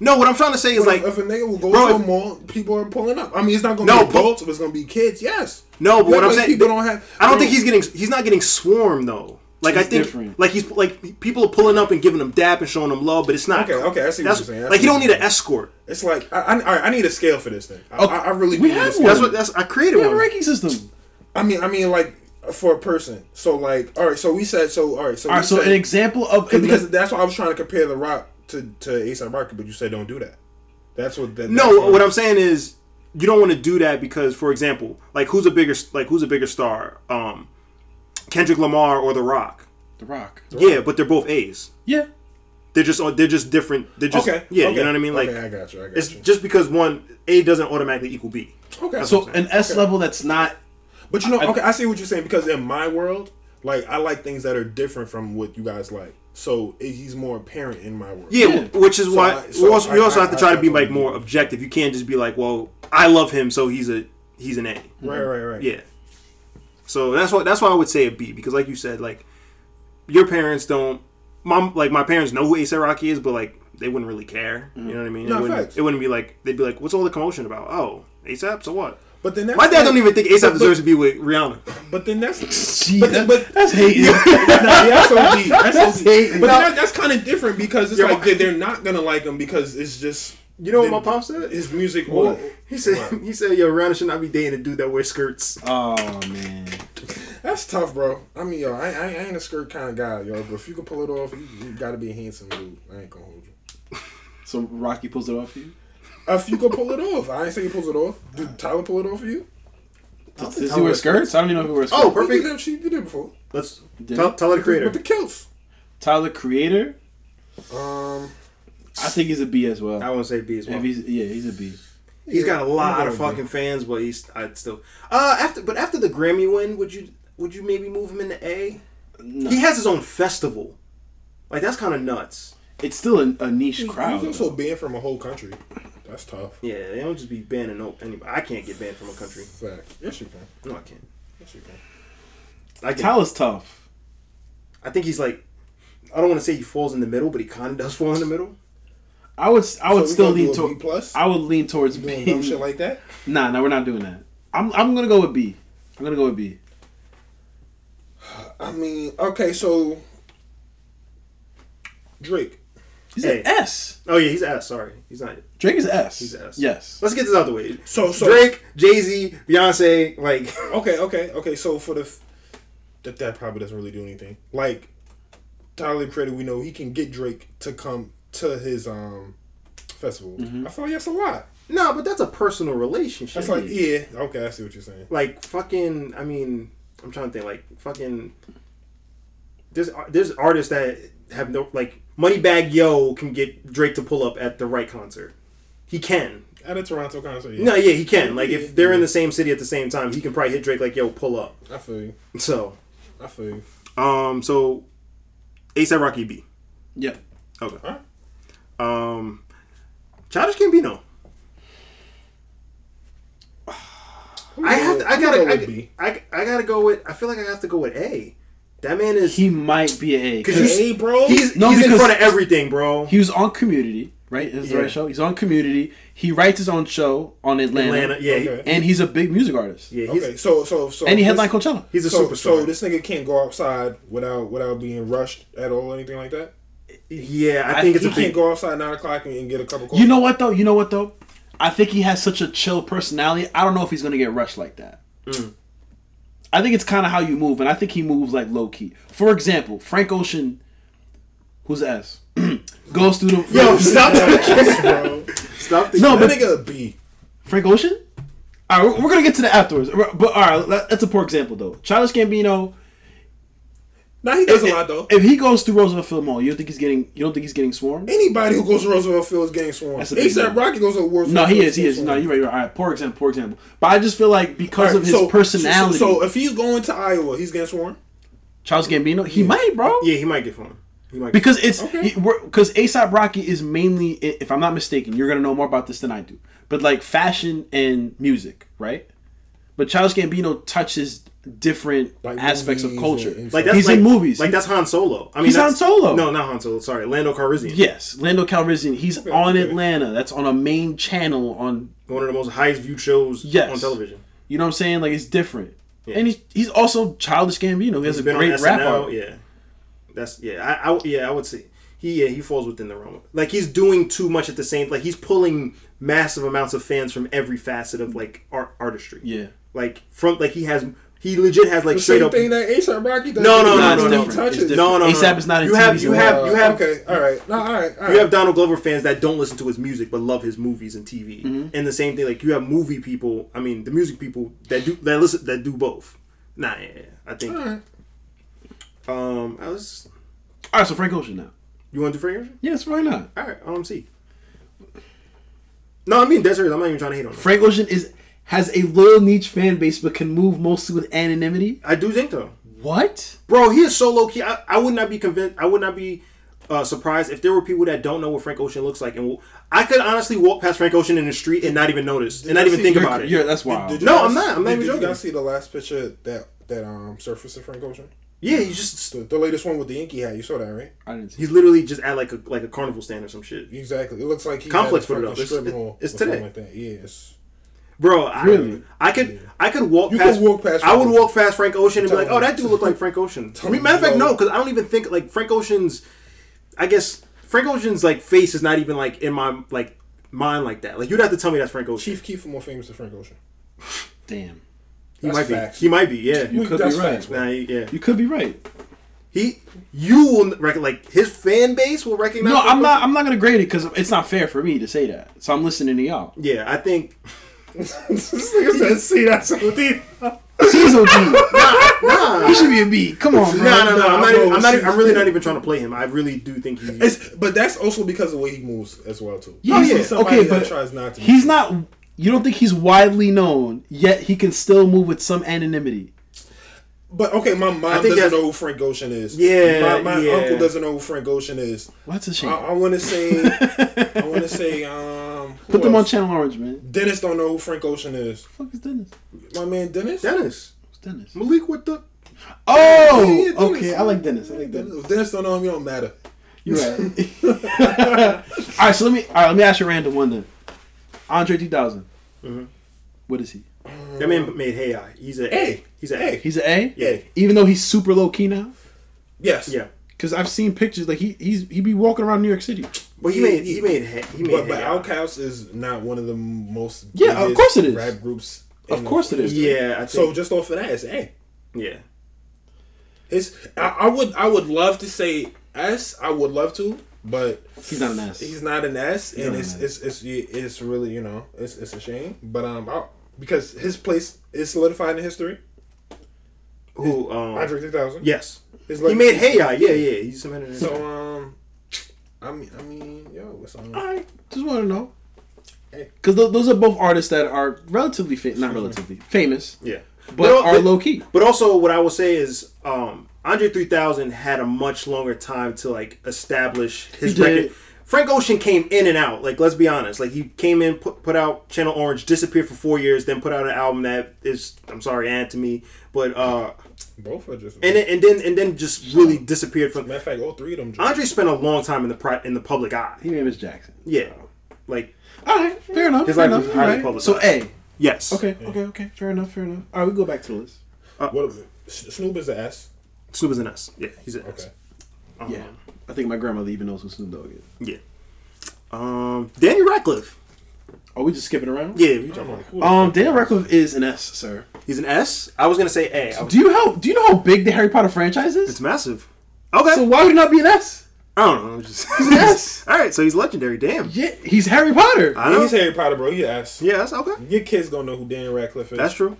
Speaker 2: No, what I'm trying to say is
Speaker 5: Like,
Speaker 2: like
Speaker 5: if, a nigga will go
Speaker 2: Bro,
Speaker 5: to a
Speaker 2: if-
Speaker 5: mall, people are pulling up. I mean, it's not gonna
Speaker 2: No,
Speaker 5: be
Speaker 2: but-
Speaker 5: adults, but it's gonna be kids. Yes.
Speaker 2: no, but
Speaker 5: That
Speaker 2: what I'm
Speaker 5: way
Speaker 2: saying
Speaker 5: people don't have.
Speaker 2: I don't
Speaker 5: bro,
Speaker 2: think he's getting he's not getting swarmed though. Like I
Speaker 3: He's
Speaker 2: think
Speaker 3: different.
Speaker 2: like he's like people are pulling up and giving him dap and showing him love, but it's not
Speaker 5: Okay, okay, I see what
Speaker 2: that's,
Speaker 5: you're saying. I
Speaker 2: like
Speaker 5: see
Speaker 2: he don't
Speaker 5: what
Speaker 2: need
Speaker 5: you're
Speaker 2: an escort.
Speaker 5: It's like I, I, all right, I need a scale for this thing. I, I, I really
Speaker 3: we
Speaker 5: do need
Speaker 3: have
Speaker 5: a scale.
Speaker 3: one.
Speaker 2: That's what that's I created
Speaker 3: We have a
Speaker 2: one.
Speaker 3: ranking system.
Speaker 5: I mean, I mean, like for a person. So like, all right. So we said so. All right. So
Speaker 3: All
Speaker 5: we
Speaker 3: right. So
Speaker 5: said,
Speaker 3: an example of
Speaker 5: Cause, because that's why I was trying to compare the rock to to ASAP Rocky, but you said don't do that. That's what. That,
Speaker 2: No,
Speaker 5: that's what-
Speaker 2: what I'm saying is you don't want to do that because, for example, like who's a bigger like who's a bigger star, um, Kendrick Lamar or The Rock?
Speaker 3: The Rock.
Speaker 2: Yeah, but they're both A's.
Speaker 3: Yeah.
Speaker 2: They're just they're just different. They're just
Speaker 5: Okay.
Speaker 2: yeah.
Speaker 5: okay,
Speaker 2: You know what I mean? Like
Speaker 5: okay, I got you. I got
Speaker 2: it's
Speaker 5: you.
Speaker 2: just because one A doesn't automatically equal B.
Speaker 5: okay.
Speaker 3: So an S level that's not.
Speaker 5: but you know, okay, I see what you're saying because in my world, like I like things that are different from what you guys like. So it, he's more apparent in my world.
Speaker 2: Yeah,
Speaker 3: Yeah.
Speaker 2: which is why
Speaker 5: I- so
Speaker 2: you also, you
Speaker 5: I-
Speaker 2: also
Speaker 5: I-
Speaker 2: have to
Speaker 5: I-
Speaker 2: try to
Speaker 5: I
Speaker 2: be like
Speaker 5: totally
Speaker 2: more objective. You can't just be like, well, I love him, so he's a he's an A.
Speaker 5: Right. Right. Right.
Speaker 2: Yeah. So that's why that's why I would say a B because, like you said, like your parents don't. Mom, like my parents know who Ace Rocky is, but like they wouldn't really care. You know what I mean?
Speaker 5: No,
Speaker 2: it, wouldn't,
Speaker 5: facts.
Speaker 2: it wouldn't be like they'd be like, "What's all the commotion about?" Oh, ASAP. So what?
Speaker 5: But then that's
Speaker 2: My dad
Speaker 5: like-
Speaker 2: don't even think
Speaker 5: but-
Speaker 2: ASAP
Speaker 5: but-
Speaker 2: deserves to be with Rihanna.
Speaker 5: But then that's
Speaker 3: Gee,
Speaker 5: But-
Speaker 3: that-
Speaker 5: but- [LAUGHS]
Speaker 3: that's hating.
Speaker 5: nah, yeah, that's OG. That's,
Speaker 3: That's
Speaker 2: [LAUGHS]
Speaker 5: OG.
Speaker 3: hating.
Speaker 5: But that, that's kind of different because it's
Speaker 2: Yeah,
Speaker 5: like
Speaker 2: but-
Speaker 5: they- they're not gonna like him because it's just
Speaker 2: You know what
Speaker 5: Then-
Speaker 2: my pop said?
Speaker 5: his music. Or,
Speaker 2: He said, "He said, yo, Rihanna should not be dating a dude that wears skirts."
Speaker 3: oh man.
Speaker 5: that's tough, bro. I mean, yo, I, I, I ain't a skirt kind of guy, yo. But if you can pull it off, you, you gotta be a handsome dude. I ain't gonna hold you.
Speaker 3: So Rocky pulls it off for you.
Speaker 5: If you can pull it off, I ain't say he pulls it off. Did Tyler pull it off for you?
Speaker 3: Does, does he wear skirts? I don't even know if he wears skirts.
Speaker 2: Oh,
Speaker 5: Perfect.
Speaker 2: perfect.
Speaker 5: did, she did it before
Speaker 2: Let's
Speaker 3: Did
Speaker 2: tell,
Speaker 3: it?
Speaker 2: tell her the creator.
Speaker 5: with the kilts.
Speaker 3: Tyler Creator.
Speaker 5: Um,
Speaker 3: I think he's a B as well.
Speaker 2: I wouldn't say B as well.
Speaker 3: If he's yeah, he's a B.
Speaker 2: He's got a lot
Speaker 5: I'm
Speaker 2: of
Speaker 5: going
Speaker 2: fucking fans, but he's I'd still uh after but after the Grammy win, would you would you maybe move him into A?
Speaker 3: No.
Speaker 2: He has his own festival. Like that's kind of nuts.
Speaker 3: It's still a, a niche crowd.
Speaker 5: he's also banned from a whole country. That's tough.
Speaker 2: Yeah, they don't just be banning no anybody. I can't get banned from a country.
Speaker 5: Fact. Yes, you can.
Speaker 2: No, I can't.
Speaker 5: Yes, you can.
Speaker 2: I can.
Speaker 3: Tyler's tough.
Speaker 2: I think he's like I don't want to say he falls in the middle, but he kind of does fall in the middle.
Speaker 3: I would s- I would
Speaker 5: So we
Speaker 3: still
Speaker 5: gonna do
Speaker 3: lean
Speaker 5: a B
Speaker 3: towards
Speaker 5: plus?
Speaker 3: I would lean towards
Speaker 5: Doing
Speaker 3: B.
Speaker 5: dumb shit like that.
Speaker 3: nah, nah, we're not doing that. I'm I'm gonna go with B. I'm gonna go with B.
Speaker 5: I mean, okay, so Drake.
Speaker 3: He's
Speaker 2: Hey.
Speaker 3: an S.
Speaker 2: Oh yeah, he's ass. Sorry, he's not.
Speaker 3: Drake is S.
Speaker 2: He's ass.
Speaker 3: Yes.
Speaker 2: Let's get this out the way.
Speaker 5: So so
Speaker 2: Drake, Jay Z, Beyonce, like
Speaker 5: Okay, okay, okay. So for the f- that that probably doesn't really do anything. Like Tyler the Creator, we know he can get Drake to come to his um festival.
Speaker 3: Mm-hmm.
Speaker 5: I feel like that's a lot.
Speaker 2: no, but that's a personal relationship.
Speaker 5: e-
Speaker 3: Mm-hmm.
Speaker 5: That's like yeah. Okay, I see what you're saying.
Speaker 2: like fucking i mean I'm trying to think like fucking. There's there's artists that have no like Moneybag Yo can get Drake to pull up at the right concert. He can.
Speaker 5: At a Toronto concert, yeah.
Speaker 2: No, yeah, he can. Like if they're in the same city at the same time, he can probably hit Drake like, "Yo, pull up."
Speaker 5: I feel you.
Speaker 2: So
Speaker 5: I feel you.
Speaker 9: Um, so ASAP Rocky B.
Speaker 3: Yep.
Speaker 9: Okay. Um, Childish Gambino. I have to, I
Speaker 5: gonna
Speaker 9: gotta
Speaker 5: go with
Speaker 9: I,
Speaker 5: B.
Speaker 9: I, I gotta go with I feel like I have to go with A. That man is
Speaker 3: He might be a
Speaker 9: Cause you-
Speaker 5: Hey, bro.
Speaker 2: he's
Speaker 3: No,
Speaker 2: he's in
Speaker 3: because-
Speaker 2: front of everything, bro.
Speaker 3: He was on Community, right? Is the
Speaker 2: Yeah.
Speaker 3: right show? He's on Community. He writes his own show on Atlanta,
Speaker 2: Atlanta, yeah, he-
Speaker 5: Okay.
Speaker 3: and he's a big music artist.
Speaker 2: yeah, he's
Speaker 5: okay, so so so
Speaker 3: And he
Speaker 5: this-
Speaker 3: headlined Coachella.
Speaker 2: he's a
Speaker 5: so,
Speaker 2: superstar.
Speaker 5: So this nigga can't go outside without without being rushed at all, or anything like that.
Speaker 2: yeah, I think
Speaker 5: he
Speaker 2: it's a big.
Speaker 5: can't go outside nine o'clock and, and get a cup of coffee.
Speaker 3: You know what though? You know what though? I think he has such a chill personality. I don't know if he's gonna get rushed like that.
Speaker 5: Mm.
Speaker 3: I think it's kind of how you move, and I think he moves like low key. For example, Frank Ocean, who's the S, [CLEARS THROAT] goes through the
Speaker 2: Yo,
Speaker 3: [LAUGHS]
Speaker 2: stop [LAUGHS] that,
Speaker 5: bro.
Speaker 2: stop the.
Speaker 3: no,
Speaker 5: that
Speaker 3: but
Speaker 5: nigga a B.
Speaker 3: Frank Ocean? All right, we're, we're gonna get to the afterwards. But all right, that- that's a poor example though. Childish Gambino.
Speaker 5: Nah, he does a lot though.
Speaker 3: If he goes through Roosevelt Field Mall, you don't think he's getting? You don't think he's getting swarmed?
Speaker 5: Anybody who goes to Roosevelt Field is getting sworn.
Speaker 3: That's a big
Speaker 5: ASAP
Speaker 3: number.
Speaker 5: Rocky goes to Roosevelt.
Speaker 3: No, he
Speaker 5: Field
Speaker 3: is. He
Speaker 5: getting
Speaker 3: is. No,
Speaker 5: sworn.
Speaker 3: you're right. You're right. All right, poor example. Poor example. But I just feel like because
Speaker 5: All right,
Speaker 3: of his
Speaker 5: so-
Speaker 3: personality,
Speaker 5: So, so if he's going to Iowa, he's getting sworn.
Speaker 3: Charles Gambino, he might, bro.
Speaker 2: Yeah, he might get phone. He might.
Speaker 3: Because it's
Speaker 5: Okay.
Speaker 3: because ASAP Rocky is mainly, i- if I'm not mistaken, you're gonna know more about this than I do. But like fashion and music, right? But Charles Gambino touches different
Speaker 5: Like
Speaker 3: aspects of
Speaker 5: movies
Speaker 3: culture.
Speaker 5: and-
Speaker 2: Like that's
Speaker 3: he's
Speaker 2: like,
Speaker 3: in movies.
Speaker 2: Like that's Han Solo. I mean,
Speaker 3: He's
Speaker 2: that's-
Speaker 3: Han Solo.
Speaker 2: No, not Han Solo. Sorry, Lando Calrissian.
Speaker 3: yes, Lando Calrissian. He's on
Speaker 5: okay.
Speaker 3: Atlanta. That's on a main channel on
Speaker 2: one of the most highest viewed shows
Speaker 3: Yes.
Speaker 2: on television.
Speaker 3: You know what I'm saying? Like it's different. And he's he's also childish Gambino. He has a
Speaker 2: Been
Speaker 3: great
Speaker 2: on SNL.
Speaker 3: rap art.
Speaker 2: Yeah, that's yeah. I, I yeah, I would say he yeah he falls within the realm. of- Like he's doing too much at the same. Like he's pulling massive amounts of fans from every facet of like art artistry.
Speaker 3: Yeah.
Speaker 2: Like from like he has he legit has like
Speaker 5: The
Speaker 2: straight
Speaker 5: same
Speaker 2: up.
Speaker 5: thing that ASAP Rocky does.
Speaker 2: No, no,
Speaker 5: He
Speaker 2: no,
Speaker 5: doesn't
Speaker 2: no, no.
Speaker 5: touch
Speaker 3: It's
Speaker 5: it.
Speaker 3: different.
Speaker 2: No, no, no.
Speaker 3: A$AP is not in
Speaker 2: You have
Speaker 3: TV's
Speaker 2: you
Speaker 3: world.
Speaker 2: have you have
Speaker 5: okay, all right, no, all right, all
Speaker 2: You have
Speaker 5: right.
Speaker 2: Donald Glover fans that don't listen to his music but love his movies and TV, and the same thing. Like you have movie people. I mean, the music people that do that listen that do both. Nah, yeah, yeah, I think.
Speaker 5: All right.
Speaker 2: Um, I was.
Speaker 3: All right, so Frank Ocean now.
Speaker 2: You want to do Frank Ocean?
Speaker 3: Yes, why not?
Speaker 2: All right, RMC. No, I mean that's serious. I'm not even trying to hate on him.
Speaker 3: Frank Ocean is has a little niche fan base, but can move mostly with anonymity.
Speaker 2: I do think though,
Speaker 3: What?
Speaker 2: bro, he is so low key. I, I would not be convinced. I would not be uh, surprised if there were people that don't know what Frank Ocean looks like, and w- I could honestly walk past Frank Ocean in the street and not even notice, and not even think
Speaker 3: You're-
Speaker 2: about it.
Speaker 3: you're- that's wild.
Speaker 5: Did you
Speaker 2: No,
Speaker 5: guys-
Speaker 2: I'm not. I'm not
Speaker 5: did-
Speaker 2: even
Speaker 5: Did you
Speaker 2: joking.
Speaker 5: guys see the last picture that that um surfaced of Frank Ocean?
Speaker 2: Yeah, he's just
Speaker 5: The, the latest one with the Yankee hat. You saw that, right?
Speaker 3: I didn't see.
Speaker 2: he's literally just at like a like a carnival stand or some shit.
Speaker 5: Exactly. It looks like he
Speaker 2: Complex
Speaker 5: had a
Speaker 2: put it up.
Speaker 5: fucking
Speaker 2: It's-
Speaker 5: strip
Speaker 2: it-
Speaker 5: mall
Speaker 2: it's
Speaker 5: or something
Speaker 2: today.
Speaker 5: Like that. Yeah, it's-
Speaker 2: Bro, I,
Speaker 3: Really?
Speaker 2: I could I could walk
Speaker 5: You
Speaker 2: past
Speaker 5: could walk past
Speaker 2: I would
Speaker 5: Frank
Speaker 2: walk past Frank Ocean and be
Speaker 5: Tell
Speaker 2: like, "Oh,
Speaker 5: him.
Speaker 2: that dude looked like Frank Ocean." I mean, matter of
Speaker 5: him,
Speaker 2: fact,
Speaker 5: bro.
Speaker 2: no, because I don't even think like Frank Ocean's. I guess Frank Ocean's like face is not even like in my like mind like that. Like you'd have to tell me that's Frank Ocean.
Speaker 5: Chief Keef more famous than Frank Ocean.
Speaker 3: Damn.
Speaker 2: he
Speaker 5: That's
Speaker 2: might
Speaker 5: facts. [LAUGHS]
Speaker 2: be. He might [LAUGHS] be. Yeah.
Speaker 5: We-
Speaker 3: could be
Speaker 5: that's
Speaker 3: right.
Speaker 5: facts, bro.
Speaker 2: Nah, he- yeah.
Speaker 3: You could be right.
Speaker 2: He you will rec- like his fan base will recognize.
Speaker 3: No,
Speaker 2: Frank
Speaker 3: I'm not.
Speaker 2: Ocean.
Speaker 3: I'm not gonna grade it because it's not fair for me to say that. So I'm listening to y'all.
Speaker 2: Yeah, I think.
Speaker 5: This nigga said, "See, that's OD."
Speaker 3: He's a B.
Speaker 2: Nah,
Speaker 3: He should be a B. Come on, bro.
Speaker 2: nah, no, no. I'm not. Even,
Speaker 5: bro,
Speaker 2: I'm not. Even,
Speaker 5: she's-
Speaker 2: I'm really not even trying to play him. I really do think he's.
Speaker 5: It's, but that's also because of the way he moves as well too.
Speaker 3: [LAUGHS] Yeah,
Speaker 5: He's
Speaker 2: yeah.
Speaker 5: somebody
Speaker 3: Okay,
Speaker 5: that
Speaker 3: but
Speaker 5: tries not to be
Speaker 3: He's
Speaker 5: seen.
Speaker 3: not. You don't think he's widely known, yet he can still move with some anonymity.
Speaker 5: But okay, my
Speaker 2: I
Speaker 5: mom
Speaker 2: think
Speaker 5: doesn't
Speaker 2: that's-
Speaker 5: know who Frank Ocean is.
Speaker 2: Yeah,
Speaker 5: my, my
Speaker 2: yeah.
Speaker 5: uncle doesn't know who Frank Ocean is.
Speaker 3: Well, that's a
Speaker 5: I,
Speaker 3: shame.
Speaker 5: I want
Speaker 2: [LAUGHS]
Speaker 5: to say, I want to say, um, who
Speaker 3: Put them on
Speaker 5: else?
Speaker 3: Channel Orange, man. Who
Speaker 5: Dennis don't know who Frank Ocean is.
Speaker 3: the fuck is Dennis?
Speaker 5: My man Dennis.
Speaker 2: Dennis
Speaker 3: Who's Dennis?
Speaker 2: Malik with the
Speaker 3: Oh,
Speaker 5: Yeah, Dennis.
Speaker 3: okay. I like Dennis. I like Dennis.
Speaker 5: Dennis Dennis don't know him. He don't matter.
Speaker 3: You're right. [LAUGHS] all right, so let me all right, let me ask you a random one then. Andre 2000.
Speaker 8: Mm-hmm.
Speaker 3: What is he?
Speaker 2: That man made Hey I. He's a
Speaker 5: Hey.
Speaker 2: He's a
Speaker 5: Hey.
Speaker 3: He's an A.
Speaker 2: Yeah.
Speaker 3: Even though he's super low key now,
Speaker 5: Yes.
Speaker 2: Yeah.
Speaker 3: because I've seen pictures like he he's he be walking around New York City.
Speaker 2: Well, he made he made he, he made.
Speaker 5: But, but
Speaker 2: Hey Ya.
Speaker 5: Outkast is not one of the most
Speaker 3: Yeah, of
Speaker 5: biggest
Speaker 3: course it is.
Speaker 5: rap groups
Speaker 3: Of
Speaker 5: in
Speaker 3: course it is.
Speaker 2: yeah, I think,
Speaker 5: so just off of that it's A
Speaker 2: yeah,
Speaker 5: it's I, I would I would love to say S I would love to but
Speaker 3: He's not an S.
Speaker 5: he's not an S and
Speaker 3: not
Speaker 5: it's,
Speaker 3: an
Speaker 5: it's it's yeah, it's really you know it's it's a shame but um I, because his place is solidified in history
Speaker 2: Who? Um,
Speaker 5: Andre 3000.
Speaker 2: yes.
Speaker 5: It's
Speaker 8: He
Speaker 5: like-
Speaker 8: made Hey Ya. Yeah, yeah. He submitted it.
Speaker 5: So, um, I mean, I mean, yo, um, what's on?
Speaker 3: I just want to know. Because those are both artists that are relatively fa- not relatively famous,
Speaker 8: Mm-hmm. yeah.
Speaker 3: but
Speaker 8: No,
Speaker 3: are
Speaker 8: but-
Speaker 3: low key.
Speaker 8: But also, what I will say is, um, Andre 3000 had a much longer time to like establish his
Speaker 3: He did.
Speaker 8: record. Frank Ocean came in and out. Like, let's be honest. Like, he came in, put, put out Channel Orange, disappeared for four years, then put out an album that is, I'm sorry, anatomy, but uh,
Speaker 5: Both are just.
Speaker 8: and then, and then and then just really disappeared from.
Speaker 5: matter of fact, all three of them. Just,
Speaker 8: Andre spent a long time in the pri- in the public eye.
Speaker 3: He name is Jackson.
Speaker 8: Yeah, like
Speaker 3: All right, fair enough.
Speaker 8: His
Speaker 3: fair
Speaker 8: life
Speaker 3: enough.
Speaker 8: was highly
Speaker 3: all right.
Speaker 8: publicized.
Speaker 3: So A.
Speaker 2: Yes.
Speaker 3: Okay, okay, okay. Fair enough. Fair enough. All right, we go back to the list.
Speaker 5: what, Snoop is an S.
Speaker 2: Snoop is an S. Yeah, he's an S.
Speaker 5: Okay.
Speaker 8: Uh-huh.
Speaker 3: Yeah, I think my grandmother even knows who Snoop Dogg is.
Speaker 2: Yeah. Um, Danny Radcliffe.
Speaker 3: Are we just skipping around?
Speaker 2: Yeah, we don't-
Speaker 3: Um, Daniel Radcliffe is an S, sir.
Speaker 2: he's an S.
Speaker 8: I was gonna say A. I was-
Speaker 3: Do you how do you know how big the Harry Potter franchise is?
Speaker 2: It's massive. Okay.
Speaker 3: So why would he not be an S?
Speaker 2: I don't know. I'm just. [LAUGHS]
Speaker 3: He's an S.
Speaker 2: All right, so he's legendary. Damn.
Speaker 3: Yeah, he's Harry Potter.
Speaker 2: I
Speaker 5: Yeah,
Speaker 2: know.
Speaker 5: he's Harry Potter, bro. He an S.
Speaker 2: Yeah, that's okay.
Speaker 5: Your kids gonna know who Dan Radcliffe is.
Speaker 2: That's true.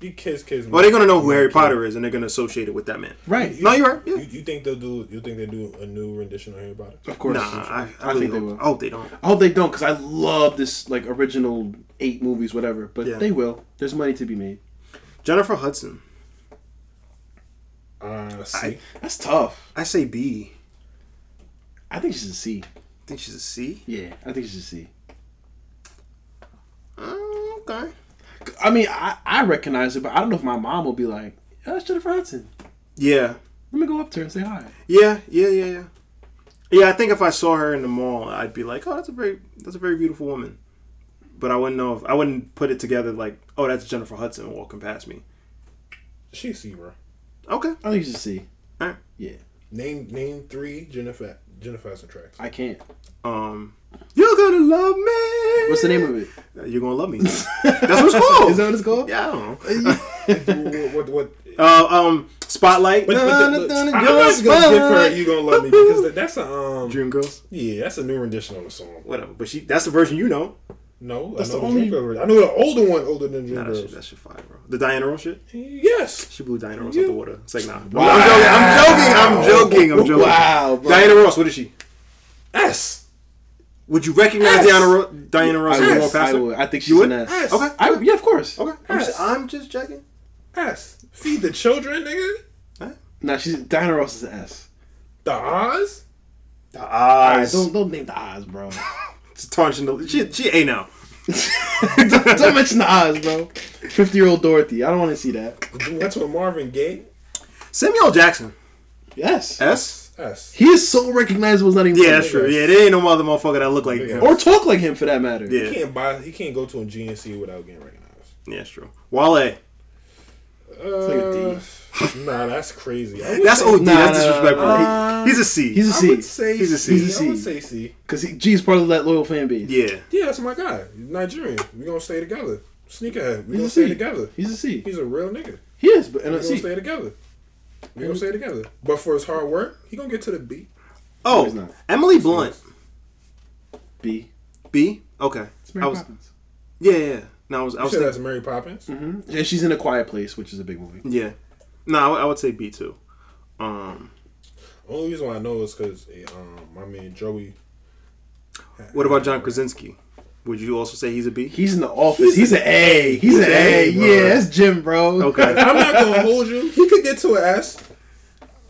Speaker 5: Your kids, kids.
Speaker 2: Well, they're gonna know who Harry Potter is, and they're gonna associate it with that man.
Speaker 3: right.
Speaker 2: No, you're right. Yeah.
Speaker 5: You, you think they'll do? You think they do a new rendition of Harry Potter?
Speaker 3: of course.
Speaker 2: Nah, I, I really
Speaker 3: think they
Speaker 2: hope,
Speaker 3: will.
Speaker 2: I hope they don't.
Speaker 3: I hope they don't because I love this like original eight movies, whatever. But
Speaker 2: Yeah.
Speaker 3: they will. There's money to be made.
Speaker 2: Jennifer Hudson.
Speaker 5: Uh, see,
Speaker 3: That's tough.
Speaker 2: I say B.
Speaker 3: I think she's a C.
Speaker 2: I think she's a C.
Speaker 3: Yeah, I think she's a C.
Speaker 2: Oh, okay.
Speaker 3: I mean, I, I recognize it, but I don't know if my mom will be like, "Yeah, that's Jennifer Hudson.
Speaker 2: Yeah.
Speaker 3: Let me go up to her and say hi.
Speaker 2: Yeah. Yeah. Yeah. Yeah. Yeah. I think if I saw her in the mall, I'd be like, "Oh, that's a very that's a very beautiful woman," but I wouldn't know if I wouldn't put it together like, "Oh, that's Jennifer Hudson walking past me."
Speaker 5: she see, bro.
Speaker 2: Okay.
Speaker 3: I think she's a C.
Speaker 2: Alright.
Speaker 3: Yeah,
Speaker 5: Name name three Jennifer Jennifer Hudson tracks.
Speaker 3: I can't.
Speaker 2: Um, you're gonna love me.
Speaker 3: What's the name of it?
Speaker 2: You're
Speaker 3: [LAUGHS]
Speaker 2: gonna love me. That's what it's called.
Speaker 3: Is that what it's called?
Speaker 2: Yeah, I don't know.
Speaker 5: what, what, what-
Speaker 2: Uh, um, Spotlight.
Speaker 5: [LAUGHS] But, but, but,
Speaker 2: Dun, dun,
Speaker 5: I'm
Speaker 2: dun,
Speaker 5: not
Speaker 2: you're
Speaker 5: gonna give her
Speaker 2: Spotlight.
Speaker 5: "You Gonna Love Me" because that- that's a um,
Speaker 2: Dream Girls.
Speaker 5: yeah, that's a new rendition of the song.
Speaker 2: Whatever. But she that's the version you know.
Speaker 5: No,
Speaker 3: That's
Speaker 5: I
Speaker 3: the
Speaker 5: know the,
Speaker 3: only-
Speaker 5: Dream Girl version. I know the older one, older than Dream
Speaker 2: Nah, that
Speaker 5: Girls.
Speaker 2: shit, that shit fire, bro. The Diana Ross shit.
Speaker 5: yes,
Speaker 2: She blew Diana Ross out the water. It's like nah. I'm joking. I'm joking. I'm joking. I'm joking.
Speaker 3: Wow, bro.
Speaker 2: Diana Ross. What is she?
Speaker 5: S.
Speaker 2: Would you recognize
Speaker 5: Yes.
Speaker 2: Diana Ro- Diana
Speaker 3: I
Speaker 2: Ross? if you
Speaker 3: would.
Speaker 2: walk past
Speaker 3: I
Speaker 2: her?
Speaker 3: would. I think she's
Speaker 2: You would?
Speaker 3: an S.
Speaker 5: Yes.
Speaker 2: Okay.
Speaker 3: I, yeah, of course.
Speaker 2: Okay. I'm just,
Speaker 5: Yes.
Speaker 2: I'm just checking.
Speaker 5: S. Feed the children, nigga.
Speaker 3: Now she's Diana Ross is an S.
Speaker 5: The Oz.
Speaker 2: The eyes.
Speaker 3: Don't don't name the eyes, bro.
Speaker 2: It's Tarnishing the. She she ain't now.
Speaker 3: don't [LAUGHS] mention the eyes, bro. Fifty year old Dorothy. I don't want to see that.
Speaker 5: That's what Marvin Gaye.
Speaker 2: Samuel Jackson.
Speaker 3: Yes.
Speaker 2: S.
Speaker 5: S.
Speaker 3: He is so recognizable. It's not even.
Speaker 2: Yeah, that's
Speaker 3: funny.
Speaker 2: true. Yeah, there ain't no other motherfucker that look like
Speaker 5: Big
Speaker 2: him.
Speaker 3: Or talk like him for that matter.
Speaker 5: He
Speaker 2: Yeah,
Speaker 5: can't buy. He can't go to a GNC without getting recognized.
Speaker 2: yeah, that's true. Wale.
Speaker 3: like a
Speaker 5: Uh, [LAUGHS] nah, that's crazy. I would
Speaker 2: That's
Speaker 5: say-
Speaker 2: OD.
Speaker 3: Nah,
Speaker 2: that's
Speaker 3: nah, nah,
Speaker 2: disrespectful.
Speaker 5: nah.
Speaker 2: He- he's a C.
Speaker 3: He's a
Speaker 5: I would
Speaker 3: C.
Speaker 5: say
Speaker 2: He's a
Speaker 5: C.
Speaker 2: C.
Speaker 5: I would say C.
Speaker 3: Because G is part of that loyal fan base.
Speaker 2: yeah.
Speaker 5: Yeah, that's my guy. He's Nigerian. We gonna stay together. Sneakerhead.
Speaker 3: He's
Speaker 5: We gonna
Speaker 3: a
Speaker 5: stay
Speaker 3: C.
Speaker 5: together.
Speaker 3: He's a C.
Speaker 5: He's a real nigga.
Speaker 3: He is, but and
Speaker 5: We
Speaker 3: a
Speaker 5: gonna
Speaker 3: C.
Speaker 5: stay together. We
Speaker 2: Mm-hmm.
Speaker 5: gonna stay together. But for his hard work, he gonna get to the B.
Speaker 2: Oh,
Speaker 3: he's not.
Speaker 2: Emily Blunt.
Speaker 3: B.
Speaker 2: B. Okay.
Speaker 3: It's
Speaker 2: I
Speaker 3: Mary
Speaker 2: was.
Speaker 3: Poppins.
Speaker 2: Yeah, yeah. yeah. No, I was. I Mm-hmm.
Speaker 5: You
Speaker 2: was
Speaker 5: said
Speaker 2: thinking,
Speaker 5: that's Mary Poppins.
Speaker 3: Yeah, she's in a quiet place, which is a big movie.
Speaker 2: yeah. No, I would- I would say B too. Um,
Speaker 5: Only reason why I know is because um, my man Joey.
Speaker 2: what about John Krasinski? Would you also say he's a B?
Speaker 3: He's in the office. He's, an A. He's, an A.
Speaker 2: A, bro.
Speaker 3: yeah, that's Jim, bro. [LAUGHS]
Speaker 2: Okay.
Speaker 5: I'm
Speaker 2: [LAUGHS]
Speaker 5: not gonna hold you. He could get to an S.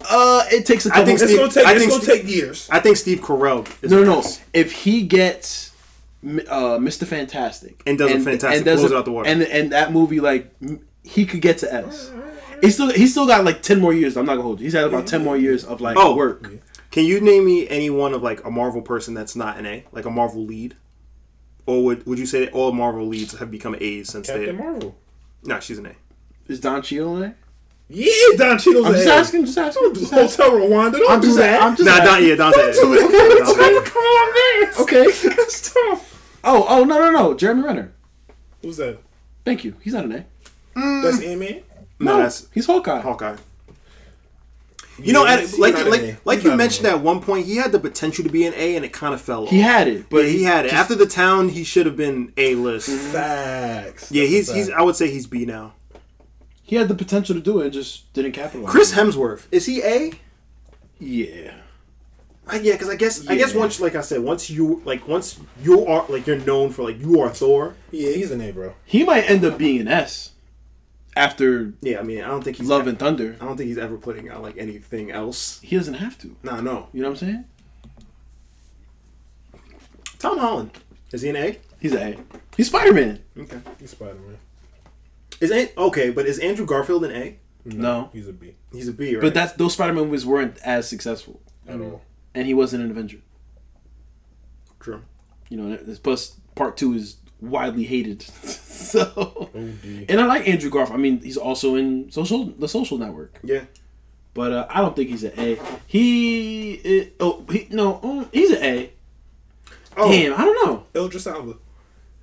Speaker 3: Uh, it takes a couple.
Speaker 2: think
Speaker 5: It's
Speaker 2: Steve-
Speaker 5: gonna take.
Speaker 2: I
Speaker 5: it's
Speaker 2: think
Speaker 5: gonna
Speaker 2: Steve-
Speaker 5: take years.
Speaker 2: I think Steve Carell. Is
Speaker 3: No,
Speaker 2: an
Speaker 3: no, no.
Speaker 2: S.
Speaker 3: If he gets m- uh, Mr. Fantastic
Speaker 2: And does a fantastic- blows it out the water.
Speaker 3: and and that movie like m- he could get to S. He still he still got like ten more years. I'm not gonna hold you. He's had about ten more years of like
Speaker 2: Oh.
Speaker 3: work.
Speaker 2: Can you name me any one of like a Marvel person that's not an A, like a Marvel lead? Or would, would you say that all Marvel leads have become A's since
Speaker 5: Captain
Speaker 2: they?
Speaker 5: Marvel.
Speaker 2: No, she's an A.
Speaker 3: Is Don Cheadle in there?
Speaker 5: Yeah, Don Cheadle's
Speaker 2: Oh,
Speaker 3: I'm
Speaker 5: an
Speaker 3: just
Speaker 5: A.
Speaker 3: asking. Just asking. Just asking.
Speaker 5: Hotel Rwanda. Don't
Speaker 3: I'm
Speaker 5: do
Speaker 3: just.
Speaker 5: that.
Speaker 3: I'm just.
Speaker 2: Nah,
Speaker 3: asking.
Speaker 2: Don, yeah, Don's an A. Don's an A.
Speaker 5: Come on, man.
Speaker 2: [LAUGHS]
Speaker 3: Okay.
Speaker 5: That's tough.
Speaker 3: Oh, oh no, no, no. Jeremy Renner.
Speaker 5: Who's that?
Speaker 3: Thank you. He's not an A.
Speaker 5: That's Ant Man.
Speaker 2: No, that's
Speaker 3: He's Hawkeye.
Speaker 2: Hawkeye. You know, at,
Speaker 5: he's
Speaker 2: like
Speaker 5: not an A.
Speaker 2: like like
Speaker 5: He's
Speaker 2: you
Speaker 5: not an
Speaker 2: mentioned
Speaker 5: A.
Speaker 2: at one point, he had the potential to be an A, and it kind of fell off.
Speaker 3: He had it,
Speaker 2: but
Speaker 3: but
Speaker 2: he had it
Speaker 3: just-
Speaker 2: after the town. He should have been A list.
Speaker 5: Facts.
Speaker 2: yeah,
Speaker 5: That's
Speaker 2: he's
Speaker 5: a
Speaker 2: he's.
Speaker 5: fact.
Speaker 2: I would say he's B now.
Speaker 3: He had the potential to do it, and just didn't capitalize.
Speaker 2: Chris
Speaker 3: on it.
Speaker 2: Hemsworth is he a?
Speaker 3: yeah,
Speaker 2: I- Yeah, because I guess I guess
Speaker 3: Yeah.
Speaker 2: once, like I said, once you like once you are like you're known for like you are Thor.
Speaker 5: Yeah, he's an A, bro.
Speaker 3: he might end up being an S after
Speaker 2: Yeah, I mean, I don't think he's
Speaker 3: Love and Thunder.
Speaker 2: I don't think he's ever putting out like anything else.
Speaker 3: He doesn't have to.
Speaker 2: Nah, no.
Speaker 3: You know what I'm saying?
Speaker 2: Tom Holland is he an A?
Speaker 3: He's an A. He's Spider Man.
Speaker 2: Okay.
Speaker 5: He's Spider Man.
Speaker 2: Is An- okay, but is Andrew Garfield an A?
Speaker 3: No.
Speaker 5: He's a B.
Speaker 2: He's a B, right?
Speaker 3: But that's those Spider Man movies weren't as successful,
Speaker 5: At all.
Speaker 3: and he wasn't an Avenger.
Speaker 2: true.
Speaker 3: You know, and it's- plus part two is widely hated. [LAUGHS] so,
Speaker 5: O D.
Speaker 3: and I like Andrew Garfield. I mean, he's also in social the Social Network,
Speaker 2: Yeah.
Speaker 3: but uh, I don't think he's an A. He i- oh he no mm, he's an A.
Speaker 2: Oh,
Speaker 3: Damn, I don't know.
Speaker 5: Eldris Alba.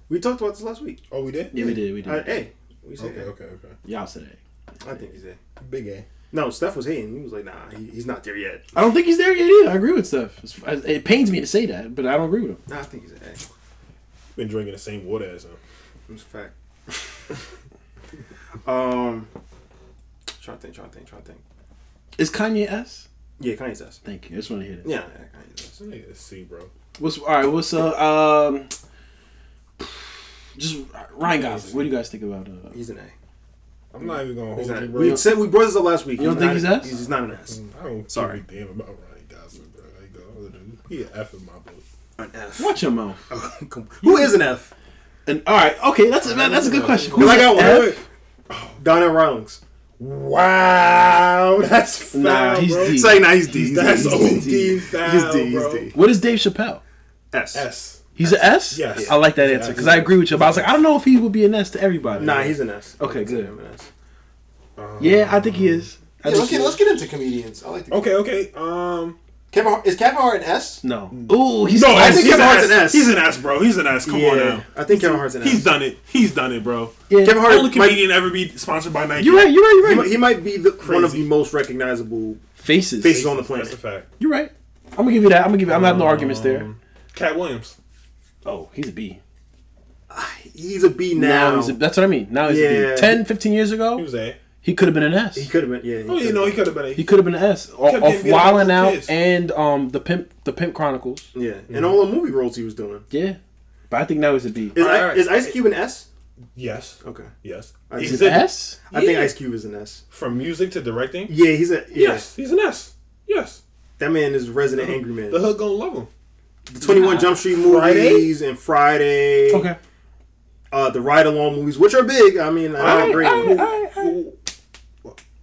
Speaker 2: we talked about this last week.
Speaker 5: Oh, we did.
Speaker 3: Yeah, we did, we did.
Speaker 2: Uh, a. We said
Speaker 5: Okay,
Speaker 2: A.
Speaker 5: okay, okay.
Speaker 3: Y'all said A.
Speaker 2: I think he's A.
Speaker 5: Big A.
Speaker 2: No, Steph was hating. He was like, nah, he, he's not there yet.
Speaker 3: I don't think he's there yet either. I agree with Steph. It's- It pains me to say that, but I don't agree with him.
Speaker 2: Nah, I think he's an A.
Speaker 5: Been drinking the same water as him.
Speaker 2: It's a fact. [LAUGHS] um, trying to think, trying to think, trying to think.
Speaker 3: Is Kanye S?
Speaker 2: Yeah, Kanye's S.
Speaker 3: Thank you. I just want to hear that.
Speaker 2: Yeah, yeah, Kanye's S.
Speaker 5: This nigga is C, bro.
Speaker 3: What's all right? What's uh um? Just Ryan Gosling. What do you guys think about? Uh,
Speaker 2: He's an A.
Speaker 5: I'm not even gonna hold
Speaker 2: He's not,
Speaker 5: you, bro.
Speaker 2: we said we Oh, brought this up last week.
Speaker 3: You don't
Speaker 2: He's
Speaker 3: think
Speaker 2: not-
Speaker 3: he's S?
Speaker 2: He's not an S.
Speaker 5: I don't
Speaker 2: Sorry.
Speaker 5: Sorry. give a damn about Ryan Gosling, bro. Like, the other dude, he an F in my book.
Speaker 2: An F.
Speaker 3: watch your mouth.
Speaker 2: [LAUGHS] Come- Who is an F?
Speaker 3: And all right, okay, that's a, that's a good question.
Speaker 2: Cause I got
Speaker 3: F?
Speaker 2: one. Donnell [LAUGHS] Rawlings.
Speaker 5: Wow, [LAUGHS] that's foul,
Speaker 3: Nah, he's
Speaker 5: bro.
Speaker 3: D.
Speaker 2: It's like, nah, he's D. He's
Speaker 5: That's
Speaker 2: D,
Speaker 5: OD
Speaker 2: he's D.
Speaker 5: foul,
Speaker 2: He's D. He's
Speaker 5: bro.
Speaker 2: D.
Speaker 3: What is Dave Chappelle?
Speaker 2: S.
Speaker 5: S.
Speaker 3: He's an S.
Speaker 5: Yes.
Speaker 3: I like that answer because I agree with you. But I was like, I don't know if he would be an S to everybody.
Speaker 2: Nah, he's an S.
Speaker 3: Okay, good.
Speaker 2: He's an S.
Speaker 3: yeah, I think he is. I think
Speaker 4: let's,
Speaker 3: he
Speaker 4: get,
Speaker 3: is.
Speaker 4: let's get into comedians. I like the
Speaker 5: Okay, okay. Um,
Speaker 4: Kevin Hart, is Kevin Hart an S?
Speaker 3: No. Ooh, he's.
Speaker 5: no,
Speaker 2: I
Speaker 5: I
Speaker 2: think
Speaker 5: think he's
Speaker 2: Kevin Hart's
Speaker 5: an
Speaker 2: an
Speaker 5: S.
Speaker 2: S.
Speaker 5: He's an S, bro. He's an S. Come on now.
Speaker 2: I think Kevin Hart's an S.
Speaker 5: He's done it. He's done it, bro.
Speaker 3: Yeah.
Speaker 2: Kevin Hart-
Speaker 5: Only
Speaker 2: might-
Speaker 5: comedian ever be sponsored by Nike.
Speaker 3: You're right. You're right.
Speaker 2: He
Speaker 3: You're
Speaker 2: might,
Speaker 3: right.
Speaker 2: he might be the, one of
Speaker 5: Crazy.
Speaker 2: the most recognizable
Speaker 3: Faces.
Speaker 2: faces on the
Speaker 5: That's a
Speaker 2: planet.
Speaker 5: fact.
Speaker 3: You're right. I'm gonna give you that. I'm gonna give you. I'm not no arguments there.
Speaker 2: Um,
Speaker 5: Cat Williams.
Speaker 3: Oh, he's a B.
Speaker 2: He's a B now.
Speaker 3: Now he's a, that's what I mean. Now he's a
Speaker 2: Yeah.
Speaker 3: B. 10, 15 years ago,
Speaker 5: He was A.
Speaker 3: he could have been an S.
Speaker 2: he could have been. Yeah. He
Speaker 5: Oh, you
Speaker 2: could've
Speaker 5: know, he
Speaker 2: been.
Speaker 5: could have been a.
Speaker 3: He could have been an S. O-
Speaker 5: Kept
Speaker 3: Off
Speaker 5: getting beat up
Speaker 3: Wildin'
Speaker 5: with
Speaker 3: Out
Speaker 5: kids.
Speaker 3: and um the pimp the pimp chronicles.
Speaker 2: Yeah. And all the movie roles he was doing.
Speaker 3: Yeah, but I think now he's a B.
Speaker 2: Is,
Speaker 5: All right,
Speaker 2: I,
Speaker 5: all right.
Speaker 2: is Ice Cube an S?
Speaker 5: Yes.
Speaker 2: Okay.
Speaker 5: Yes.
Speaker 2: Is
Speaker 3: Is
Speaker 2: He's
Speaker 3: it
Speaker 2: an
Speaker 3: S?
Speaker 2: I think Ice Cube is an S.
Speaker 5: From music to directing.
Speaker 2: Yeah, he's a yeah.
Speaker 5: Yes, he's an S. Yes.
Speaker 2: That man is a resident angry man.
Speaker 5: The
Speaker 2: The
Speaker 5: hood gonna love him.
Speaker 2: 21 Jump Street
Speaker 5: Friday?
Speaker 2: movies and Friday.
Speaker 3: Okay.
Speaker 2: Uh, the Ride Along movies, which are big. I mean, I
Speaker 5: Alright,
Speaker 2: agree.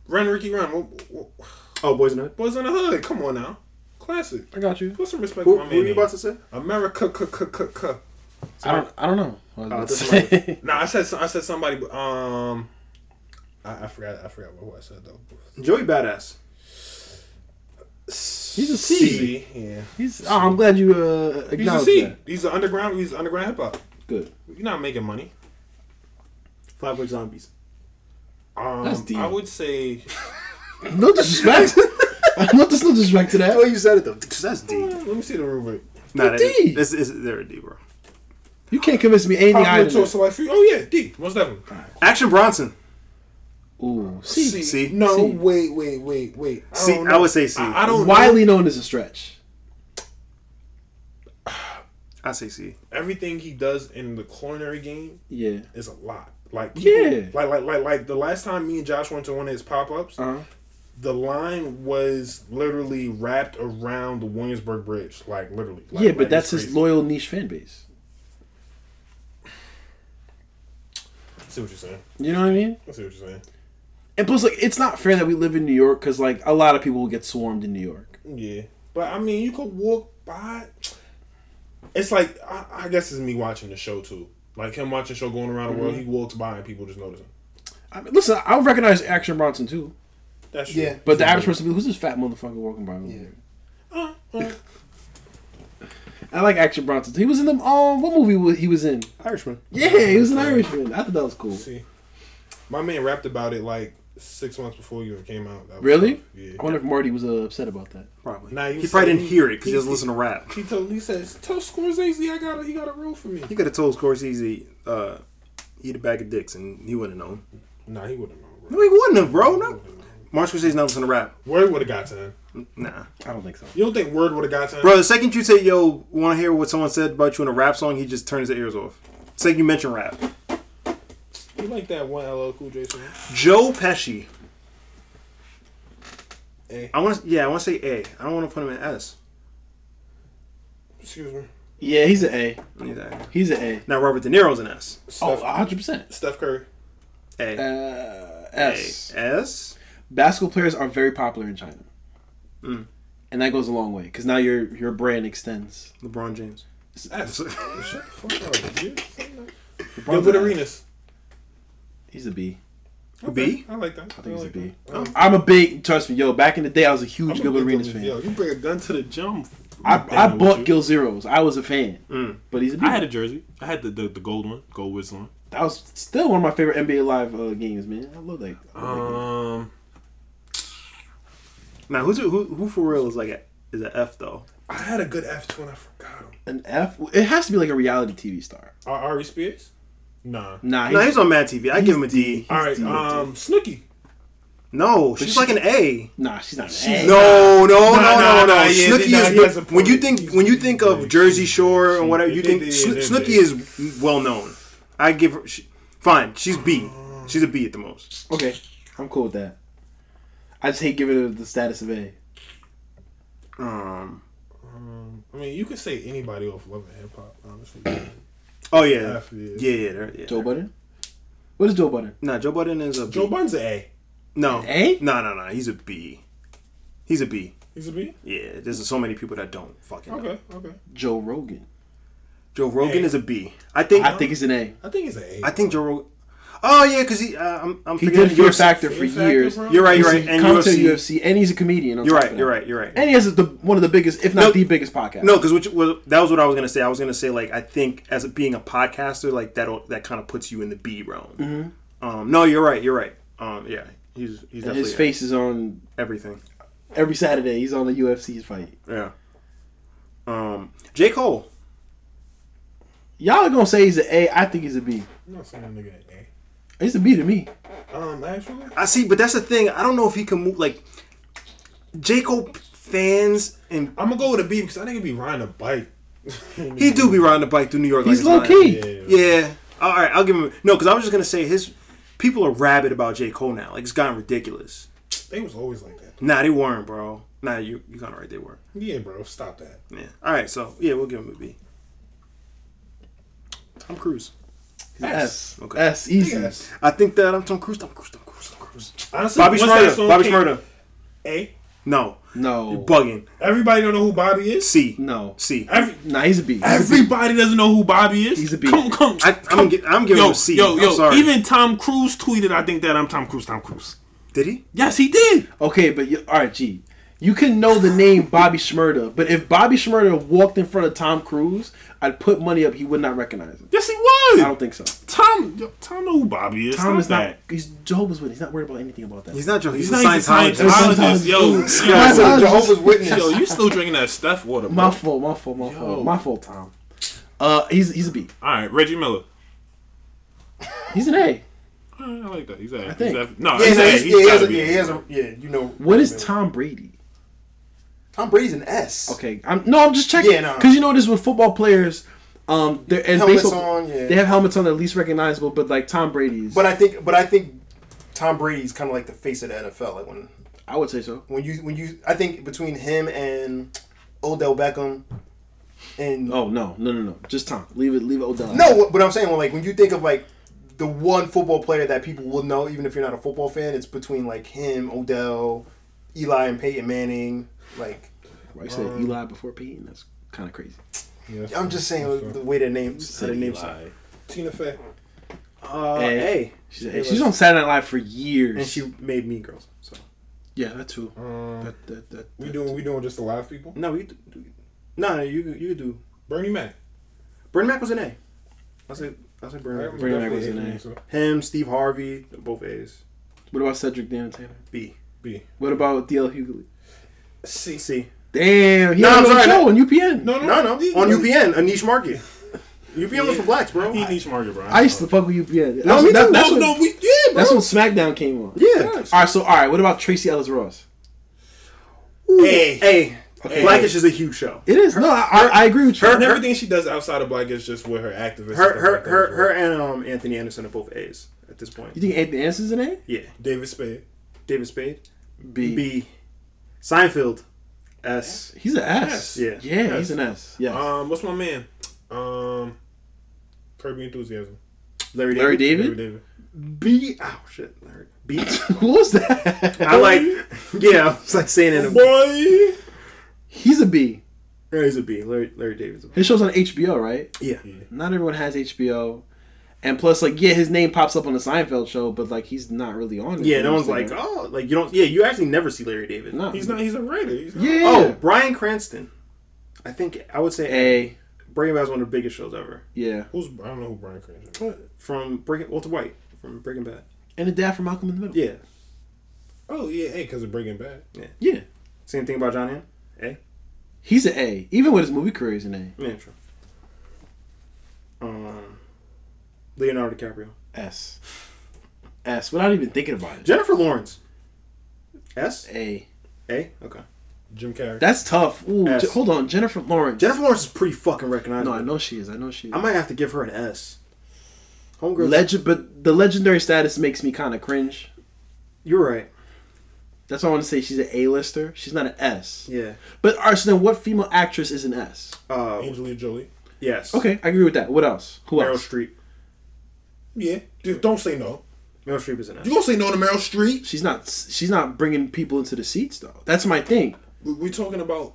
Speaker 5: Run, Ricky, run. What- what- what-
Speaker 2: Oh, Boys in the Hood.
Speaker 5: Boys in the hood. Come on now. Classic.
Speaker 3: I got you.
Speaker 5: Put some respect
Speaker 2: Who,
Speaker 5: on my
Speaker 2: who are
Speaker 5: man.
Speaker 2: you about to say?
Speaker 5: America. C- c- c- c-
Speaker 3: I don't. I don't know. I was about to
Speaker 2: doesn't
Speaker 3: say.
Speaker 5: Nah, I said some- I said somebody. but, Um, I, I forgot. I forgot what who I said though.
Speaker 2: Joey Badass.
Speaker 3: he's a C.
Speaker 5: C. Yeah.
Speaker 3: [LAUGHS] He's. Oh, I'm glad you uh,
Speaker 5: He's a
Speaker 3: acknowledged
Speaker 5: C.
Speaker 3: that.
Speaker 5: He's an underground. He's underground hip hop.
Speaker 3: Good.
Speaker 5: You're not making money.
Speaker 2: Flatbush Zombies.
Speaker 5: Um,
Speaker 3: That's deep.
Speaker 5: I would say
Speaker 3: No disrespect. no, there's no disrespect to
Speaker 2: Oh,
Speaker 3: that.
Speaker 2: you said it though. That's
Speaker 5: Uh,
Speaker 2: D.
Speaker 5: Let me see the rubric.
Speaker 2: Nah, that
Speaker 3: D.
Speaker 2: is- This is they're a D, bro.
Speaker 3: You can't convince me anything I
Speaker 5: Popular
Speaker 3: do.
Speaker 5: choice of life. Oh yeah, D. Most definitely.
Speaker 2: Action Bronson.
Speaker 3: Ooh, C.
Speaker 2: C.
Speaker 5: No,
Speaker 3: C.
Speaker 5: wait, wait, wait, wait. I
Speaker 2: C.
Speaker 5: don't
Speaker 2: I
Speaker 5: know.
Speaker 2: would say C.
Speaker 5: I, I
Speaker 2: I,
Speaker 5: don't. know.
Speaker 3: Widely known as a stretch.
Speaker 2: say C.
Speaker 5: Everything he does in the culinary game
Speaker 3: Yeah.
Speaker 5: is a lot. Like
Speaker 3: Yeah.
Speaker 5: like like like like the last time me and Josh went to one of his pop ups,
Speaker 3: Uh-huh.
Speaker 5: the line was literally wrapped around the Williamsburg Bridge. Like literally. Like,
Speaker 3: yeah,
Speaker 5: like,
Speaker 3: but that's his
Speaker 5: it's crazy.
Speaker 3: loyal niche fan base.
Speaker 5: I see what you're saying.
Speaker 3: You know what I mean?
Speaker 5: I see what you're saying.
Speaker 3: And plus, like, it's not fair that we live in New York because, like, a lot of people get swarmed in New York.
Speaker 5: Yeah, but I mean, you could walk by. It's like I, I guess it's me watching the show too. Like him watching the show going around the world,
Speaker 3: Mm-hmm.
Speaker 5: he walks by and people just notice him.
Speaker 3: I mean, listen, I recognize Action Bronson too,
Speaker 5: That's true.
Speaker 4: Yeah.
Speaker 3: but the average person, who's this fat motherfucker walking by over here? uh.
Speaker 5: Uh, uh.
Speaker 3: I like Action Bronson. He was in the um, what movie was he was in?
Speaker 2: Irishman.
Speaker 3: Yeah, he was an Irishman. I thought that was cool.
Speaker 5: Uh, see, my man rapped about it like six months before you came out. That was
Speaker 3: Really?
Speaker 5: tough. Yeah.
Speaker 3: I wonder if Marty was uh, upset about that.
Speaker 2: Probably.
Speaker 5: Nah,
Speaker 2: he
Speaker 5: was
Speaker 2: probably
Speaker 5: saying-
Speaker 2: didn't hear it because he doesn't listen to rap.
Speaker 5: He told he says, "Tell Scorsese I got a, he got a role for me."
Speaker 2: He could have told Scorsese uh, eat a bag of dicks and he wouldn't know.
Speaker 5: Nah, he wouldn't know.
Speaker 2: No, he wouldn't have, bro. No. Martin Scorsese's not listening to rap.
Speaker 5: Word would have got to him.
Speaker 2: Nah.
Speaker 4: I don't think so.
Speaker 5: You don't think Word would have got to him?
Speaker 2: Bro, the second you say, yo, want to hear what someone said about you in a rap song, he just turns his ears off. Second you mention rap.
Speaker 5: You like that one LL Cool J song?
Speaker 2: Joe Pesci.
Speaker 5: A.
Speaker 2: I want to, yeah, I want to say A. I don't want to put him in S.
Speaker 5: Excuse me.
Speaker 3: Yeah, he's an A.
Speaker 2: Either.
Speaker 3: He's an A.
Speaker 2: Now Robert De Niro's an S.
Speaker 3: Oh,
Speaker 5: Steph,
Speaker 3: 100 percent.
Speaker 5: Steph Curry.
Speaker 2: A.
Speaker 3: Uh,
Speaker 2: A.
Speaker 3: S.
Speaker 2: S.
Speaker 3: Basketball players are very popular in China,
Speaker 2: Mm.
Speaker 3: and that goes a long way because now your your brand extends.
Speaker 2: LeBron James.
Speaker 5: S. Shut the fuck up, dude. Gilbert Arenas.
Speaker 3: He's a B.
Speaker 2: B.
Speaker 5: I like that.
Speaker 3: I think he's a
Speaker 5: like
Speaker 3: B.
Speaker 5: that. Um,
Speaker 3: I'm a big. Trust me, yo. Back in the day, I was a huge
Speaker 5: I'm
Speaker 3: Gilbert
Speaker 5: gonna
Speaker 3: Arenas
Speaker 5: give
Speaker 3: fan.
Speaker 5: him- Yo, you bring a gun to the jump.
Speaker 3: I, I
Speaker 4: Damn,
Speaker 3: bought
Speaker 4: would
Speaker 3: Gil Zeros. I was a fan,
Speaker 2: Mm.
Speaker 3: but he's a B.
Speaker 4: I had a jersey. I had the, the, the gold one, gold whistle one.
Speaker 3: that was still one of my favorite NBA Live uh, games, man. I love that. I love that game.
Speaker 4: Um,
Speaker 2: Now who's who? Who for real is like a is an F though?
Speaker 5: I had a good F two and I forgot him.
Speaker 3: An F. It has to be like a reality TV star.
Speaker 5: Ar- Ari Spears. Nah.
Speaker 3: Nah,
Speaker 2: No, he's on Mad TV. I give him a D.
Speaker 5: All right.
Speaker 3: D,
Speaker 5: Um, Snooki.
Speaker 2: No, she's
Speaker 3: she-
Speaker 2: like an A.
Speaker 3: nah, she's not. An A.
Speaker 2: No, no, no,
Speaker 5: nah,
Speaker 2: no, no.
Speaker 5: nah, yeah,
Speaker 2: Snooki
Speaker 5: nah, he
Speaker 2: is
Speaker 5: has a
Speaker 2: when you
Speaker 5: point.
Speaker 2: think
Speaker 5: He's-
Speaker 2: when you think of
Speaker 5: he's-
Speaker 2: Jersey Shore or whatever, you
Speaker 5: yeah,
Speaker 2: think
Speaker 5: yeah,
Speaker 2: Sn-
Speaker 5: yeah,
Speaker 2: Snooki
Speaker 5: yeah.
Speaker 2: is well known. I give her she, fine. She's B. She's a B at the most.
Speaker 3: Okay, I'm cool with that. I just hate giving it the status of A.
Speaker 2: Um.
Speaker 5: I mean, you could say anybody off Love and Hip Hop. Honestly.
Speaker 2: Oh yeah.
Speaker 5: F, yeah.
Speaker 2: Yeah, yeah, there- yeah.
Speaker 3: Joe Budden. What is Joe Budden?
Speaker 2: Nah, Joe Budden is a B.
Speaker 5: Joe Budden's an A.
Speaker 2: no,
Speaker 3: A?
Speaker 2: no, no, no. He's a B. He's a B.
Speaker 5: He's a B.
Speaker 2: Yeah, there's so many people that don't fucking. Know.
Speaker 5: Okay. Okay.
Speaker 3: Joe Rogan.
Speaker 2: Joe Rogan
Speaker 5: A.
Speaker 2: is a B. I think.
Speaker 3: I think it's an A.
Speaker 5: I think he's an A.
Speaker 2: I think Joe Rogan. Oh yeah, because he. Uh, I'm. I'm
Speaker 3: He
Speaker 2: forgetting
Speaker 3: did Fear
Speaker 2: UFC.
Speaker 3: Factor for
Speaker 5: Fear Factor,
Speaker 3: years.
Speaker 5: bro.
Speaker 2: You're right. You're right.
Speaker 3: He's
Speaker 2: And
Speaker 3: come to
Speaker 2: UFC.
Speaker 3: UFC, and he's a comedian. on
Speaker 2: You're
Speaker 3: top
Speaker 2: right.
Speaker 3: of
Speaker 2: You're
Speaker 3: that.
Speaker 2: right. You're right.
Speaker 3: And he has the, one of the biggest, if not
Speaker 2: No.
Speaker 3: the biggest podcast.
Speaker 2: No, because which well, that was what I was gonna say. I was gonna say like I think as being a podcaster, like that will that kind of puts you in the B realm. Um, no, you're right. You're right. Um, yeah, he's he's
Speaker 3: Mm-hmm. And
Speaker 2: definitely
Speaker 3: his face is on
Speaker 2: everything.
Speaker 3: every Saturday. He's on the UFC fight.
Speaker 2: Yeah. Um, J Cole.
Speaker 3: Y'all are gonna say he's an A. I think he's a B.
Speaker 5: I'm not saying that nigga an
Speaker 3: He's a B to me.
Speaker 5: A. Um, actually,
Speaker 2: I see, but that's the thing. I don't know if he can move like J Cole fans and
Speaker 5: I'm gonna go with a B because I think he'd be riding a bike.
Speaker 2: he do be riding a bike through New York.
Speaker 3: He's low
Speaker 2: like it's not-
Speaker 3: key.
Speaker 2: Yeah. All right, I'll give him no because I was just gonna say his people are rabid about J Cole now. Like it's gotten ridiculous.
Speaker 5: They was always like that.
Speaker 2: Nah, they weren't, bro. Nah, you you kind of right. They were.
Speaker 5: Yeah, bro, stop that.
Speaker 2: Yeah. All right. So yeah, we'll give him a B. Tom Cruise.
Speaker 3: He's an S.
Speaker 2: Okay.
Speaker 3: S easy.
Speaker 5: Yes.
Speaker 2: I think that I'm Tom Cruise. Tom Cruise. Tom Cruise. Tom Cruise.
Speaker 5: Honestly,
Speaker 2: Bobby
Speaker 5: once that
Speaker 2: Schmurda.
Speaker 5: song
Speaker 2: Bobby
Speaker 5: came-
Speaker 2: Schmurda.
Speaker 5: A.
Speaker 2: No. You're
Speaker 3: No.
Speaker 2: bugging.
Speaker 5: Everybody don't know who Bobby is.
Speaker 2: C.
Speaker 3: No.
Speaker 2: C. I,
Speaker 5: Every,
Speaker 3: Nah, he's a B. He's a B.
Speaker 6: Everybody doesn't know who Bobby is.
Speaker 3: He's a B.
Speaker 6: Come, come.
Speaker 2: I'm, gi- I'm giving
Speaker 6: yo,
Speaker 2: him a C.
Speaker 6: yo,
Speaker 2: I'm
Speaker 6: yo.
Speaker 2: sorry.
Speaker 6: Even Tom Cruise tweeted, "I think that I'm Tom Cruise. Tom Cruise."
Speaker 2: Did he?
Speaker 6: Yes, he did.
Speaker 3: Okay, but you, all right, G. You can know the name Bobby Schmurda, but if Bobby Schmurda walked in front of Tom Cruise, I'd put money up he would not recognize him.
Speaker 6: Yes, he
Speaker 3: I
Speaker 6: was.
Speaker 3: don't think so.
Speaker 6: Tom, yo, Tom know who Bobby is.
Speaker 3: Tom
Speaker 6: Tom
Speaker 3: is
Speaker 6: that.
Speaker 3: not. He's Jehovah's Witness. He's not worried about anything about that.
Speaker 2: He's not Joe. He's,
Speaker 6: He's
Speaker 2: a
Speaker 6: not even a
Speaker 2: Scientologist.
Speaker 6: Scientologist. Yo,
Speaker 2: Yeah.
Speaker 3: Scientologist.
Speaker 8: Jehovah's Witness.
Speaker 6: [LAUGHS] yo, you still drinking that Steph water, bro?
Speaker 3: My fault. My fault. My fault. My fault. Tom. Uh, he's he's a B.
Speaker 6: All right, Reggie Miller.
Speaker 3: He's an A.
Speaker 6: All right, I like that. He's at. He's
Speaker 3: think.
Speaker 6: at. No,
Speaker 8: Yeah,
Speaker 6: he's
Speaker 8: no,
Speaker 6: at.
Speaker 8: he's-
Speaker 6: he's
Speaker 8: yeah, he has
Speaker 6: gotta
Speaker 8: a-
Speaker 6: be.
Speaker 8: yeah, he has a, yeah, you know.
Speaker 3: What is Tom Brady?
Speaker 8: Tom Brady's an S.
Speaker 3: Okay, I'm no, I'm just checking.
Speaker 8: Yeah, no.
Speaker 3: Because you know this with football players, um, they're and
Speaker 8: Helmets
Speaker 3: baseball,
Speaker 8: on, yeah.
Speaker 3: they have helmets on. They're least recognizable, but like Tom Brady's.
Speaker 8: But I think, but I think Tom Brady's kind of like the face of the NFL. Like when
Speaker 3: I would say so.
Speaker 8: when you when you, I think between him and Odell Beckham, and
Speaker 3: Oh no, no, no, no, just Tom. Leave it. Leave it Odell.
Speaker 8: no, but I'm saying well, like when you think of like the one football player that people will know, even if you're not a football fan, it's between like him, Odell, Eli, and Peyton Manning. Like
Speaker 3: I said Eli before Peyton. That's kind of crazy.
Speaker 8: I'm just saying the way their names.
Speaker 3: So their names. Hey,
Speaker 5: Tina Fey.
Speaker 2: Uh, a.
Speaker 3: She's, a- she's on Saturday Night Live for years.
Speaker 2: And she made Mean Girls. So
Speaker 3: yeah, that too.
Speaker 5: Um,
Speaker 3: That, that, that,
Speaker 5: we doing we doing just the live people.
Speaker 2: no, you. Do, do- no, no, you you do.
Speaker 5: Bernie Mac.
Speaker 2: Bernie Mac was an A. I say I say Bernie. Mac was-
Speaker 3: Bernie Mac was an A.
Speaker 2: Him, Steve Harvey, they're both A's.
Speaker 3: What about Cedric the Entertainer?
Speaker 2: B.
Speaker 3: What about DL Hughley?
Speaker 5: C.
Speaker 2: C.
Speaker 3: Damn, he
Speaker 2: No,
Speaker 3: had
Speaker 2: I'm
Speaker 3: no
Speaker 2: sorry,
Speaker 3: show on UPN.
Speaker 5: No, no,
Speaker 2: No, no, on UPN, a niche market. UPN was for blacks, bro.
Speaker 5: He needs market, bro.
Speaker 3: I used to fuck with you. Yeah, that's,
Speaker 2: No, me
Speaker 3: that-
Speaker 2: too.
Speaker 3: that's
Speaker 2: no,
Speaker 6: Oh,
Speaker 3: when,
Speaker 2: no, we yeah, bro.
Speaker 3: that's when SmackDown came on.
Speaker 2: yeah.
Speaker 3: All right, so all right, what about Tracy Ellis Ross?
Speaker 5: Hey,
Speaker 2: Hey, Blackish is a huge show.
Speaker 3: It is no, I, I, I agree with you.
Speaker 5: and everything she does outside of black is just with her activists.
Speaker 2: Her, her, her, her, and um, Anthony Anderson are both A's at this point.
Speaker 3: you think Anthony Anderson's in it?
Speaker 2: Yeah,
Speaker 5: David Spade.
Speaker 2: David Spade,
Speaker 3: B.
Speaker 2: B, Seinfeld, S.
Speaker 3: He's an S.
Speaker 2: S, yeah.
Speaker 3: yeah, he's an S. Uh, Yes.
Speaker 5: Um, what's my man? Um, Kirby Enthusiasm.
Speaker 2: Larry David.
Speaker 3: Larry
Speaker 5: Larry
Speaker 3: David.
Speaker 5: David.
Speaker 2: B. Oh shit, Larry [LAUGHS] B.
Speaker 3: [LAUGHS] Who was that?
Speaker 2: I like. Yeah, I was like saying it. in a-
Speaker 5: Boy.
Speaker 3: [LAUGHS] He's a B.
Speaker 2: Larry's a B. Larry, Larry David's a B.
Speaker 3: His show's on HBO, right?
Speaker 2: Yeah.
Speaker 3: Not everyone has HBO. And plus, like, yeah, his name pops up on the Seinfeld show, but like, he's not really on it.
Speaker 2: Yeah,
Speaker 3: You
Speaker 2: no
Speaker 3: know
Speaker 2: one's
Speaker 3: what I'm
Speaker 2: like,
Speaker 3: saying?
Speaker 2: oh, like you don't. Yeah, you actually never see Larry David.
Speaker 3: no,
Speaker 5: He's not. He's a writer. He's not,
Speaker 3: Yeah.
Speaker 2: Oh, Brian Cranston. I think I would say
Speaker 3: A.
Speaker 2: Breaking Bad is one of the biggest shows ever.
Speaker 3: Yeah.
Speaker 5: Who's I don't know who Brian Cranston. is.
Speaker 2: From Breaking Walter White from Breaking Bad.
Speaker 3: And the dad from Malcolm in the Middle.
Speaker 2: Yeah,
Speaker 5: Oh yeah, hey, because of Breaking Bad.
Speaker 3: Yeah.
Speaker 2: same thing about John Hamm. Eh?
Speaker 3: He's an A. Even with his movie career, he's an
Speaker 2: Yeah, sure. Um, Leonardo DiCaprio,
Speaker 3: A. S. S. Without even thinking about it.
Speaker 2: Jennifer Lawrence. S
Speaker 3: A.
Speaker 2: A okay.
Speaker 5: Jim Carrey.
Speaker 3: That's tough. Ooh,
Speaker 2: S.
Speaker 3: Je- hold on, Jennifer Lawrence.
Speaker 2: Jennifer Lawrence is pretty fucking recognizable.
Speaker 3: no, I know she is. I know she is.
Speaker 2: I might have to give her an S. Homegirl,
Speaker 3: Legend, but the legendary status makes me kind of cringe.
Speaker 2: you're right.
Speaker 3: That's why I want to say she's an A-lister. She's not an S.
Speaker 2: Yeah.
Speaker 3: But all right, so then what female actress is an S?
Speaker 2: Uh,
Speaker 5: Angelina Jolie.
Speaker 2: yes.
Speaker 3: Okay, I agree with that. What else? Who
Speaker 2: Meryl
Speaker 3: else?
Speaker 2: Streep.
Speaker 5: Yeah. Dude, don't say no.
Speaker 2: Meryl Streep is an S.
Speaker 5: You gonna say no to Meryl Streep?
Speaker 3: She's not. She's not bringing people into the seats though. That's my thing.
Speaker 5: We- We're talking about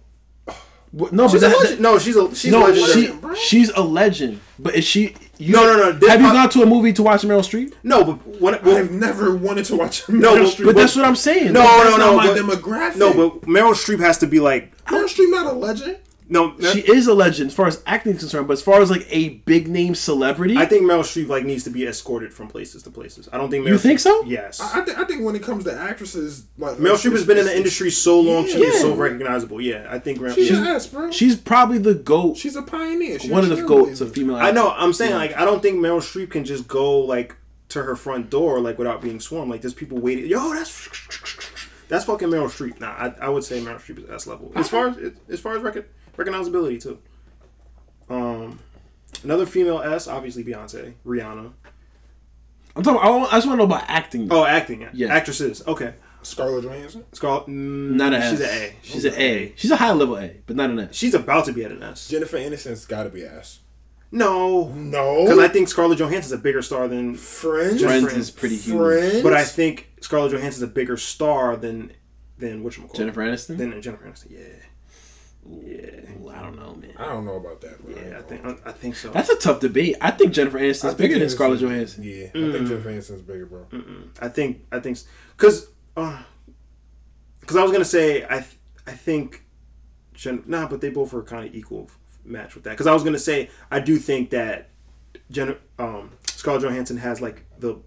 Speaker 3: What- No,
Speaker 2: She's
Speaker 3: but
Speaker 2: a
Speaker 3: that-
Speaker 2: legend. No, she's a she's
Speaker 3: no,
Speaker 2: legendary.
Speaker 3: she, she's a legend. But is she? You,
Speaker 2: No, no, no, Uh, this
Speaker 3: have you
Speaker 2: pod-
Speaker 3: gone to a movie to watch Meryl Streep?
Speaker 2: no, but what?
Speaker 5: I've never wanted to watch a Meryl
Speaker 2: No,
Speaker 5: Streep.
Speaker 3: But that's what I'm saying.
Speaker 2: no,
Speaker 3: Like,
Speaker 2: no,
Speaker 5: That's
Speaker 2: no.
Speaker 5: not
Speaker 2: but-
Speaker 5: my demographic.
Speaker 2: No, but Meryl Streep has to be like
Speaker 5: Meryl Streep not a legend.
Speaker 2: no.
Speaker 3: she is a legend as far as acting is concerned. But as far as like a big name celebrity,
Speaker 2: I think Meryl Streep like needs to be escorted from places to places. I don't think Meryl
Speaker 3: you think so?
Speaker 2: Yes.
Speaker 5: I, I, thi- I think when it comes to actresses, like
Speaker 2: Meryl Streep has been in the industry so long; she
Speaker 3: Yeah.
Speaker 2: is so recognizable. Yeah, I think Meryl.
Speaker 5: She's
Speaker 2: Streep.
Speaker 5: an ass, bro.
Speaker 3: She's probably the goat.
Speaker 5: she's a pioneer. She's
Speaker 3: one
Speaker 5: a
Speaker 3: of the goats
Speaker 5: trailblazer.
Speaker 3: of female.
Speaker 2: I know. I'm saying like I don't think Meryl Streep can just go like to her front door like without being swarmed. Like there's people waiting. Yo, that's [LAUGHS] that's fucking Meryl Streep. Nah, I, I would say Meryl Streep is S level as far as as far as recog recognizability too. Um, another female S, obviously Beyonce, Rihanna.
Speaker 3: I'm talking. I, want, I just want to know about acting.
Speaker 2: Oh, acting.
Speaker 3: Yeah.
Speaker 2: Yeah. Actresses. Okay.
Speaker 5: Scarlett Johansson.
Speaker 2: Scarlett. Mm,
Speaker 3: not an
Speaker 2: she's
Speaker 3: S.
Speaker 2: an A.
Speaker 3: She's an A. She's a high level A, but not an S.
Speaker 2: She's about to be at an S.
Speaker 5: Jennifer Aniston's got to be ass.
Speaker 2: No. Because
Speaker 5: No,
Speaker 2: I think Scarlett Johansson's a bigger star than.
Speaker 5: Friends.
Speaker 3: Friends
Speaker 2: Friends.
Speaker 3: is pretty huge.
Speaker 5: Friends.
Speaker 2: But I think Scarlett Johansson's a bigger star than than what you
Speaker 3: Jennifer Aniston.
Speaker 2: than Jennifer Aniston. Yeah.
Speaker 3: Ooh, I don't know, man.
Speaker 5: I don't know about that. Bro.
Speaker 2: Yeah. I think I, I think so.
Speaker 3: That's a tough debate. I think Jennifer Aniston's
Speaker 5: think
Speaker 3: bigger than
Speaker 5: Aniston-
Speaker 3: Scarlett Johansson.
Speaker 5: Yeah, I think Jennifer Aniston's bigger, bro.
Speaker 2: I think I think because because I was gonna say I th- I think Jen nah, but they both were kind of equal f- match with that. Because I was gonna say I do think that Jen um, Scarlett Johansson has like the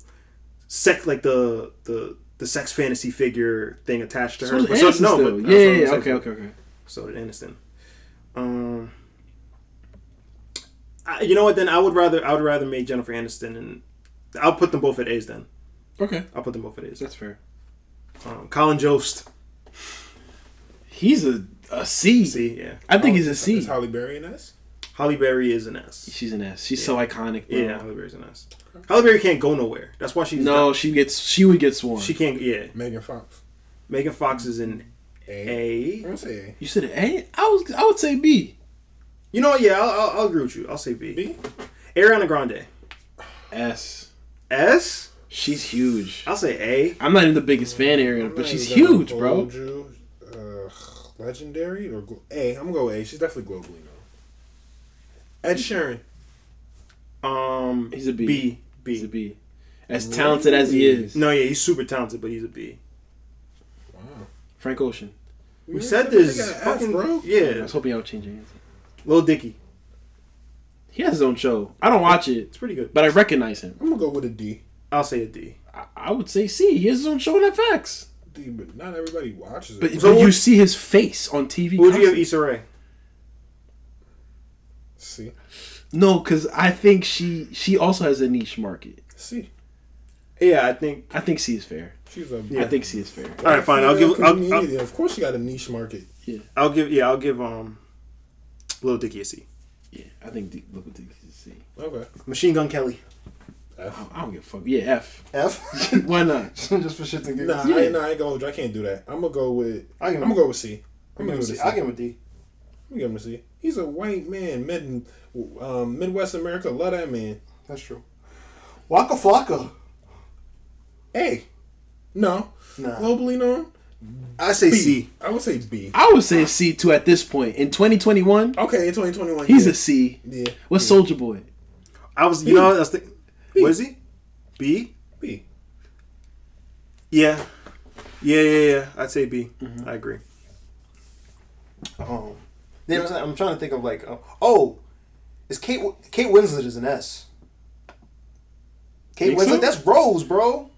Speaker 2: sex like the the the sex fantasy figure thing attached to
Speaker 3: So
Speaker 2: her.
Speaker 3: does
Speaker 2: But so-
Speaker 3: Aniston still. yeah,
Speaker 2: but- so-
Speaker 3: yeah, yeah.
Speaker 2: so-
Speaker 3: Okay, okay, okay.
Speaker 2: So did Aniston. Um, I, you know what? Then I would rather I would rather make Jennifer Aniston and I'll put them both at A's. Then
Speaker 3: Okay,
Speaker 2: I'll put them both at A's.
Speaker 3: that's fair.
Speaker 2: Um, Colin Jost.
Speaker 3: He's a, a C.
Speaker 2: See, yeah.
Speaker 3: I think he's a C.
Speaker 5: Is Holly Berry an S?
Speaker 2: Holly Berry is an S.
Speaker 3: She's an S. She's so iconic. Bro.
Speaker 2: Yeah, Holly Berry's an S. Holly Berry can't go nowhere. That's why she's
Speaker 3: No, she gets. She would get sworn.
Speaker 2: She can't. Yeah,
Speaker 5: Megan Fox.
Speaker 2: Megan Fox is an
Speaker 5: A. I'm
Speaker 2: A.
Speaker 5: gonna say A.
Speaker 3: you said an A. I was. I would say B.
Speaker 2: You know, what? yeah, I'll, I'll, I'll agree with you. I'll say B.
Speaker 5: B?
Speaker 2: Ariana Grande.
Speaker 3: S.
Speaker 2: S.
Speaker 3: She's huge.
Speaker 2: I'll say A.
Speaker 3: I'm not even the biggest fan area,
Speaker 5: I'm
Speaker 3: but
Speaker 5: not
Speaker 3: she's
Speaker 5: even gonna
Speaker 3: huge, bro.
Speaker 5: hold you. Uh, legendary or glo- A? I'm gonna go A. She's definitely globally known. Ed Sheeran.
Speaker 2: Um,
Speaker 3: He's a B.
Speaker 2: B. B.
Speaker 3: He's a B. As talented as he is,
Speaker 2: No, yeah, he's super talented, but he's a B.
Speaker 3: Frank Ocean.
Speaker 2: We said this.
Speaker 5: nigga an
Speaker 2: fucking,
Speaker 5: F, bro.
Speaker 3: I
Speaker 2: Yeah,
Speaker 3: was hoping I would change your answer.
Speaker 2: Lil Dicky.
Speaker 3: He has his own show. I don't watch it,
Speaker 2: It's pretty good.
Speaker 3: but I recognize him.
Speaker 5: I'm gonna go with a D.
Speaker 2: I'll say a D.
Speaker 3: I, I would say C. He has his own show on FX.
Speaker 5: D, but not everybody watches it.
Speaker 3: But,
Speaker 2: So
Speaker 3: but you
Speaker 2: would-
Speaker 3: see his face on TV.
Speaker 2: Who would you give
Speaker 3: constantly.
Speaker 2: Issa Rae?
Speaker 5: See,
Speaker 3: No, because I think she she also has a niche market.
Speaker 5: See,
Speaker 8: Yeah, I think
Speaker 3: I think C is fair.
Speaker 5: she's a
Speaker 3: I think C is fair.
Speaker 2: All right, fine. I'll
Speaker 5: female
Speaker 2: give. I'll, I'll,
Speaker 5: comedian. of course, she got a niche market.
Speaker 2: I'll give. Yeah, I'll give. Um, Lil Dicky a C.
Speaker 3: Yeah, I think D, look what D is C.
Speaker 5: Okay,
Speaker 8: Machine Gun Kelly.
Speaker 3: I don't, I don't give a fuck. Yeah, F.
Speaker 2: [LAUGHS]
Speaker 8: F. [LAUGHS]
Speaker 3: Why not?
Speaker 8: Just for shits and giggles.
Speaker 5: nah, I, ain't- nah, I ain't gonna hold you. I can't do that. I'm gonna go with.
Speaker 8: I
Speaker 5: I'm
Speaker 8: give him-
Speaker 5: gonna go with C.
Speaker 8: I'll
Speaker 5: I'm
Speaker 8: give him
Speaker 5: gonna
Speaker 8: a
Speaker 5: go with
Speaker 8: C.
Speaker 5: C.
Speaker 8: I'll give him a D.
Speaker 5: I'm gonna give him a C. He's a white man, mid, um, Midwest America. Love that man.
Speaker 8: That's true. Waka Flocka.
Speaker 5: Hey, no,
Speaker 8: Nah.
Speaker 5: globally known.
Speaker 2: I say
Speaker 5: B.
Speaker 2: C.
Speaker 5: I would say B.
Speaker 3: I would say C two at this point in 2021.
Speaker 5: Okay, in 2021,
Speaker 3: He's
Speaker 5: yeah.
Speaker 3: a C.
Speaker 5: yeah.
Speaker 3: What's Soldier Boy?
Speaker 2: I was. You know. I was thinking. What is he? B.
Speaker 5: B.
Speaker 2: Yeah. Yeah. Yeah. Yeah. I'd say B. I agree.
Speaker 8: Mm-hmm. Um, you know what I'm saying? I'm trying to think of like, uh, oh, is Kate Wi- Kate Winslet is an S? Kate
Speaker 5: Think
Speaker 8: Winslet,
Speaker 5: so?
Speaker 8: that's Rose, bro.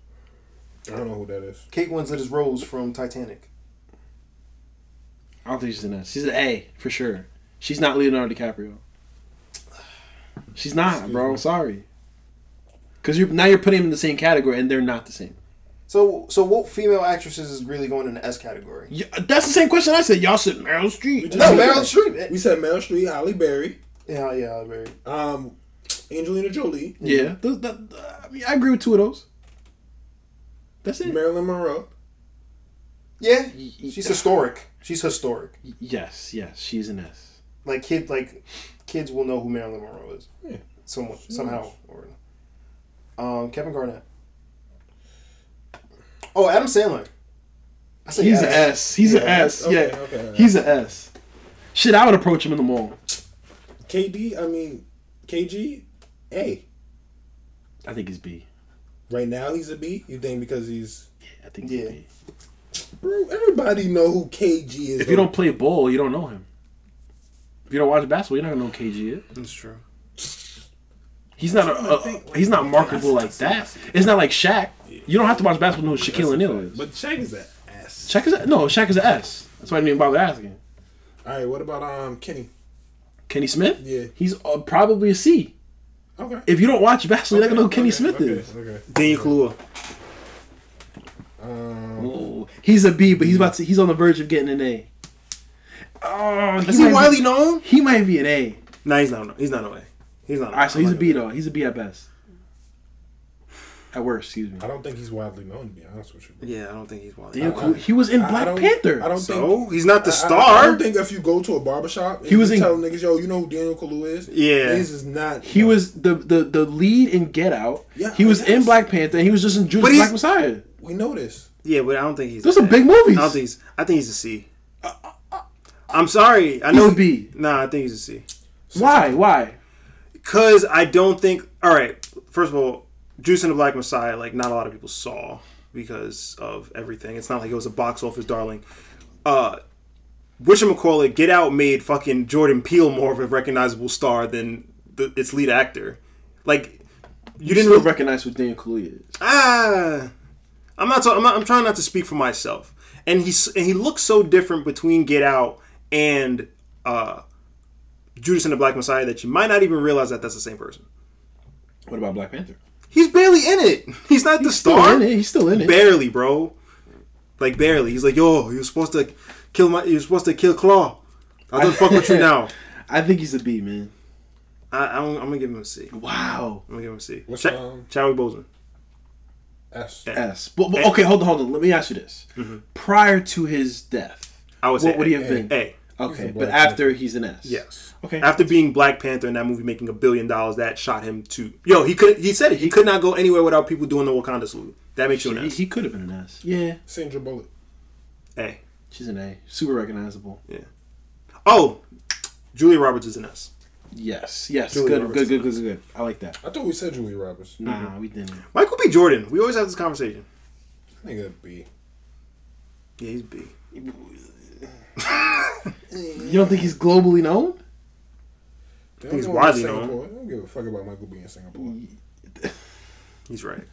Speaker 5: I don't know who that is.
Speaker 8: Kate Winslet is Rose from Titanic.
Speaker 3: I don't think she's an S. She's an A for sure. She's not Leonardo DiCaprio. She's not, bro. Sorry. Because you're now you're putting them in the same category and they're not the same.
Speaker 8: So, so what female actresses is really going in the S category?
Speaker 3: Yeah, that's the same question I said. Y'all said Meryl Streep.
Speaker 8: No, Meryl Streep. eh,
Speaker 5: We said Meryl Streep, Halle Berry,
Speaker 8: Yeah, yeah, very.
Speaker 5: um, Angelina Jolie,
Speaker 3: Yeah, those- that- I, mean, I agree with two of those. That's it.
Speaker 5: Marilyn Monroe.
Speaker 8: Yeah, she's historic. She's historic.
Speaker 3: yes, yes, she's an S.
Speaker 8: Like kid, like kids will know who Marilyn Monroe is.
Speaker 5: Yeah.
Speaker 8: Someone, somehow, or um, Kevin Garnett. Oh, Adam Sandler. I say S.
Speaker 3: He's an S. He's an
Speaker 5: Yeah,
Speaker 3: S.
Speaker 5: okay,
Speaker 3: yeah,
Speaker 5: okay, alright.
Speaker 3: he's an S. Shit, I would approach him in the mall.
Speaker 5: KD, I mean, KG, A.
Speaker 3: I think he's B.
Speaker 5: Right now he's a B. You think because he's
Speaker 3: Yeah, I think
Speaker 8: Yeah.
Speaker 3: he's B.
Speaker 5: bro? Everybody know who KG is.
Speaker 3: If you don't play ball, you don't know him. If you don't watch basketball, you're not gonna know who KG is.
Speaker 2: That's true.
Speaker 3: He's not a, a- he's not marketable like that. It's not like Shaq. You don't have to watch basketball to know who Shaquille O'Neal is.
Speaker 5: but Shaq is an ass.
Speaker 3: Shaq is a, no Shaq is an S. That's why I didn't even bother asking.
Speaker 5: All right, what about um Kenny?
Speaker 3: Kenny Smith?
Speaker 5: Yeah.
Speaker 3: He's uh, probably a C.
Speaker 5: Okay.
Speaker 3: If you don't watch basketball, you're not gonna know who Kenny
Speaker 5: Okay,
Speaker 3: Smith
Speaker 5: okay,
Speaker 3: is.
Speaker 5: Okay.
Speaker 2: Daniel Kalua.
Speaker 5: Um,
Speaker 3: Oh, he's a B, but he's about to he's on the verge of getting an A. Oh,
Speaker 2: Is he
Speaker 3: might be-
Speaker 2: widely known?
Speaker 3: He might be an A.
Speaker 2: No, he's not. He's not away. He's not.
Speaker 3: All right, so he's a B though. He's a B at best. At worst, excuse me.
Speaker 5: I don't think he's widely known to be honest with you. bro.
Speaker 2: Yeah, I don't think he's widely.
Speaker 3: Daniel
Speaker 2: known.
Speaker 3: Kaluuya- he was in
Speaker 5: I- I
Speaker 3: Black
Speaker 5: don't-
Speaker 3: Panther.
Speaker 5: I don't
Speaker 2: So
Speaker 5: think.
Speaker 2: he's not the
Speaker 5: I- I-
Speaker 2: star.
Speaker 5: I, don't think if you go to a barbershop, and
Speaker 3: He was
Speaker 5: you
Speaker 3: in-
Speaker 5: tell niggas, yo, you know who Daniel Kaluuya is?
Speaker 2: Yeah.
Speaker 5: This is not.
Speaker 3: He was the, the the lead in Get Out.
Speaker 5: Yeah,
Speaker 3: he was
Speaker 5: yes.
Speaker 3: in Black Panther. And he was just in Judas
Speaker 2: But
Speaker 3: Black
Speaker 2: he's-
Speaker 3: Messiah.
Speaker 5: We know this.
Speaker 2: yeah, but I don't think he's.
Speaker 3: Those are
Speaker 2: that.
Speaker 3: big movies. Uh,
Speaker 2: I don't think he's. I think he's a C. I'm sorry. I know.
Speaker 3: a B.
Speaker 2: Nah, I think he's a C.
Speaker 3: Why? Why?
Speaker 2: Because I don't think. All right. First of all, Juice and the Black Messiah, like, not a lot of people saw because of everything. It's not like it was a box office darling. Uh, whatchamacallit, Get Out made fucking Jordan Peele more of a recognizable star than the, its lead actor. Like, you didn't
Speaker 3: Still
Speaker 2: re-
Speaker 3: recognize who Daniel Kaluuya is.
Speaker 2: ah, I'm not, ta- I'm not. I'm trying not to speak for myself. And he's and he looks so different between Get Out and uh, Judas and the Black Messiah that you might not even realize that that's the same person.
Speaker 3: What about Black Panther?
Speaker 2: He's barely in it. [LAUGHS] He's not the
Speaker 3: Still
Speaker 2: star.
Speaker 3: in it. He's still in it.
Speaker 2: Barely, bro. Like barely. He's like, yo, you're supposed to kill my. You're supposed to kill Claw. I don't fuck
Speaker 3: [LAUGHS]
Speaker 2: with you now.
Speaker 3: I think he's a B, man.
Speaker 2: I, I'm, I'm gonna give him a C. I'm
Speaker 3: Wow.
Speaker 2: gonna give him a C.
Speaker 5: What's,
Speaker 2: Cha-
Speaker 5: um,
Speaker 2: Chadwick Boseman.
Speaker 5: S.
Speaker 3: S. But, but okay, hold on, hold on. Let me ask you this.
Speaker 2: Mm-hmm.
Speaker 3: Prior to his death,
Speaker 2: I would say.
Speaker 3: what would he have
Speaker 5: A.
Speaker 3: been?
Speaker 2: A.
Speaker 3: Okay,
Speaker 5: He's a
Speaker 3: but
Speaker 5: Black
Speaker 3: after he's an S.
Speaker 2: Yes.
Speaker 3: Okay.
Speaker 2: After being Black Panther in that movie making a billion dollars, that shot him to yo. He could. He said it. He could not go anywhere without people doing the Wakanda salute. That makes you an
Speaker 3: He,
Speaker 2: S.
Speaker 3: he could have been an S. Yeah.
Speaker 5: Sandra Bullock.
Speaker 2: A.
Speaker 3: She's an A. Super recognizable.
Speaker 2: Oh, Julia Roberts is an S.
Speaker 3: Yes. Yes.
Speaker 2: Julia
Speaker 3: Good,
Speaker 2: Roberts. Mm-hmm.
Speaker 3: good. Good. Good. Good. Good. I like that.
Speaker 5: I thought we said Julia Roberts.
Speaker 3: Nah, we didn't.
Speaker 2: Michael B. Jordan. We always have this conversation.
Speaker 5: I think that'd be.
Speaker 2: Yeah, he's B.
Speaker 3: You don't think he's globally known?
Speaker 5: I
Speaker 2: he's widely known.
Speaker 5: I don't give a fuck about Michael B in Singapore.
Speaker 2: He's right.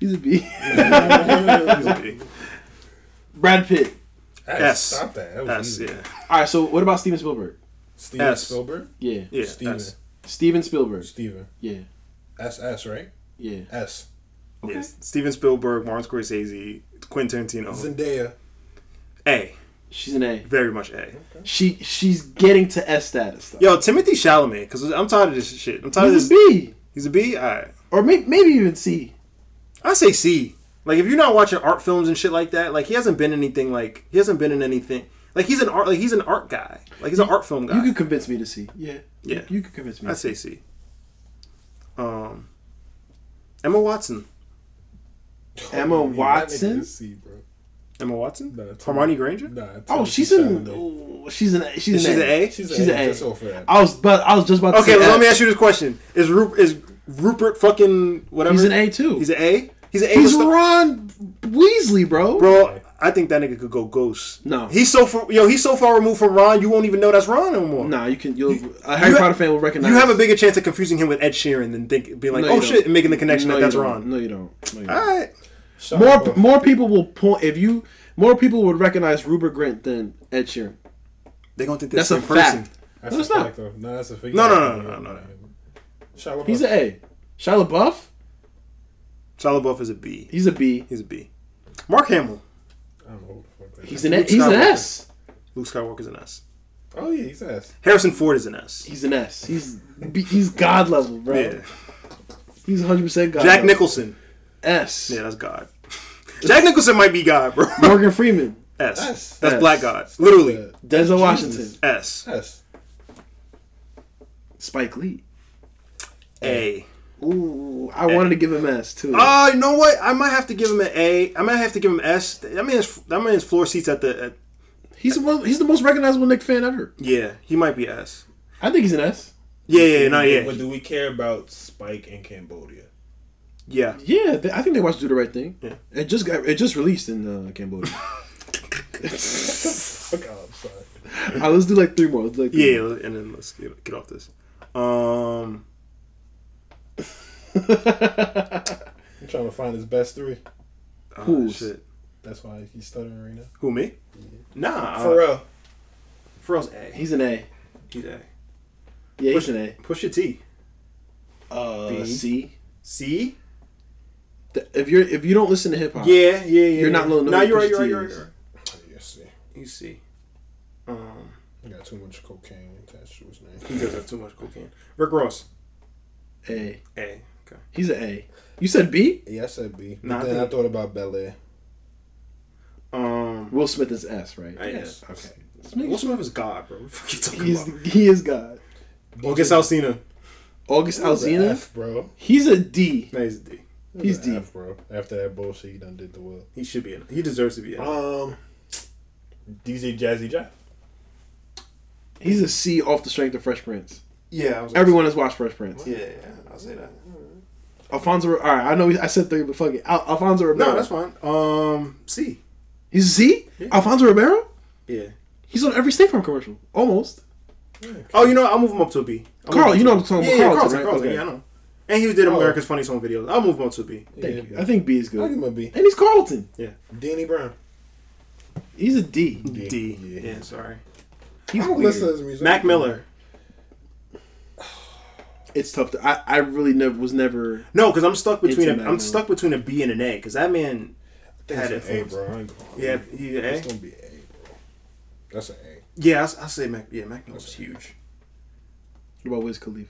Speaker 3: He's a
Speaker 2: [LAUGHS]
Speaker 3: B.
Speaker 2: He's a B.
Speaker 3: Brad Pitt.
Speaker 2: S.
Speaker 5: Stop that. That was
Speaker 2: S.
Speaker 5: easy.
Speaker 2: Yeah.
Speaker 3: All right. So what about Steven Spielberg?
Speaker 5: Steven
Speaker 2: S.
Speaker 5: Spielberg.
Speaker 3: Yeah.
Speaker 2: Yeah.
Speaker 5: Steven.
Speaker 2: S.
Speaker 3: Steven Spielberg.
Speaker 5: Steven.
Speaker 3: Yeah,
Speaker 5: S S right?
Speaker 3: yeah.
Speaker 5: S.
Speaker 2: Yes. Steven Spielberg, Martin Scorsese, Quentin Tarantino.
Speaker 5: Zendaya.
Speaker 2: A.
Speaker 3: She's an A.
Speaker 2: Very much A.
Speaker 3: She she's getting to S status though.
Speaker 2: Yo, Timothy Chalamet, because I'm tired of this shit. I'm tired
Speaker 3: He's
Speaker 2: of
Speaker 3: a
Speaker 2: this.
Speaker 3: B,
Speaker 2: He's a B? Alright.
Speaker 3: or may, maybe even C.
Speaker 2: I say C. Like if you're not watching art films and shit like that, like he hasn't been anything like he hasn't been in anything. Like he's an art like he's an art guy. Like he's an art film guy.
Speaker 3: You could convince me to C. Yeah,
Speaker 2: Yeah.
Speaker 3: You could convince me.
Speaker 2: I
Speaker 3: to C.
Speaker 2: say C. Um Emma Watson.
Speaker 3: Emma
Speaker 5: Yeah, that nigga
Speaker 3: Watson?
Speaker 5: is C, bro.
Speaker 2: Emma Watson?
Speaker 5: Nah, Tim-
Speaker 2: Hermione Granger?
Speaker 5: Nah,
Speaker 3: Oh,
Speaker 5: Timothy
Speaker 3: she's an
Speaker 5: Chalamet.
Speaker 3: oh, she's an she's an
Speaker 2: She's an A?
Speaker 5: She's,
Speaker 3: she's
Speaker 5: an
Speaker 3: an
Speaker 5: A.
Speaker 3: A.
Speaker 5: Just off of that.
Speaker 3: I was but I was just about to
Speaker 2: Okay,
Speaker 3: say
Speaker 2: well, let
Speaker 3: F.
Speaker 2: me ask you this question. Is Rupert is Rupert fucking whatever?
Speaker 3: He's an A too.
Speaker 2: He's an A? He's an A.
Speaker 3: He's
Speaker 2: with the-
Speaker 3: Ron Weasley, bro.
Speaker 2: Bro, I think that nigga could go ghost.
Speaker 3: No.
Speaker 2: He's so far, yo, he's so far removed from Ron, you won't even know that's Ron no more.
Speaker 3: Nah, you can. You'll, a Harry
Speaker 2: you ha-
Speaker 3: Potter fan will recognize.
Speaker 2: You have a bigger chance of confusing him with Ed Sheeran than think being like,
Speaker 3: No,
Speaker 2: oh
Speaker 3: you
Speaker 2: shit,
Speaker 3: don't.
Speaker 2: and making the connection
Speaker 3: No,
Speaker 2: that
Speaker 3: you
Speaker 2: that's
Speaker 3: don't.
Speaker 2: Ron.
Speaker 3: No, you don't. No, you don't.
Speaker 2: All right,
Speaker 5: Shut
Speaker 3: more
Speaker 5: up.
Speaker 3: more people will point if you more people would recognize Rupert Grant than Ed Sheeran.
Speaker 2: they gonna think
Speaker 3: That's
Speaker 2: that's the
Speaker 3: a
Speaker 2: same person.
Speaker 3: fact.
Speaker 5: That's
Speaker 3: No,
Speaker 5: a
Speaker 3: it's not.
Speaker 5: fact, though. No, that's a fake.
Speaker 2: No, no, no, no, no, no.
Speaker 5: Shia LaBeouf.
Speaker 3: He's an A. Shia LaBeouf,
Speaker 2: Shia LaBeouf is a B.
Speaker 3: he's a B.
Speaker 2: He's a B. Mark Hamill,
Speaker 5: I don't know who the fuck that is.
Speaker 3: He's an A.
Speaker 2: Luke
Speaker 3: He's an
Speaker 2: Skywalker.
Speaker 3: S.
Speaker 2: Luke Skywalker's an S.
Speaker 5: Oh yeah, he's ass.
Speaker 2: Harrison Ford is an S.
Speaker 3: He's an S. He's B, he's God level, bro.
Speaker 2: Yeah.
Speaker 3: He's 100 percent God.
Speaker 2: Jack
Speaker 3: level.
Speaker 2: Nicholson.
Speaker 3: S.
Speaker 2: Yeah, that's God. [LAUGHS] Jack Nicholson might be
Speaker 3: [LAUGHS]
Speaker 2: God, bro.
Speaker 3: Morgan Freeman,
Speaker 2: S.
Speaker 5: S.
Speaker 2: That's
Speaker 3: S.
Speaker 2: Black God. Literally.
Speaker 3: Denzel Washington,
Speaker 2: S.
Speaker 5: Yes.
Speaker 3: Spike Lee.
Speaker 2: A.
Speaker 3: Ooh, I wanted to give him S too.
Speaker 2: Uh, you know what? I might have to give him an A. I might have to give him S. That man's that man's floor seats at the at,
Speaker 3: he's one, he's the most recognizable Nick fan ever.
Speaker 2: yeah. He might be S.
Speaker 3: I think he's an S.
Speaker 2: Yeah, yeah, no, yeah,
Speaker 5: But do we care about Spike in Cambodia?
Speaker 2: yeah.
Speaker 3: Yeah, they, I think they watched Do the Right Thing.
Speaker 2: Yeah.
Speaker 3: It just got it just released in uh, Cambodia.
Speaker 5: Fuck out, I'm
Speaker 3: [LAUGHS]
Speaker 5: sorry.
Speaker 3: All right, let's do like three more. Let's do like three
Speaker 2: Yeah, and then let's get, get off this. Um,
Speaker 3: More. [LAUGHS]
Speaker 5: I'm trying to find his best three.
Speaker 2: oh,
Speaker 3: Who's?
Speaker 2: shit.
Speaker 5: That's why he's stuttering right now.
Speaker 2: Who me? Nah,
Speaker 5: For
Speaker 2: uh,
Speaker 5: real.
Speaker 2: Pharrell's A.
Speaker 3: he's an A.
Speaker 2: He's A.
Speaker 3: Yeah,
Speaker 2: Push-
Speaker 3: he's an
Speaker 2: Push your T.
Speaker 3: A. Uh,
Speaker 2: B.
Speaker 3: C.
Speaker 2: C.
Speaker 3: Th- If you're if you don't listen to hip hop,
Speaker 2: Yeah, yeah, yeah.
Speaker 3: You're not little
Speaker 2: Nah,
Speaker 3: Noah
Speaker 2: you're right.
Speaker 3: Pusha
Speaker 2: You're right.
Speaker 3: T
Speaker 2: You're right.
Speaker 3: is.
Speaker 2: You're right.
Speaker 5: You see,
Speaker 2: You see. Um,
Speaker 5: I got too much cocaine attached to his
Speaker 2: you
Speaker 5: name.
Speaker 2: guys have too much cocaine. Rick Ross.
Speaker 3: A.
Speaker 2: A. Okay.
Speaker 3: He's an A. You said B.
Speaker 5: yeah, I said B. But
Speaker 2: Nah, I
Speaker 5: then I
Speaker 2: think-
Speaker 5: thought about Bel Air.
Speaker 2: Um,
Speaker 3: Will Smith is S, right?
Speaker 2: I guess.
Speaker 3: Okay.
Speaker 2: Will Smith is God, bro. [LAUGHS] What the fuck you talking
Speaker 3: He's
Speaker 2: about?
Speaker 3: he is God.
Speaker 2: August Alsina.
Speaker 3: August Alzina.
Speaker 5: F, bro.
Speaker 3: He's a D.
Speaker 2: No, he's a D.
Speaker 3: He's
Speaker 5: He's
Speaker 3: D.
Speaker 5: F, bro. After that bullshit, he done did the will.
Speaker 2: He should be in. He deserves to be in.
Speaker 5: Um, DJ Jazzy Jeff.
Speaker 3: He's a C off the strength of Fresh Prince.
Speaker 10: Yeah, I was
Speaker 3: Everyone has watched Fresh Prince.
Speaker 10: yeah, yeah, I'll say that.
Speaker 3: Alfonso. All right, I know I said three, but fuck it. Al- Alfonso Ribeiro.
Speaker 2: no, that's fine. Um, C.
Speaker 3: He's a Z. Alfonso Ribeiro.
Speaker 2: Yeah.
Speaker 3: He's on every State Farm commercial. Almost.
Speaker 2: Oh, you know, what? I'll move him up to a B. I'll
Speaker 3: Carl,
Speaker 2: move him
Speaker 3: you know
Speaker 2: up
Speaker 3: what I'm
Speaker 2: to a
Speaker 3: talking
Speaker 2: B.
Speaker 3: about.
Speaker 2: Yeah,
Speaker 3: Carlton,
Speaker 2: Carlton,
Speaker 3: right?
Speaker 2: Carlton,
Speaker 3: Okay.
Speaker 2: yeah, I know. And he did America's Funniest Home Videos. I'll move him up to a B.
Speaker 3: Thank you.
Speaker 5: Yeah,
Speaker 3: I think B is
Speaker 5: I'll
Speaker 3: good. And
Speaker 5: give him a B.
Speaker 3: he's Carlton.
Speaker 5: Danny Brown.
Speaker 3: He's a D.
Speaker 2: D.
Speaker 5: Yeah.
Speaker 2: Yeah, sorry.
Speaker 3: He's
Speaker 5: I don't
Speaker 3: weird.
Speaker 5: listen to his music.
Speaker 2: Mac Miller.
Speaker 3: It's tough. To, I I really never was never.
Speaker 2: No, because I'm stuck between
Speaker 3: Into
Speaker 2: a,
Speaker 3: Mac
Speaker 2: I'm
Speaker 3: Miller.
Speaker 2: stuck between a B and an A. Because that man had
Speaker 5: That's an A,
Speaker 2: it.
Speaker 5: bro. I ain't gonna
Speaker 2: Yeah, he A.
Speaker 5: It's gonna be A, bro. That's an A.
Speaker 2: Yeah, I, s- I say Mac. Yeah, Mac Miller's huge.
Speaker 3: What about Wiz Khalifa?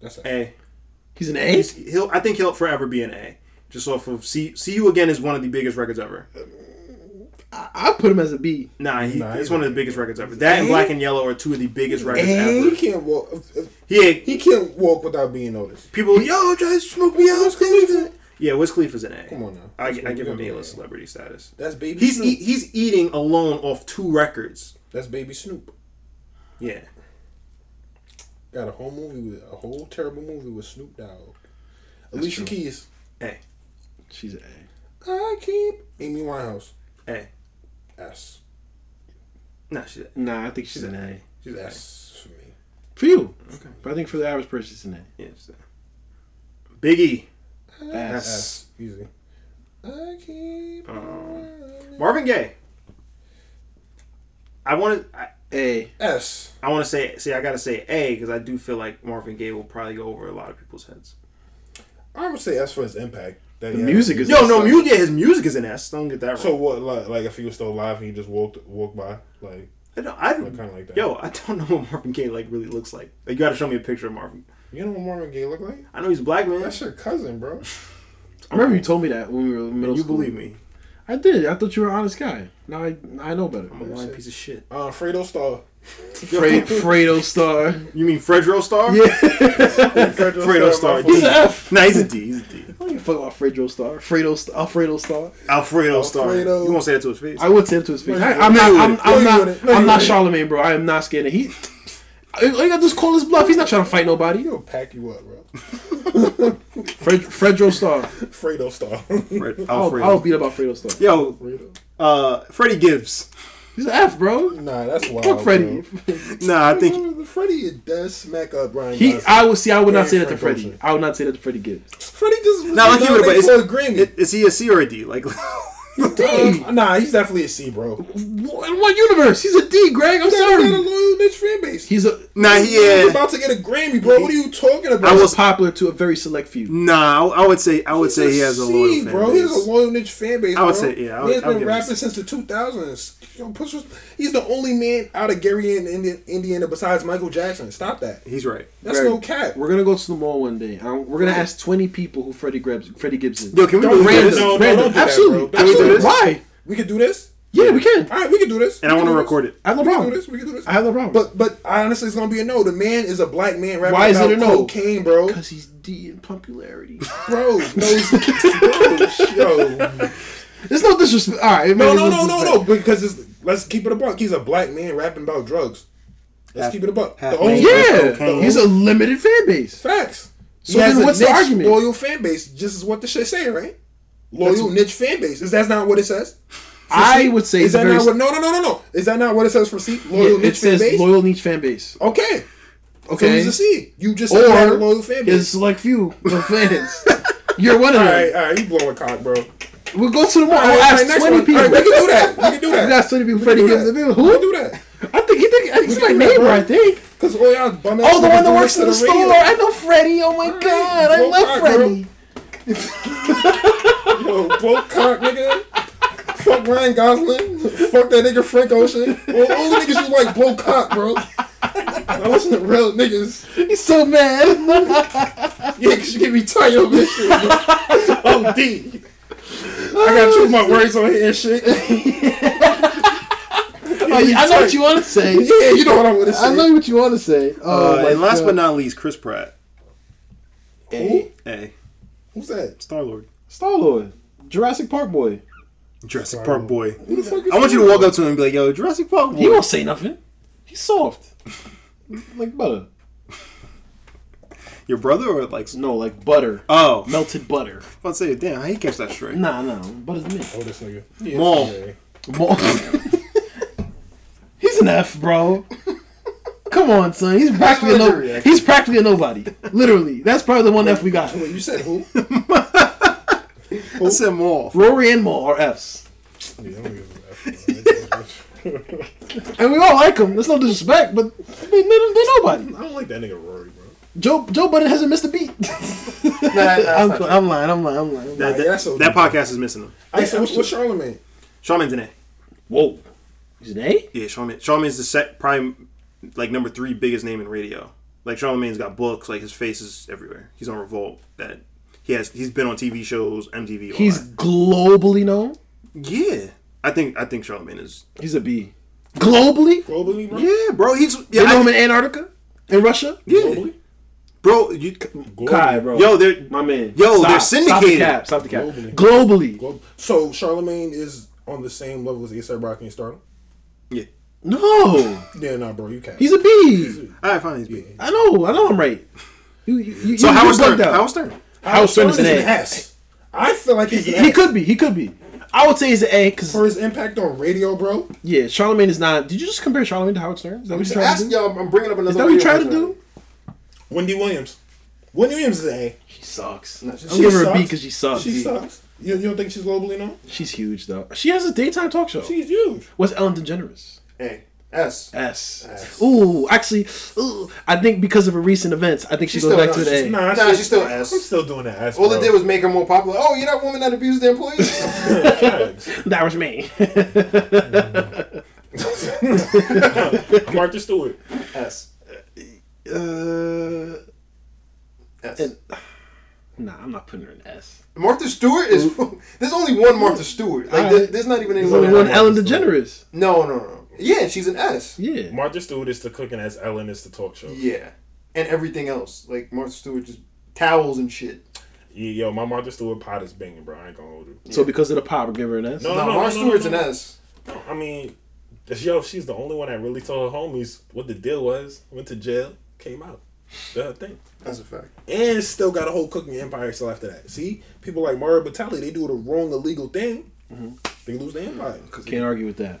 Speaker 5: That's an A.
Speaker 2: A.
Speaker 3: He's an A.
Speaker 2: He's, he'll. I think he'll forever be an A. Just off of see. See you again is one of the biggest records ever.
Speaker 3: I, I put him as a B.
Speaker 2: Nah, he,
Speaker 5: Nah,
Speaker 2: it's
Speaker 5: he's
Speaker 2: one of the
Speaker 5: not.
Speaker 2: biggest records ever. That and
Speaker 3: A?
Speaker 2: Black and Yellow are two of the biggest records
Speaker 5: He
Speaker 2: ever.
Speaker 5: can't walk. if- if-
Speaker 2: Yeah,
Speaker 5: He can't walk without being noticed.
Speaker 2: people. Yo, just smoke me out. Yeah, Wiz Khalifa's an A.
Speaker 5: Come on now.
Speaker 2: I,
Speaker 5: That's
Speaker 2: I give him
Speaker 5: what we
Speaker 2: A
Speaker 5: got.
Speaker 2: list celebrity status.
Speaker 5: That's baby.
Speaker 2: He's
Speaker 5: Snoop.
Speaker 2: e- he's eating alone off two records.
Speaker 5: That's baby Snoop.
Speaker 2: Yeah,
Speaker 5: Got a whole movie with a whole terrible movie with Snoop Dogg. Alicia Keys.
Speaker 3: She's an
Speaker 5: I keep Amy Winehouse.
Speaker 2: A.
Speaker 5: S.
Speaker 2: Nah, she's
Speaker 3: A. Nah, I think she's an A.
Speaker 2: she's an A.
Speaker 5: S for me.
Speaker 3: For you.
Speaker 2: Okay.
Speaker 3: But I think for the average person, it's an
Speaker 2: Yeah, she's an A. Biggie,
Speaker 3: A. S.
Speaker 5: S. Easy. I
Speaker 2: Uh-huh.
Speaker 5: keep.
Speaker 2: Marvin Gaye. I wanted. I,
Speaker 3: A.
Speaker 5: S.
Speaker 2: I want to say, see, I gotta say A because I do feel like Marvin Gaye will probably go over a lot of people's heads.
Speaker 5: I would say S for his impact. That
Speaker 3: The
Speaker 5: he had.
Speaker 3: music is.
Speaker 2: Yo, no,
Speaker 3: music.
Speaker 2: mu- yeah, his music is an S. Don't get that wrong.
Speaker 5: So what? Like, like if he was still alive and he just walked walked by, like
Speaker 2: I don't, I don't,
Speaker 5: kinda like that.
Speaker 2: Yo, I don't [LAUGHS] know what Marvin Gaye like really looks like. Like you gotta show me a picture of Marvin.
Speaker 5: you know what Marvin Gaye look like?
Speaker 2: I know he's a black man.
Speaker 5: That's your cousin, bro.
Speaker 3: I remember you told me that when we were in middle
Speaker 2: you
Speaker 3: school.
Speaker 2: believe me?
Speaker 3: I did. I thought you were an honest guy. Now I I know better.
Speaker 2: I'm a lying piece of shit.
Speaker 5: Uh, Fredo Star.
Speaker 3: Fre- [LAUGHS] Fredo [LAUGHS] Star.
Speaker 2: You mean Fredro Star?
Speaker 3: Yeah.
Speaker 5: Fredo,
Speaker 2: Fredo
Speaker 5: Starr,
Speaker 2: Star.
Speaker 5: my
Speaker 2: [LAUGHS]
Speaker 5: fault.
Speaker 2: nah, he's a D. He's a D.
Speaker 3: I don't give a fuck about Fredo Star. Fredo Star. Alfredo Star.
Speaker 2: Alfredo Star.
Speaker 5: Alfredo.
Speaker 2: You won't say that to his face.
Speaker 3: I would say it to his face. I,
Speaker 5: you
Speaker 3: I'm not.
Speaker 2: doing?
Speaker 3: I'm, I'm
Speaker 5: you
Speaker 3: not.
Speaker 5: doing it? No,
Speaker 3: I'm
Speaker 5: you
Speaker 3: not
Speaker 5: doing it.
Speaker 3: Charlemagne, bro. I am not scared. He. All you gotta do is call his bluff. He's not trying to fight nobody.
Speaker 5: He'll pack you up, bro.
Speaker 3: Fred, Fredro Star.
Speaker 5: Fredo Star.
Speaker 2: Fred-
Speaker 3: I'll,
Speaker 2: Alfredo.
Speaker 3: I'll beat up on Fredo Star.
Speaker 2: Yo, uh, Freddie Gibbs. [LAUGHS]
Speaker 3: He's an F, bro.
Speaker 5: [LAUGHS] nah, that's wild.
Speaker 3: Fuck Freddie.
Speaker 2: Nah, I think
Speaker 5: Bro. Freddie does smack up Ryan.
Speaker 3: He.
Speaker 5: Gosling.
Speaker 3: I would see. I would not
Speaker 5: Yeah,
Speaker 3: say that to
Speaker 5: Frank
Speaker 3: Freddie.
Speaker 5: Ocean.
Speaker 3: I would not say that to Freddie Gibbs.
Speaker 5: Freddie just
Speaker 2: Nah, like you would've- but
Speaker 5: nominated
Speaker 2: it's-
Speaker 5: for a Grammy.
Speaker 2: i- is he a C or a D? Like, [LAUGHS]
Speaker 5: Uh, nah, he's definitely a C, bro.
Speaker 3: Wha- In what universe? He's a D, Greg. I'm
Speaker 5: He got a
Speaker 3: sorry.
Speaker 5: loyal bitch fan base.
Speaker 3: He's a.
Speaker 2: nah, he
Speaker 5: He's
Speaker 2: yeah.
Speaker 5: about to get a Grammy, bro. What are you talking about?
Speaker 3: I
Speaker 2: I
Speaker 3: was
Speaker 2: was-
Speaker 3: popular to a very select few.
Speaker 2: Nah, I I would say I would
Speaker 5: He's
Speaker 2: say he has a
Speaker 5: C,
Speaker 2: loyal fan
Speaker 5: bro. He has
Speaker 2: base.
Speaker 5: a loyal niche fan base.
Speaker 2: I would
Speaker 5: bro.
Speaker 2: say- yeah, I would-
Speaker 5: He has
Speaker 2: I would
Speaker 5: been
Speaker 2: give him a
Speaker 5: rapping since the two thousands. He's the only man out of Gary and Indi- Indiana besides Michael Jackson. Stop that.
Speaker 2: He's right.
Speaker 5: That's
Speaker 3: Greg,
Speaker 5: no cap.
Speaker 3: We're gonna go to the mall one day. I don't- we're gonna ask twenty people who Freddie Gibbs. Freddie Gibbs is.
Speaker 2: Yo, can we
Speaker 5: Don't
Speaker 2: do
Speaker 5: random.
Speaker 2: this?
Speaker 5: No, no,
Speaker 3: Random.
Speaker 5: don't do that,
Speaker 3: Absolutely.
Speaker 5: bro. Don't
Speaker 2: do
Speaker 3: Absolutely.
Speaker 2: this.
Speaker 3: Why?
Speaker 5: We could do this.
Speaker 3: Yeah, we can.
Speaker 5: All right, we could do this.
Speaker 2: And I
Speaker 5: We
Speaker 2: want to
Speaker 5: could do
Speaker 2: record it.
Speaker 3: I have no
Speaker 5: this. We could do
Speaker 3: problem.
Speaker 5: this. We could do this.
Speaker 3: I have no problem.
Speaker 5: But but honestly, it's gonna be a no. The man is a black man rapping
Speaker 3: Why is
Speaker 5: about
Speaker 3: it a no?
Speaker 5: cocaine, bro.
Speaker 3: because he's D in popularity.
Speaker 5: Bro, no, it's- [LAUGHS] bro, yo.
Speaker 3: There's no disrespect. All right.
Speaker 5: No, no, no, no, no. Because it's, let's keep it a buck. He's a black man rapping about drugs. Let's keep it a buck. The
Speaker 2: half
Speaker 5: only
Speaker 3: Yeah,
Speaker 5: the only-
Speaker 3: he's a limited fan base.
Speaker 5: facts.
Speaker 3: So then what's the
Speaker 5: niche
Speaker 3: argument?
Speaker 5: Loyal fan base, just is what the shit say, right? Loyal niche fan base. Is that not what it says?
Speaker 3: I would say
Speaker 5: Is
Speaker 3: he's a
Speaker 5: that
Speaker 3: very.
Speaker 5: not what? No, no, no, no, no. Is that not what it says for C?
Speaker 3: Yeah,
Speaker 5: Loyal
Speaker 3: it
Speaker 5: niche fan
Speaker 3: says
Speaker 5: base.
Speaker 3: loyal niche fan base.
Speaker 5: okay, so
Speaker 3: Okay.
Speaker 5: he's a C. You just said you had a
Speaker 3: or
Speaker 5: loyal
Speaker 3: is
Speaker 5: fan base.
Speaker 3: select few of fans. You're one of
Speaker 5: All
Speaker 3: them.
Speaker 5: right, all right. You blowing cock, bro.
Speaker 3: We'll go to the mall.
Speaker 5: All
Speaker 3: we'll
Speaker 5: right, all
Speaker 3: ask
Speaker 5: right, next
Speaker 3: twenty
Speaker 5: one.
Speaker 3: people.
Speaker 5: All right, we can do that. We can do
Speaker 3: We'll
Speaker 5: that.
Speaker 3: ask twenty people.
Speaker 5: We
Speaker 3: Freddie
Speaker 5: can do
Speaker 3: Gibbs.
Speaker 5: that.
Speaker 3: the bill.
Speaker 5: We
Speaker 3: Who?
Speaker 5: can do that.
Speaker 3: I think he think. I think he's
Speaker 5: We
Speaker 3: my
Speaker 5: can do that,
Speaker 3: neighbor.
Speaker 5: bro.
Speaker 3: I think.
Speaker 5: Cause all y'all bum ass
Speaker 3: Oh, the one
Speaker 5: niggas
Speaker 3: that
Speaker 5: do
Speaker 3: works
Speaker 5: this
Speaker 3: in
Speaker 5: to
Speaker 3: the store.
Speaker 5: radio.
Speaker 3: I know Freddie. Oh my god, I
Speaker 5: Go
Speaker 3: love
Speaker 5: crack, girl.
Speaker 3: Freddie.
Speaker 5: Yo, broke cock, nigga. Fuck Ryan Gosling. Fuck that nigga Frank Ocean. Well, all the niggas you like broke cock, bro. I listen to real niggas.
Speaker 3: He's so mad.
Speaker 5: Niggas get me tired of this
Speaker 3: [LAUGHS]
Speaker 5: shit. I'm D. I gotta
Speaker 3: [LAUGHS]
Speaker 5: choose my words on here and shit. [LAUGHS]
Speaker 3: Oh, yeah, I know what you want to say.
Speaker 5: Yeah, you know what I want to say.
Speaker 3: I know what you want to say. Oh,
Speaker 2: Uh,
Speaker 3: my
Speaker 2: and last
Speaker 3: God.
Speaker 2: but not least, Chris Pratt.
Speaker 5: Who?
Speaker 2: A
Speaker 5: Who's that?
Speaker 2: Star Lord,
Speaker 3: Star Lord, Jurassic Park boy.
Speaker 2: Jurassic Park boy.
Speaker 5: Who the fuck is
Speaker 2: I want you to walk up to him and be like, "Yo, Jurassic Park
Speaker 3: He
Speaker 2: boy."
Speaker 3: won't say nothing. He's soft, [LAUGHS] like butter.
Speaker 2: Your brother or like?
Speaker 3: No, like butter,
Speaker 2: Oh, I was
Speaker 3: Uh, melted butter.
Speaker 2: about to say, damn, how he catch that straight?
Speaker 3: Nah, nah, butter's mint.
Speaker 5: Oh, this nigga.
Speaker 2: Mom.
Speaker 3: Mo- [LAUGHS] he's an F, bro. Come on, son. He's practically a no- he's practically a nobody. Literally, that's probably the one F we got.
Speaker 5: Wait, you said
Speaker 3: [LAUGHS]
Speaker 5: who?
Speaker 2: I said more.
Speaker 3: Rory and Mo are Fs,
Speaker 5: Yeah, I'm gonna give him an F.
Speaker 3: and we all like them. There's no disrespect, but they, they, they're nobody.
Speaker 5: I don't like that nigga Rory, bro.
Speaker 3: Joe Joe Budden hasn't missed a beat. I'm, I'm lying. I'm lying. I'm lying. I'm lying.
Speaker 2: That,
Speaker 5: yeah, that's
Speaker 2: that,
Speaker 5: so
Speaker 2: that
Speaker 5: deep.
Speaker 2: podcast is missing him.
Speaker 5: I said, what's, what's Charlemagne?
Speaker 2: Charmin's an A.
Speaker 3: Whoe. He's an A?
Speaker 2: Yeah, Charmin. Charmin's the set prime, like number three biggest name in radio. Like Charlemagne's got books. Like his face is everywhere. He's on Revolt. That he has. He's been on TV shows, MTV. all
Speaker 3: He's
Speaker 2: that.
Speaker 3: globally known.
Speaker 2: yeah. I think I think Charlemagne is.
Speaker 3: He's a B. Globally?
Speaker 5: Globally, bro?
Speaker 2: Yeah, bro. He's yeah.
Speaker 3: They know
Speaker 2: I,
Speaker 3: him in Antarctica? In Russia?
Speaker 2: yeah. Bro, you
Speaker 3: Kai, bro.
Speaker 2: yo, they're
Speaker 3: my man.
Speaker 2: Yo, they're syndicated.
Speaker 3: Stop the cap. Stop the cap. Globally.
Speaker 5: Well, So Charlemagne is on the same level as ASAP Rocky and Stardom.
Speaker 2: yeah.
Speaker 3: No.
Speaker 5: Yeah, nah, bro, you can't.
Speaker 3: He's a B.
Speaker 2: All right, fine. He's big.
Speaker 3: I know. I know I'm right. You, you, you,
Speaker 2: So
Speaker 3: you
Speaker 2: Howard
Speaker 3: bugged
Speaker 2: Stern.
Speaker 3: out.
Speaker 2: Howard Stern.
Speaker 3: Howard Stern is an
Speaker 5: an
Speaker 3: A.
Speaker 5: S. I feel like he's an
Speaker 3: He
Speaker 5: S.
Speaker 3: could be. He could be. I would say he's an A because
Speaker 5: for his impact on radio, bro.
Speaker 3: yeah, Charlemagne is not. Did you just compare Charlemagne to Howard Stern? Is that what you tried to
Speaker 8: Ask,
Speaker 3: do?
Speaker 8: yo, I'm- I'm bringing up another.
Speaker 3: Is that what you
Speaker 8: radio
Speaker 3: tried to
Speaker 8: question.
Speaker 3: do?
Speaker 5: Wendy Williams. Wendy Williams is an A.
Speaker 3: She sucks. I'm
Speaker 5: She
Speaker 3: giving her a B
Speaker 5: sucks.
Speaker 3: because she sucks.
Speaker 5: She sucks. You, you don't think she's globally known?
Speaker 3: She's huge though. She has a daytime talk show.
Speaker 5: She's huge.
Speaker 3: What's Ellen DeGeneres?
Speaker 8: Hey,
Speaker 5: S.
Speaker 3: S.
Speaker 5: S.
Speaker 3: Ooh, actually, ooh, I think because of her recent events, I think she
Speaker 5: She's
Speaker 3: goes
Speaker 5: still-
Speaker 3: back to the A.
Speaker 5: she's- Nah, she's still S.
Speaker 4: I'm still doing that ass.
Speaker 5: All
Speaker 4: bro.
Speaker 5: it did was make her more popular. Oh, you're that woman that abused the employees? [LAUGHS]
Speaker 3: That was me.
Speaker 4: Martha Stewart.
Speaker 5: S.
Speaker 3: uh,
Speaker 5: S.
Speaker 3: And- nah, I'm not putting her in S.
Speaker 5: Martha Stewart is. [LAUGHS] There's only one Martha Stewart. Like, there- there's not even
Speaker 3: There's
Speaker 5: anyone.
Speaker 3: only
Speaker 5: that
Speaker 3: one
Speaker 5: has-
Speaker 3: Ellen DeGeneres.
Speaker 5: No, no, no. Yeah, she's an S.
Speaker 3: Yeah.
Speaker 4: Martha Stewart is the cooking as Ellen is the talk show.
Speaker 5: Yeah, and everything else like Martha Stewart just towels and shit.
Speaker 4: Yeah, yo, my Martha Stewart pot is banging, bro. I ain't gonna hold you.
Speaker 3: So because of the pop, we'll give her an S.
Speaker 4: No,
Speaker 5: No,
Speaker 4: Oh, no, no,
Speaker 5: Martha
Speaker 4: no,
Speaker 5: Stewart's
Speaker 4: no, no.
Speaker 5: an S.
Speaker 4: No, I mean, yo, she's the only one that really told her homies what the deal was. Went to jail, came out. That's her thing.
Speaker 5: That's a fact.
Speaker 4: And still got a whole cooking empire still after that. See, people like Mario Batali, they do the wrong illegal thing. They lose the empire.
Speaker 3: Mm-hmm. Can't argue with that.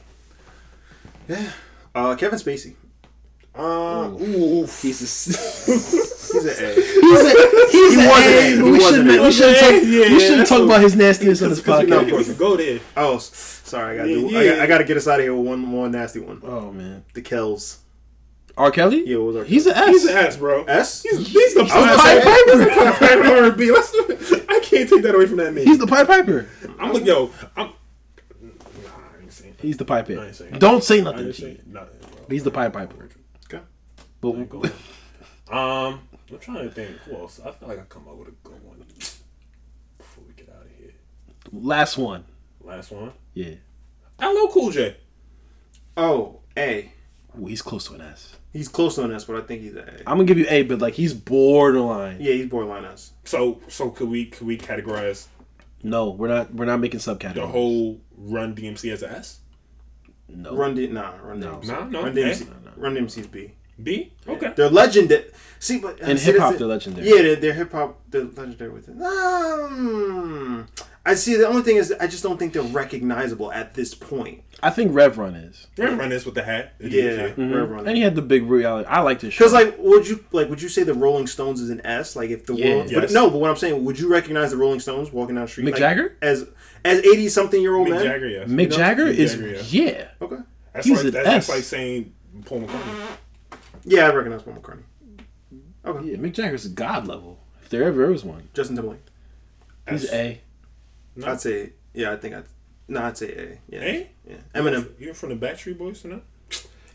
Speaker 2: Uh, Kevin Spacey.
Speaker 4: Uh, ooh,
Speaker 3: He's a s-
Speaker 5: [LAUGHS]
Speaker 2: He's an A.
Speaker 3: he's a, he's
Speaker 2: He
Speaker 3: an
Speaker 2: was an
Speaker 3: A,
Speaker 2: A,
Speaker 3: but
Speaker 2: he
Speaker 3: we
Speaker 2: was
Speaker 3: shouldn't
Speaker 2: an A.
Speaker 3: we shouldn't
Speaker 4: Okay,
Speaker 3: talk
Speaker 4: yeah,
Speaker 3: we
Speaker 4: yeah,
Speaker 3: shouldn't talk about his nastiness on this
Speaker 4: Because you know,
Speaker 3: podcast.
Speaker 4: we can go there.
Speaker 2: Oh, s- sorry. I gotta, do,
Speaker 4: Yeah,
Speaker 2: I,
Speaker 4: yeah.
Speaker 2: gotta, I gotta get us out of here with one more nasty one.
Speaker 3: Oh man,
Speaker 2: The Kells.
Speaker 3: R. Kelly?
Speaker 2: Yeah, what was our
Speaker 3: he's an S.
Speaker 4: He's an ass, bro.
Speaker 2: S?
Speaker 4: He's, he's the
Speaker 2: gonna
Speaker 3: Pied
Speaker 2: say-
Speaker 3: Piper.
Speaker 4: R&B. Let's do it. I can't take that away from that man.
Speaker 3: He's the Pied Piper.
Speaker 4: I'm like, yo, I'm. Nah, I ain't saying.
Speaker 3: He's the Pied Piper.
Speaker 4: ain't saying-
Speaker 3: Don't say
Speaker 4: I
Speaker 3: nothing.
Speaker 4: ain't
Speaker 3: G.
Speaker 4: saying. Nah,
Speaker 3: But He's the Pied Piper.
Speaker 2: Okay.
Speaker 3: But
Speaker 4: bro. Um, I'm trying to think. Who else? I feel like I come up with a good one before we get out of here.
Speaker 3: last one.
Speaker 4: Last one.
Speaker 3: Yeah.
Speaker 4: LL Cool J.
Speaker 2: [LAUGHS] Oh, A.
Speaker 3: Ooh, he's close to an S.
Speaker 2: He's close to an S, but I think he's an A.
Speaker 3: I'm gonna give you A, but like he's borderline.
Speaker 2: Yeah, he's borderline S.
Speaker 4: So, so could we could we categorize
Speaker 3: No, we're not. We're not making subcategories.
Speaker 4: the whole Run DMC as an S?
Speaker 3: no.
Speaker 2: Run D. Nah, Run
Speaker 3: No.
Speaker 2: DMC.
Speaker 4: No, no,
Speaker 2: Run
Speaker 4: A.
Speaker 2: DMC. Run DMC's B.
Speaker 4: B. Okay.
Speaker 2: They're legendary. See, but
Speaker 3: In
Speaker 2: see,
Speaker 3: hip hop,
Speaker 2: that's
Speaker 3: they're
Speaker 2: it.
Speaker 3: legendary.
Speaker 2: Yeah, they're, they're hip hop. They're legendary with it. Um, I see. The only thing is, I just don't think they're recognizable at this point.
Speaker 3: I think Rev Run is,
Speaker 4: Run this with the hat. the
Speaker 2: Yeah,
Speaker 4: DJ.
Speaker 3: and he had the big reality. I like this show.
Speaker 2: Because like, would you like? Would you say the Rolling Stones is an S? Like, if the
Speaker 3: Yeah.
Speaker 2: world,
Speaker 4: Yes.
Speaker 2: but no. But what I'm saying, would you recognize the Rolling Stones walking down the street?
Speaker 3: Mick
Speaker 2: like,
Speaker 3: Jagger?
Speaker 2: as as eighty something year old
Speaker 4: Mick
Speaker 2: man.
Speaker 4: Jagger. Yes.
Speaker 3: Mick Jagger
Speaker 4: Mick
Speaker 3: is
Speaker 4: Jagger,
Speaker 3: yeah.
Speaker 2: Okay.
Speaker 4: That's
Speaker 3: he's
Speaker 4: like
Speaker 3: an
Speaker 4: that's, that's
Speaker 3: S.
Speaker 4: like saying Paul McCartney.
Speaker 2: Yeah, I recognize Paul McCartney.
Speaker 3: yeah. Mick Jagger's god level. If there ever was one,
Speaker 2: Justin Timberlake.
Speaker 3: he's
Speaker 4: S.
Speaker 3: A.
Speaker 2: I'd say. Yeah, I think I'd. No, I'd say A. Yeah.
Speaker 4: A?
Speaker 2: Yeah. Eminem.
Speaker 4: You're from the Backstreet Boys, or not?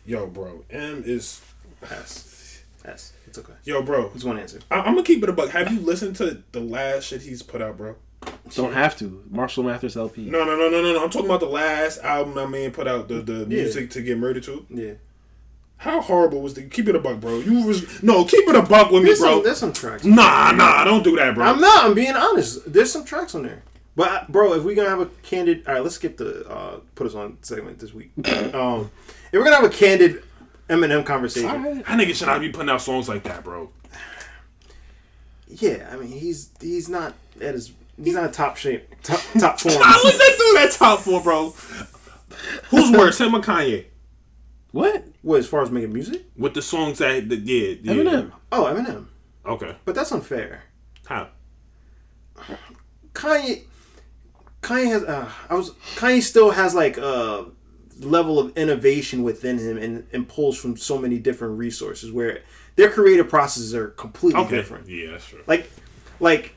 Speaker 4: Yo, bro. M is
Speaker 2: S. S. It's okay.
Speaker 4: yo, bro.
Speaker 2: It's one answer.
Speaker 4: I- I'm gonna keep it a buck. Have you listened to the last shit he's put out, bro?
Speaker 3: Don't have to. Marshall Mathers LP.
Speaker 4: No, no, no, no, no, no. I'm talking about the last album my man put out, the the music to get murdered to.
Speaker 2: Yeah.
Speaker 4: How horrible was the keep it a buck, bro? You was no keep it a buck with me,
Speaker 2: There's
Speaker 4: bro.
Speaker 2: some, there's some tracks.
Speaker 4: Nah, nah, don't do that, bro.
Speaker 2: I'm not. I'm being honest. There's some tracks on there. But I- bro, if we're gonna have a candid, all right, let's skip the uh, put us on segment this week. um, if we're gonna have a candid Eminem conversation,
Speaker 4: That nigga should not be putting out songs like that, bro.
Speaker 2: yeah, I mean he's he's not at his he's not top shape top top form.
Speaker 4: I was that doing that top four, bro. Who's worse, him or Kanye?
Speaker 3: What?
Speaker 2: what as far as making music?
Speaker 4: With the songs that, the, yeah, yeah.
Speaker 3: Eminem.
Speaker 2: Oh, Eminem.
Speaker 4: Okay.
Speaker 2: But that's unfair.
Speaker 4: How?
Speaker 2: Kanye, Kanye has. Uh, I was Kanye still has like a level of innovation within him and, and pulls from so many different resources where their creative processes are completely
Speaker 4: Okay.
Speaker 2: different.
Speaker 4: Yeah, that's true.
Speaker 2: Like, like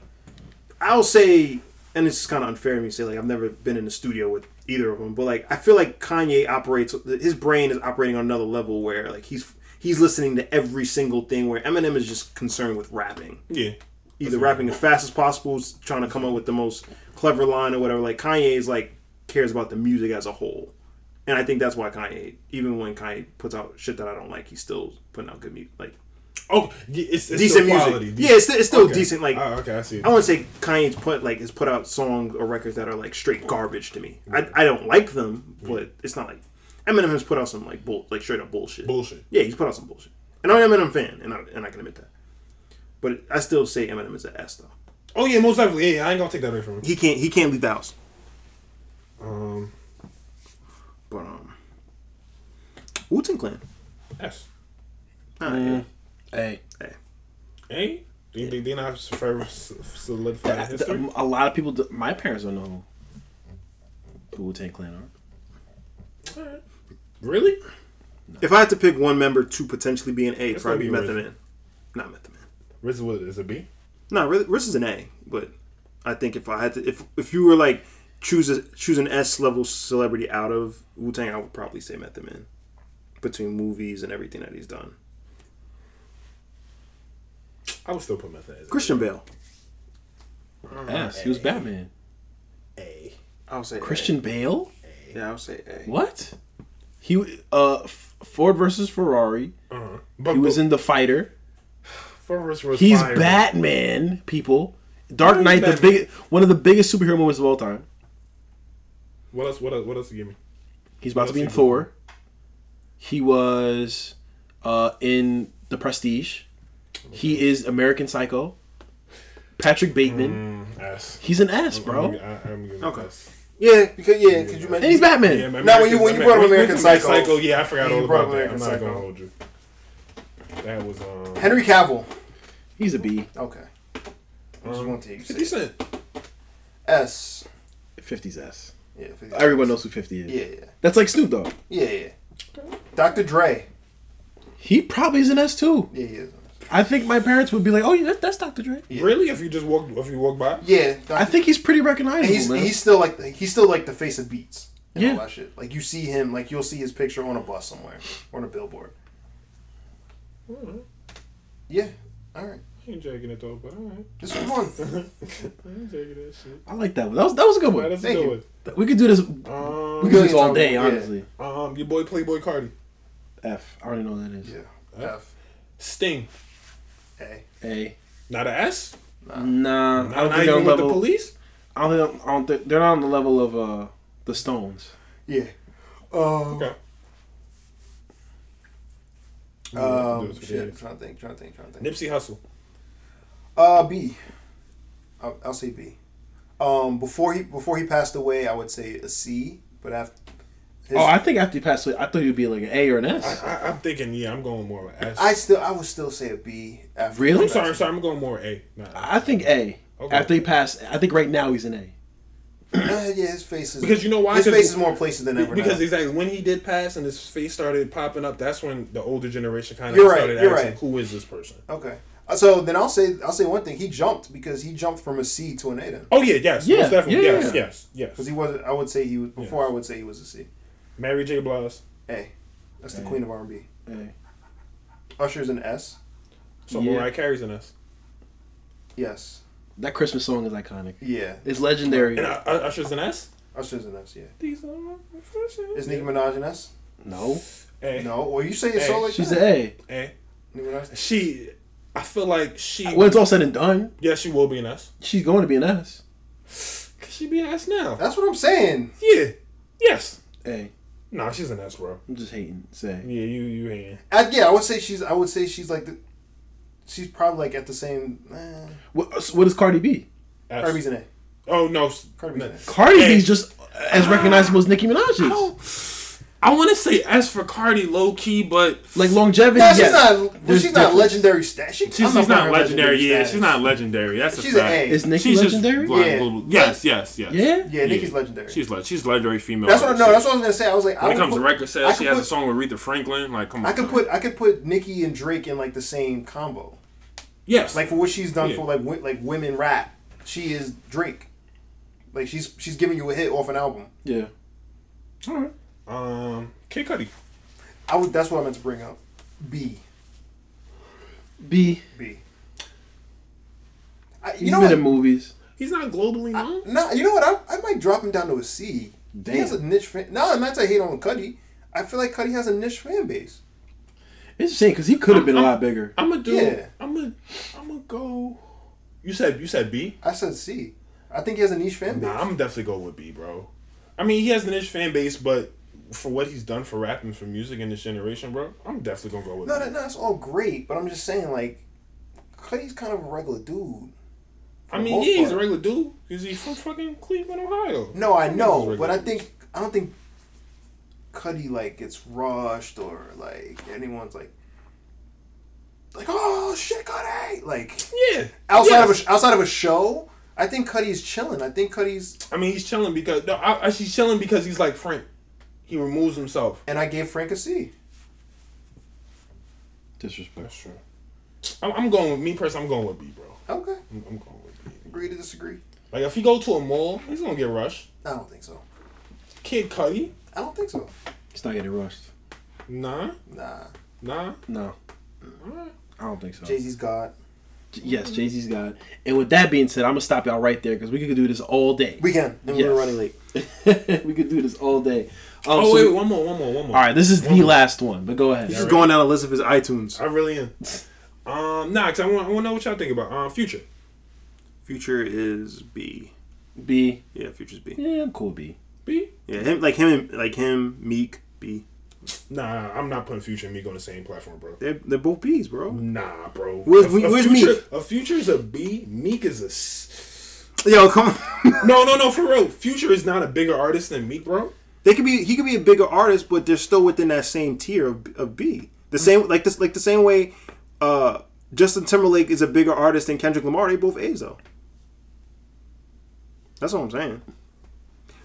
Speaker 2: I'll say, and it's kind of unfair to me to say like I've never been in the studio with either of them, but like I feel like Kanye operates. His brain is operating on another level where like he's. He's listening to every single thing where Eminem is just concerned with rapping
Speaker 4: Yeah.
Speaker 2: either rapping as fast as possible, s- trying to come up with the most clever line or whatever. Like Kanye is like cares about the music as a whole, and I think that's why Kanye, even when Kanye puts out shit that I don't like, he's still putting out good music, like
Speaker 4: Oh, yeah, it's, it's
Speaker 2: decent
Speaker 4: still
Speaker 2: music.
Speaker 4: quality.
Speaker 2: Yeah, it's, sti- it's still
Speaker 4: Okay.
Speaker 2: decent. Like
Speaker 4: Ah, okay, I see.
Speaker 2: I wouldn't say Kanye's put like has put out songs or records that are like straight garbage to me. I, I don't like them, but it's not like Eminem has put out some like bull like straight up bullshit.
Speaker 4: Bullshit.
Speaker 2: Yeah, he's put out some bullshit, and I'm an Eminem fan, and I, and I can admit that. But I still say Eminem is an S though.
Speaker 4: Oh yeah, most definitely. Yeah, I ain't gonna take that away from him.
Speaker 2: He can't. He can't leave the house.
Speaker 4: Um,
Speaker 2: But um, Wu Tang Clan.
Speaker 4: S.
Speaker 2: Nah, yeah.
Speaker 3: A.
Speaker 4: Eh? They, they, they not forever s- solidified in history.
Speaker 3: Um, A lot of people. do- My parents don't know who Wu Tang Clan are.
Speaker 4: really?
Speaker 11: If I had to pick one member to potentially be an A, it'd
Speaker 4: gonna
Speaker 11: probably be
Speaker 4: be
Speaker 11: Method
Speaker 4: Riz.
Speaker 11: Man. Not Method Man.
Speaker 4: Riz is what is it B?
Speaker 11: No, Riz Riz is an A, but I think if I had to, if if you were like choose a, choose an S level celebrity out of Wu Tang, I would probably say Method Man. Between movies and everything that he's done,
Speaker 4: I would still put Method as
Speaker 11: Christian Bale.
Speaker 12: Yes, he was Batman.
Speaker 4: Mm. A.
Speaker 11: I would say A.
Speaker 3: Christian Bale?
Speaker 11: Yeah, I would say A.
Speaker 3: What? He uh F- Ford versus Ferrari.
Speaker 4: But
Speaker 3: He was in The Fighter.
Speaker 4: Forrest was
Speaker 3: He's
Speaker 4: fire.
Speaker 3: Batman, people. Dark
Speaker 4: He's
Speaker 3: Knight, the
Speaker 4: Batman.
Speaker 3: big one of the biggest superhero moments of all time.
Speaker 4: What else? What else? What else? You give me?
Speaker 3: He's about
Speaker 4: What
Speaker 3: to be in
Speaker 4: else he
Speaker 3: Thor. He was uh, in The Prestige. He is American Psycho. Patrick
Speaker 4: Mm.
Speaker 3: Bateman.
Speaker 4: S.
Speaker 3: He's an S,
Speaker 4: I'm,
Speaker 2: Oh.
Speaker 3: bro.
Speaker 4: gonna- I- I'm giving
Speaker 11: Okay.
Speaker 4: S.
Speaker 2: Yeah, because yeah, because you
Speaker 3: And he's
Speaker 2: mentioned
Speaker 3: Batman.
Speaker 4: Yeah, my
Speaker 2: Now, when you-
Speaker 4: American-
Speaker 2: when you brought up American Psycho-
Speaker 4: yeah, I forgot
Speaker 2: Yeah,
Speaker 4: all
Speaker 2: you brought
Speaker 4: about
Speaker 2: up
Speaker 4: that. I'm
Speaker 2: American
Speaker 4: not
Speaker 2: Psycho.
Speaker 4: gonna hold you. That was um.
Speaker 2: Henry Cavill.
Speaker 3: He's a B.
Speaker 2: Okay. I
Speaker 4: Um,
Speaker 2: just want to
Speaker 4: Fifty Cent.
Speaker 2: S.
Speaker 3: 50's S.
Speaker 2: Yeah, for the-
Speaker 3: Everyone knows who 50 is.
Speaker 2: Yeah, yeah,
Speaker 3: That's like Snoop Dogg.
Speaker 2: yeah, yeah. Dr. Dre.
Speaker 3: He probably is an S too.
Speaker 2: Yeah, yeah.
Speaker 3: I think my parents would be like, oh, yeah, that- that's Dr. Dre.
Speaker 2: Yeah.
Speaker 4: Really? If you just walk, if you walk by,
Speaker 2: Yeah, Dr.
Speaker 3: I think he's pretty
Speaker 2: And
Speaker 3: recognizable,
Speaker 2: he's
Speaker 3: man.
Speaker 2: he's still like he's still like the face of beats and
Speaker 3: Yeah.
Speaker 2: all that shit. Like you see him, like you'll see his picture on a bus somewhere or on a billboard.
Speaker 4: Hmm.
Speaker 2: Yeah, all right.
Speaker 4: I ain't taking it though. But all right,
Speaker 2: This was fun.
Speaker 4: [LAUGHS] I ain't taking that shit.
Speaker 3: I like that one. That was, that was a good
Speaker 4: All right,
Speaker 3: one.
Speaker 4: that's a
Speaker 2: Thank
Speaker 4: good
Speaker 2: you.
Speaker 3: We could do this, we
Speaker 4: one.
Speaker 3: could do this all
Speaker 2: Yeah.
Speaker 3: day, honestly.
Speaker 4: Um, um, your boy Playboy Cardi,
Speaker 3: F. I already know what that is.
Speaker 2: Yeah. F
Speaker 4: Sting,
Speaker 2: A.
Speaker 3: A.
Speaker 4: not an S.
Speaker 3: Nah, I
Speaker 4: Not,
Speaker 3: don't
Speaker 4: not
Speaker 3: think they're on
Speaker 4: even with the
Speaker 3: level.
Speaker 4: police.
Speaker 3: I don't, think, I don't think they're not on the level of uh, the Stones.
Speaker 2: Yeah. Uh,
Speaker 4: Okay. Do
Speaker 2: Um,
Speaker 4: it for
Speaker 2: shit.
Speaker 4: days.
Speaker 2: trying to think. Trying to think. Trying to think.
Speaker 4: Nipsey Hussle.
Speaker 2: Uh, B. I'll, I'll say B. Um, before he before he passed away, I would say a C. But after his,
Speaker 3: Oh, I think after he passed away, I thought he'd be like an A or an S.
Speaker 4: I, I'm thinking, yeah, I'm going more with S.
Speaker 2: I still I would still say a B. After
Speaker 3: Really?
Speaker 4: I'm sorry, I'm sorry, I'm going more A. Nah,
Speaker 3: I think A.
Speaker 4: Okay.
Speaker 3: After he passed, I think right now he's an A.
Speaker 2: Uh, yeah, his face is
Speaker 4: Because you know why?
Speaker 2: His
Speaker 4: 'Cause-
Speaker 2: face is more places than ever.
Speaker 4: because
Speaker 2: now.
Speaker 4: exactly when he did pass and his face started popping up, that's when the older generation kind of
Speaker 2: You're right,
Speaker 4: started
Speaker 2: you're
Speaker 4: asking,
Speaker 2: right.
Speaker 4: "Who is this person?"
Speaker 2: okay. Uh, So then I'll say I'll say one thing. He jumped because he jumped from a C to an A then.
Speaker 4: Oh yeah, yes,
Speaker 3: Yeah,
Speaker 4: most definitely,
Speaker 3: yeah,
Speaker 4: yes,
Speaker 3: yeah.
Speaker 4: yes, yes,
Speaker 2: Because he wasn't. I would say he was before. I would say he was a C.
Speaker 4: Mary J. Blige.
Speaker 2: A. That's the queen of R and B.
Speaker 3: A.
Speaker 2: Usher's an S.
Speaker 4: So
Speaker 3: Yeah.
Speaker 4: Mariah Carey's an S.
Speaker 2: Yes.
Speaker 3: That Christmas song is iconic.
Speaker 2: Yeah.
Speaker 3: It's legendary.
Speaker 4: And uh, Usher's an S.
Speaker 2: Usher's an S. Yeah.
Speaker 4: These uh, are my
Speaker 2: Is
Speaker 4: refreshers.
Speaker 2: Nicki Minaj an S?
Speaker 3: No,
Speaker 4: A.
Speaker 2: No. Well, you say it so
Speaker 4: Hey,
Speaker 2: like
Speaker 3: she's
Speaker 2: that.
Speaker 3: an A.
Speaker 4: A.
Speaker 2: Nicki Minaj.
Speaker 4: She. I feel like she.
Speaker 3: When it's all said and done,
Speaker 4: yeah, she will be an S.
Speaker 3: she's going to be an S.
Speaker 4: Could she be an S now?
Speaker 2: That's what I'm saying.
Speaker 4: yeah. Yes.
Speaker 3: A.
Speaker 4: Nah, she's an S, bro.
Speaker 3: I'm just hating. Say.
Speaker 4: Yeah, you you hating.
Speaker 2: I, yeah, I would say she's. I would say she's like the. She's probably like at the same. Eh,
Speaker 3: What, what is Cardi B?
Speaker 4: S.
Speaker 2: Cardi's an A.
Speaker 4: Oh no. s-
Speaker 2: Cardi's an A.
Speaker 3: Cardi
Speaker 4: A.
Speaker 3: B's just as recognizable as Nicki Minaj's.
Speaker 4: No. I want to say S for Cardi, low key, but
Speaker 3: Like longevity.
Speaker 2: No, she's
Speaker 3: yes.
Speaker 2: not. Well,
Speaker 3: There's
Speaker 2: she's not
Speaker 3: difference.
Speaker 2: legendary status. She,
Speaker 12: She's,
Speaker 2: I'm not
Speaker 12: she's
Speaker 2: calling
Speaker 12: not
Speaker 2: her
Speaker 12: legendary. Yeah,
Speaker 2: status.
Speaker 12: she's not legendary. That's a
Speaker 2: She's an
Speaker 12: fact.
Speaker 2: A.
Speaker 3: Is Nicki
Speaker 12: she's
Speaker 3: legendary?
Speaker 12: Just blind,
Speaker 2: Yeah.
Speaker 12: global- Yes, yes, yes.
Speaker 3: Yeah.
Speaker 2: Yeah, Nicki's legendary.
Speaker 12: She's like she's legendary female.
Speaker 2: that's what I know. That's what I was gonna say. I was like,
Speaker 12: When
Speaker 2: I
Speaker 12: it
Speaker 2: would
Speaker 12: comes to
Speaker 2: put-
Speaker 12: record
Speaker 2: I
Speaker 12: sales, she
Speaker 2: could
Speaker 12: has
Speaker 2: put-
Speaker 12: a song with Aretha Franklin. Like, come on.
Speaker 2: I could put I could put Nicki and Drake in like the same combo.
Speaker 12: yes.
Speaker 2: Like for what she's done
Speaker 12: Yeah.
Speaker 2: for like wi- like women rap, she is Drake. Like she's she's giving you a hit off an album.
Speaker 3: Yeah.
Speaker 4: um, Kid Cudi.
Speaker 2: I would. That's what I meant to bring up. B
Speaker 3: B.
Speaker 2: B. I,
Speaker 3: He's
Speaker 2: you know
Speaker 3: been
Speaker 2: what?
Speaker 3: in movies.
Speaker 4: He's not globally known.
Speaker 2: Nah, you know what? I, I might drop him down to a C. He has a niche fan. No, I'm not to hate on Cuddy. I feel like Cuddy has a niche fan base.
Speaker 3: It's a shame because he could have been a lot bigger.
Speaker 4: I'm gonna do.
Speaker 2: Yeah.
Speaker 4: I'm gonna. I'm gonna go. You said you said B.
Speaker 2: I said C. I think he has a niche fan base.
Speaker 4: Nah, I'm definitely go with B, bro. I mean, he has the niche fan base, but for what he's done for rap and for music in this generation, bro, I'm definitely gonna go with
Speaker 2: No,
Speaker 4: B.
Speaker 2: that, no, that's all great, but I'm just saying, like, Cuddy's kind of a regular dude.
Speaker 4: I
Speaker 2: the
Speaker 4: mean,
Speaker 2: most
Speaker 4: yeah, he's
Speaker 2: part.
Speaker 4: a regular dude. Is he from fucking Cleveland, Ohio?
Speaker 2: No, I
Speaker 4: He's
Speaker 2: know,
Speaker 4: regular
Speaker 2: but I
Speaker 4: dude.
Speaker 2: think I don't think Cuddy like gets rushed or like anyone's like, like oh shit, Cuddy! Like
Speaker 4: yeah.
Speaker 2: outside
Speaker 4: Yes.
Speaker 2: of a sh- outside of a show, I think Cuddy's chilling. I think Cuddy's
Speaker 4: I mean, he's chilling because no, I, I, he's chilling because he's like Frank. He removes himself.
Speaker 2: and I gave Frank a C.
Speaker 3: Disrespect.
Speaker 4: That's true. I'm, I'm going with me personally. I'm going with B, bro.
Speaker 5: Okay.
Speaker 4: I'm, I'm going with B.
Speaker 5: Agree to disagree.
Speaker 4: Like if he go to a mall, he's gonna get rushed.
Speaker 5: I don't think so.
Speaker 4: Kid Cudi,
Speaker 5: I don't think so.
Speaker 3: He's not getting rushed.
Speaker 4: nah,
Speaker 5: Nah.
Speaker 4: nah.
Speaker 3: No.
Speaker 2: Mm-hmm.
Speaker 3: I don't think so.
Speaker 5: Jay Z's God.
Speaker 3: J- yes, Jay Z's God. And with that being said, I'm gonna stop y'all right there because we could do this all day.
Speaker 5: We can. And
Speaker 3: Yes.
Speaker 5: we're running late.
Speaker 3: [LAUGHS] we could do this all day. Um,
Speaker 4: Oh
Speaker 3: so
Speaker 4: wait,
Speaker 3: we-
Speaker 4: one more, one more, one more.
Speaker 3: all right, this is the last one, but go ahead.
Speaker 2: He's going down a list of his iTunes.
Speaker 4: I really am. Um, nah, cause I want, I want to know what y'all think about um future.
Speaker 2: Future is B.
Speaker 3: B.
Speaker 2: Yeah, Future's B.
Speaker 3: Yeah, I'm cool. B.
Speaker 2: Yeah, him like him and like him Meek B.
Speaker 4: Nah, I'm not putting future and Meek on the same platform, bro.
Speaker 2: They're they're both B's, bro.
Speaker 4: Nah, bro.
Speaker 2: Where's-
Speaker 4: a,
Speaker 2: where's
Speaker 4: future,
Speaker 2: Meek?
Speaker 4: A future is a B. Meek is a. S-
Speaker 2: Yo, come on.
Speaker 4: no, no, no. For real, future is not a bigger artist than Meek, bro.
Speaker 2: They could be he could be a bigger artist, but they're still within that same tier of, of B. The
Speaker 4: Mm.
Speaker 2: same like this like the same way uh Justin Timberlake is a bigger artist than Kendrick Lamar. They both A's though. That's what I'm saying.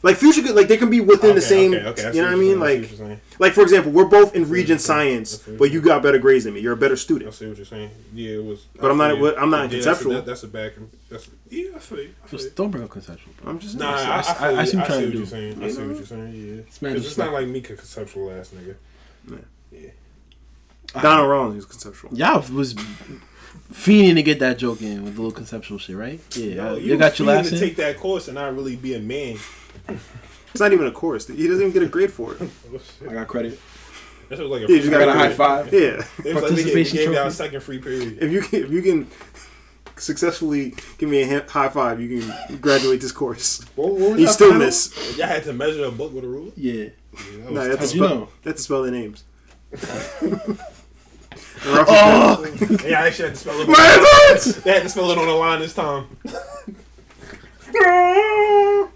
Speaker 2: Like future could like they can be within the
Speaker 4: Okay,
Speaker 2: same.
Speaker 4: okay, okay, I see
Speaker 2: you know what I
Speaker 4: you're
Speaker 2: mean?
Speaker 4: saying, I
Speaker 2: Like
Speaker 4: see what you're saying.
Speaker 2: like for example, we're both in Regent
Speaker 4: what you're saying,
Speaker 2: Science,
Speaker 4: I see what
Speaker 2: but you got better grades than me. You're a better
Speaker 4: I
Speaker 2: student.
Speaker 4: see what you're saying. Yeah, it was.
Speaker 2: But
Speaker 4: I
Speaker 2: I'm not-
Speaker 4: feel you.
Speaker 2: I'm not
Speaker 4: Yeah, that's a-
Speaker 2: conceptual.
Speaker 4: that- That's a bad. com- That's yeah. I feel you. I feel you.
Speaker 3: Just don't bring up consensual. Bro.
Speaker 2: I'm just
Speaker 4: Nah,
Speaker 2: saying.
Speaker 4: I, I,
Speaker 3: I- I
Speaker 4: feel
Speaker 3: see
Speaker 4: you. I
Speaker 3: what
Speaker 4: see
Speaker 3: you're
Speaker 4: what
Speaker 3: trying
Speaker 4: you're
Speaker 3: to
Speaker 4: saying. I see what you're saying. Yeah,
Speaker 3: man
Speaker 4: because
Speaker 3: just
Speaker 4: it's not
Speaker 3: not-
Speaker 4: like Mika conceptual ass nigga.
Speaker 2: Donald Rollins is conceptual.
Speaker 3: Y'all was fiending to get that joke in with the little conceptual shit, right? Yeah,
Speaker 4: Yo,
Speaker 3: you, got your
Speaker 4: was
Speaker 3: last
Speaker 4: feeling
Speaker 3: in.
Speaker 4: to take that course and not really be a man.
Speaker 2: It's not even a chorus. He doesn't even get a grade for
Speaker 4: [LAUGHS]
Speaker 2: it.
Speaker 3: I got credit.
Speaker 4: That shit was like a
Speaker 2: Yeah, you just
Speaker 3: I got a
Speaker 2: Got
Speaker 3: high
Speaker 2: credit.
Speaker 3: five.
Speaker 2: Yeah.
Speaker 4: it was like they gave,
Speaker 3: participation
Speaker 4: they gave out a
Speaker 3: trophy.
Speaker 4: second free period.
Speaker 2: if you can, if you can successfully give me a ha- high five, you can graduate this course.
Speaker 4: What, what was
Speaker 2: You
Speaker 4: y'all
Speaker 2: still
Speaker 4: final?
Speaker 2: miss.
Speaker 4: Y'all had to measure a book with a ruler.
Speaker 3: Yeah.
Speaker 2: No, you have to
Speaker 3: Oh, How'd you
Speaker 2: spell.
Speaker 3: know?
Speaker 2: You have to spell their names.
Speaker 4: Yeah, I actually had to spell it.
Speaker 2: My
Speaker 4: On,
Speaker 2: heavens!
Speaker 4: they had to spell it on the line this time.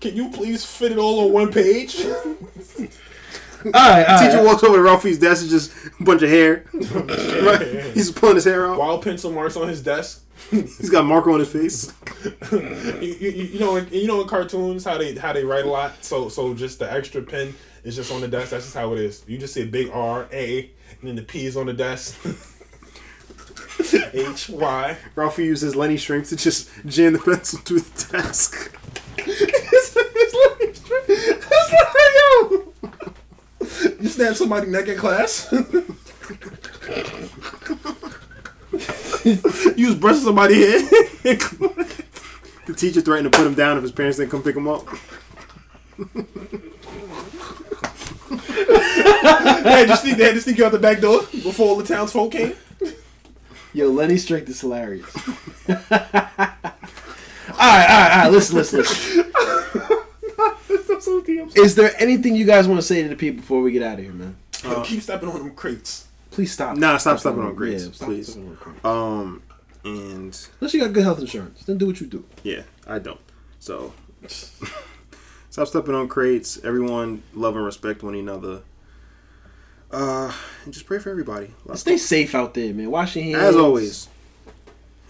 Speaker 4: Can you please fit it all on one page?
Speaker 3: All right, all right.
Speaker 2: Teacher walks over to Ralphie's desk and just a bunch
Speaker 3: [LAUGHS]
Speaker 2: of hair. He's pulling his hair out.
Speaker 4: Wild pencil marks on his desk.
Speaker 2: He's got marker on his face.
Speaker 4: you, you, you know, in- you know, in cartoons how they how they write a lot. So so just the extra pen is just on the desk. That's just how it is. You just see a big R A, and then the P is on the desk. [LAUGHS] H Y.
Speaker 2: Ralphie uses Lenny Shrimp to just jam the pencil through the desk. [LAUGHS]
Speaker 4: You snap somebody neck in [LAUGHS] class.
Speaker 2: You was brushing somebody head.
Speaker 4: [LAUGHS]
Speaker 2: the teacher threatened to put him down if his parents didn't come pick him up.
Speaker 4: they, had to sneak, they had to sneak you out the back door before all the townsfolk came.
Speaker 3: Yo, Lenny Strength is hilarious. [LAUGHS] all right, all right, all right. Listen, listen,
Speaker 2: [LAUGHS]
Speaker 3: listen. Is there anything you guys want to say to the people before we get out of here, man?
Speaker 4: Keep stepping on them crates.
Speaker 3: Please stop.
Speaker 2: Uh, Nah, stop stepping on grades,
Speaker 3: Yeah, stop
Speaker 2: please.
Speaker 3: stepping on grades.
Speaker 2: Um, and
Speaker 3: Unless you got good health insurance, then do what you do.
Speaker 2: Yeah, I don't. So [LAUGHS] stop stepping on crates. Everyone love and respect one another. Uh, and just pray for everybody. Lots-
Speaker 3: Stay safe out there, man. Wash your hands.
Speaker 2: As always.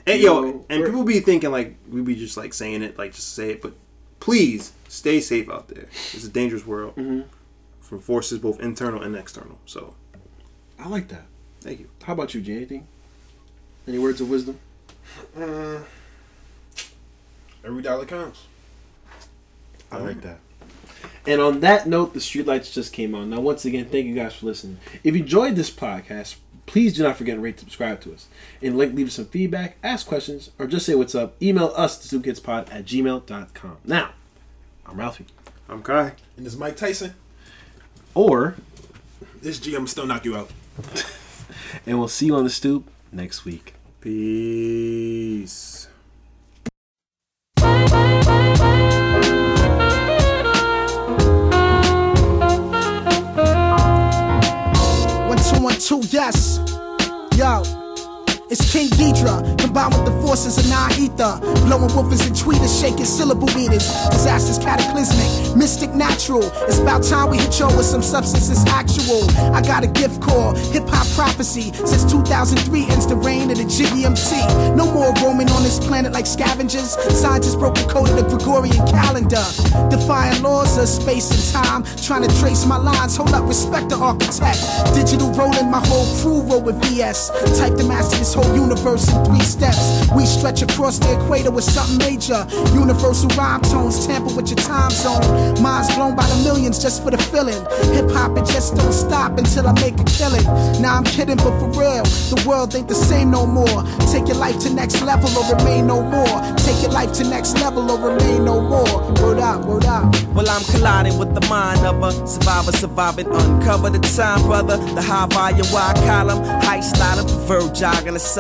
Speaker 2: And
Speaker 3: You
Speaker 2: yo,
Speaker 3: know,
Speaker 2: and
Speaker 3: we're-
Speaker 2: people be thinking like we be just like saying it, like just say it, but please stay safe out there. It's a dangerous world from forces both internal and external. So
Speaker 3: I like that.
Speaker 2: thank you.
Speaker 3: How about you, Jay? Anything? Any words of wisdom?
Speaker 4: Every dollar counts.
Speaker 3: I like that. And on that note, the streetlights just came on. Now, once again, thank you guys for listening. If you enjoyed this podcast, please do not forget to rate and subscribe to us. And like, leave us some feedback, ask questions, or just say what's up. Email us to zoomkidspod at gmail.com. Now, I'm Ralphie.
Speaker 2: I'm Kai.
Speaker 4: And it's Mike Tyson.
Speaker 3: Or,
Speaker 4: This GM still knock you out.
Speaker 3: and we'll see you on the stoop next week.
Speaker 2: Peace.
Speaker 13: One, two, one, two, yes. Yo. It's King Ghidra, combined with the forces of non-ether. Blowing woofers and tweeters, shaking syllable meters. Disasters cataclysmic, mystic natural. It's about time we hit y'all with some substance that's actual. I got a gift called hip-hop prophecy. Since 2003 ends the reign planet of GEMT. No more roaming on this planet like scavengers. Scientists broke the code of the Gregorian calendar. Defying laws of space and time. Trying to trace my lines. Hold up, respect the architect. Digital rolling, my whole crew roll with VS. Type to master this whole universe in three steps. We stretch across the equator with something major. Universal rhyme tones tamper with your time zone. Minds blown by the millions just for the feeling. Hip hop, it just don't stop until I make a killing. Now I'm kidding, but for real, the world ain't the same no more. Take your life to next level or remain no more. Take your life to next level or remain no more. Word up, word up.
Speaker 14: Well, I'm colliding with the mind of a survivor, surviving. Uncover the time, brother. The high volume, wide column, high slider, preferred jog on the side.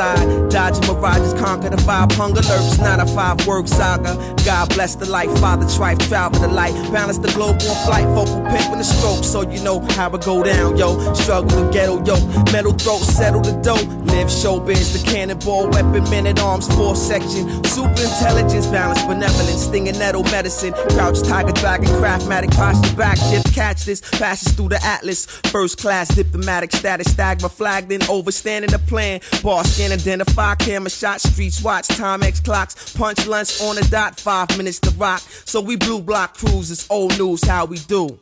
Speaker 14: Dodging mirages, conquer the vibe, hunger lurks, not a five word saga. God bless the life, father, trife, travel the light. Balance the globe on flight, vocal pick when the stroke, so you know how it go down, yo. Struggle the ghetto, yo. Metal throat, settle the dough. Live showbiz, the cannonball, weapon, men at arms, four section. Super intelligence, balance, benevolence, stinging nettle medicine. Crouch, tiger, dragon, craftmatic, posture, back shift, catch this. Passes through the atlas. First class, diplomatic status, stagma, flag, then overstanding the plan. Bar scan, identify, camera shot, streets watch, time X clocks. Punch lunch on the dot, five minutes to rock. So we blue block cruises, old news, how we do.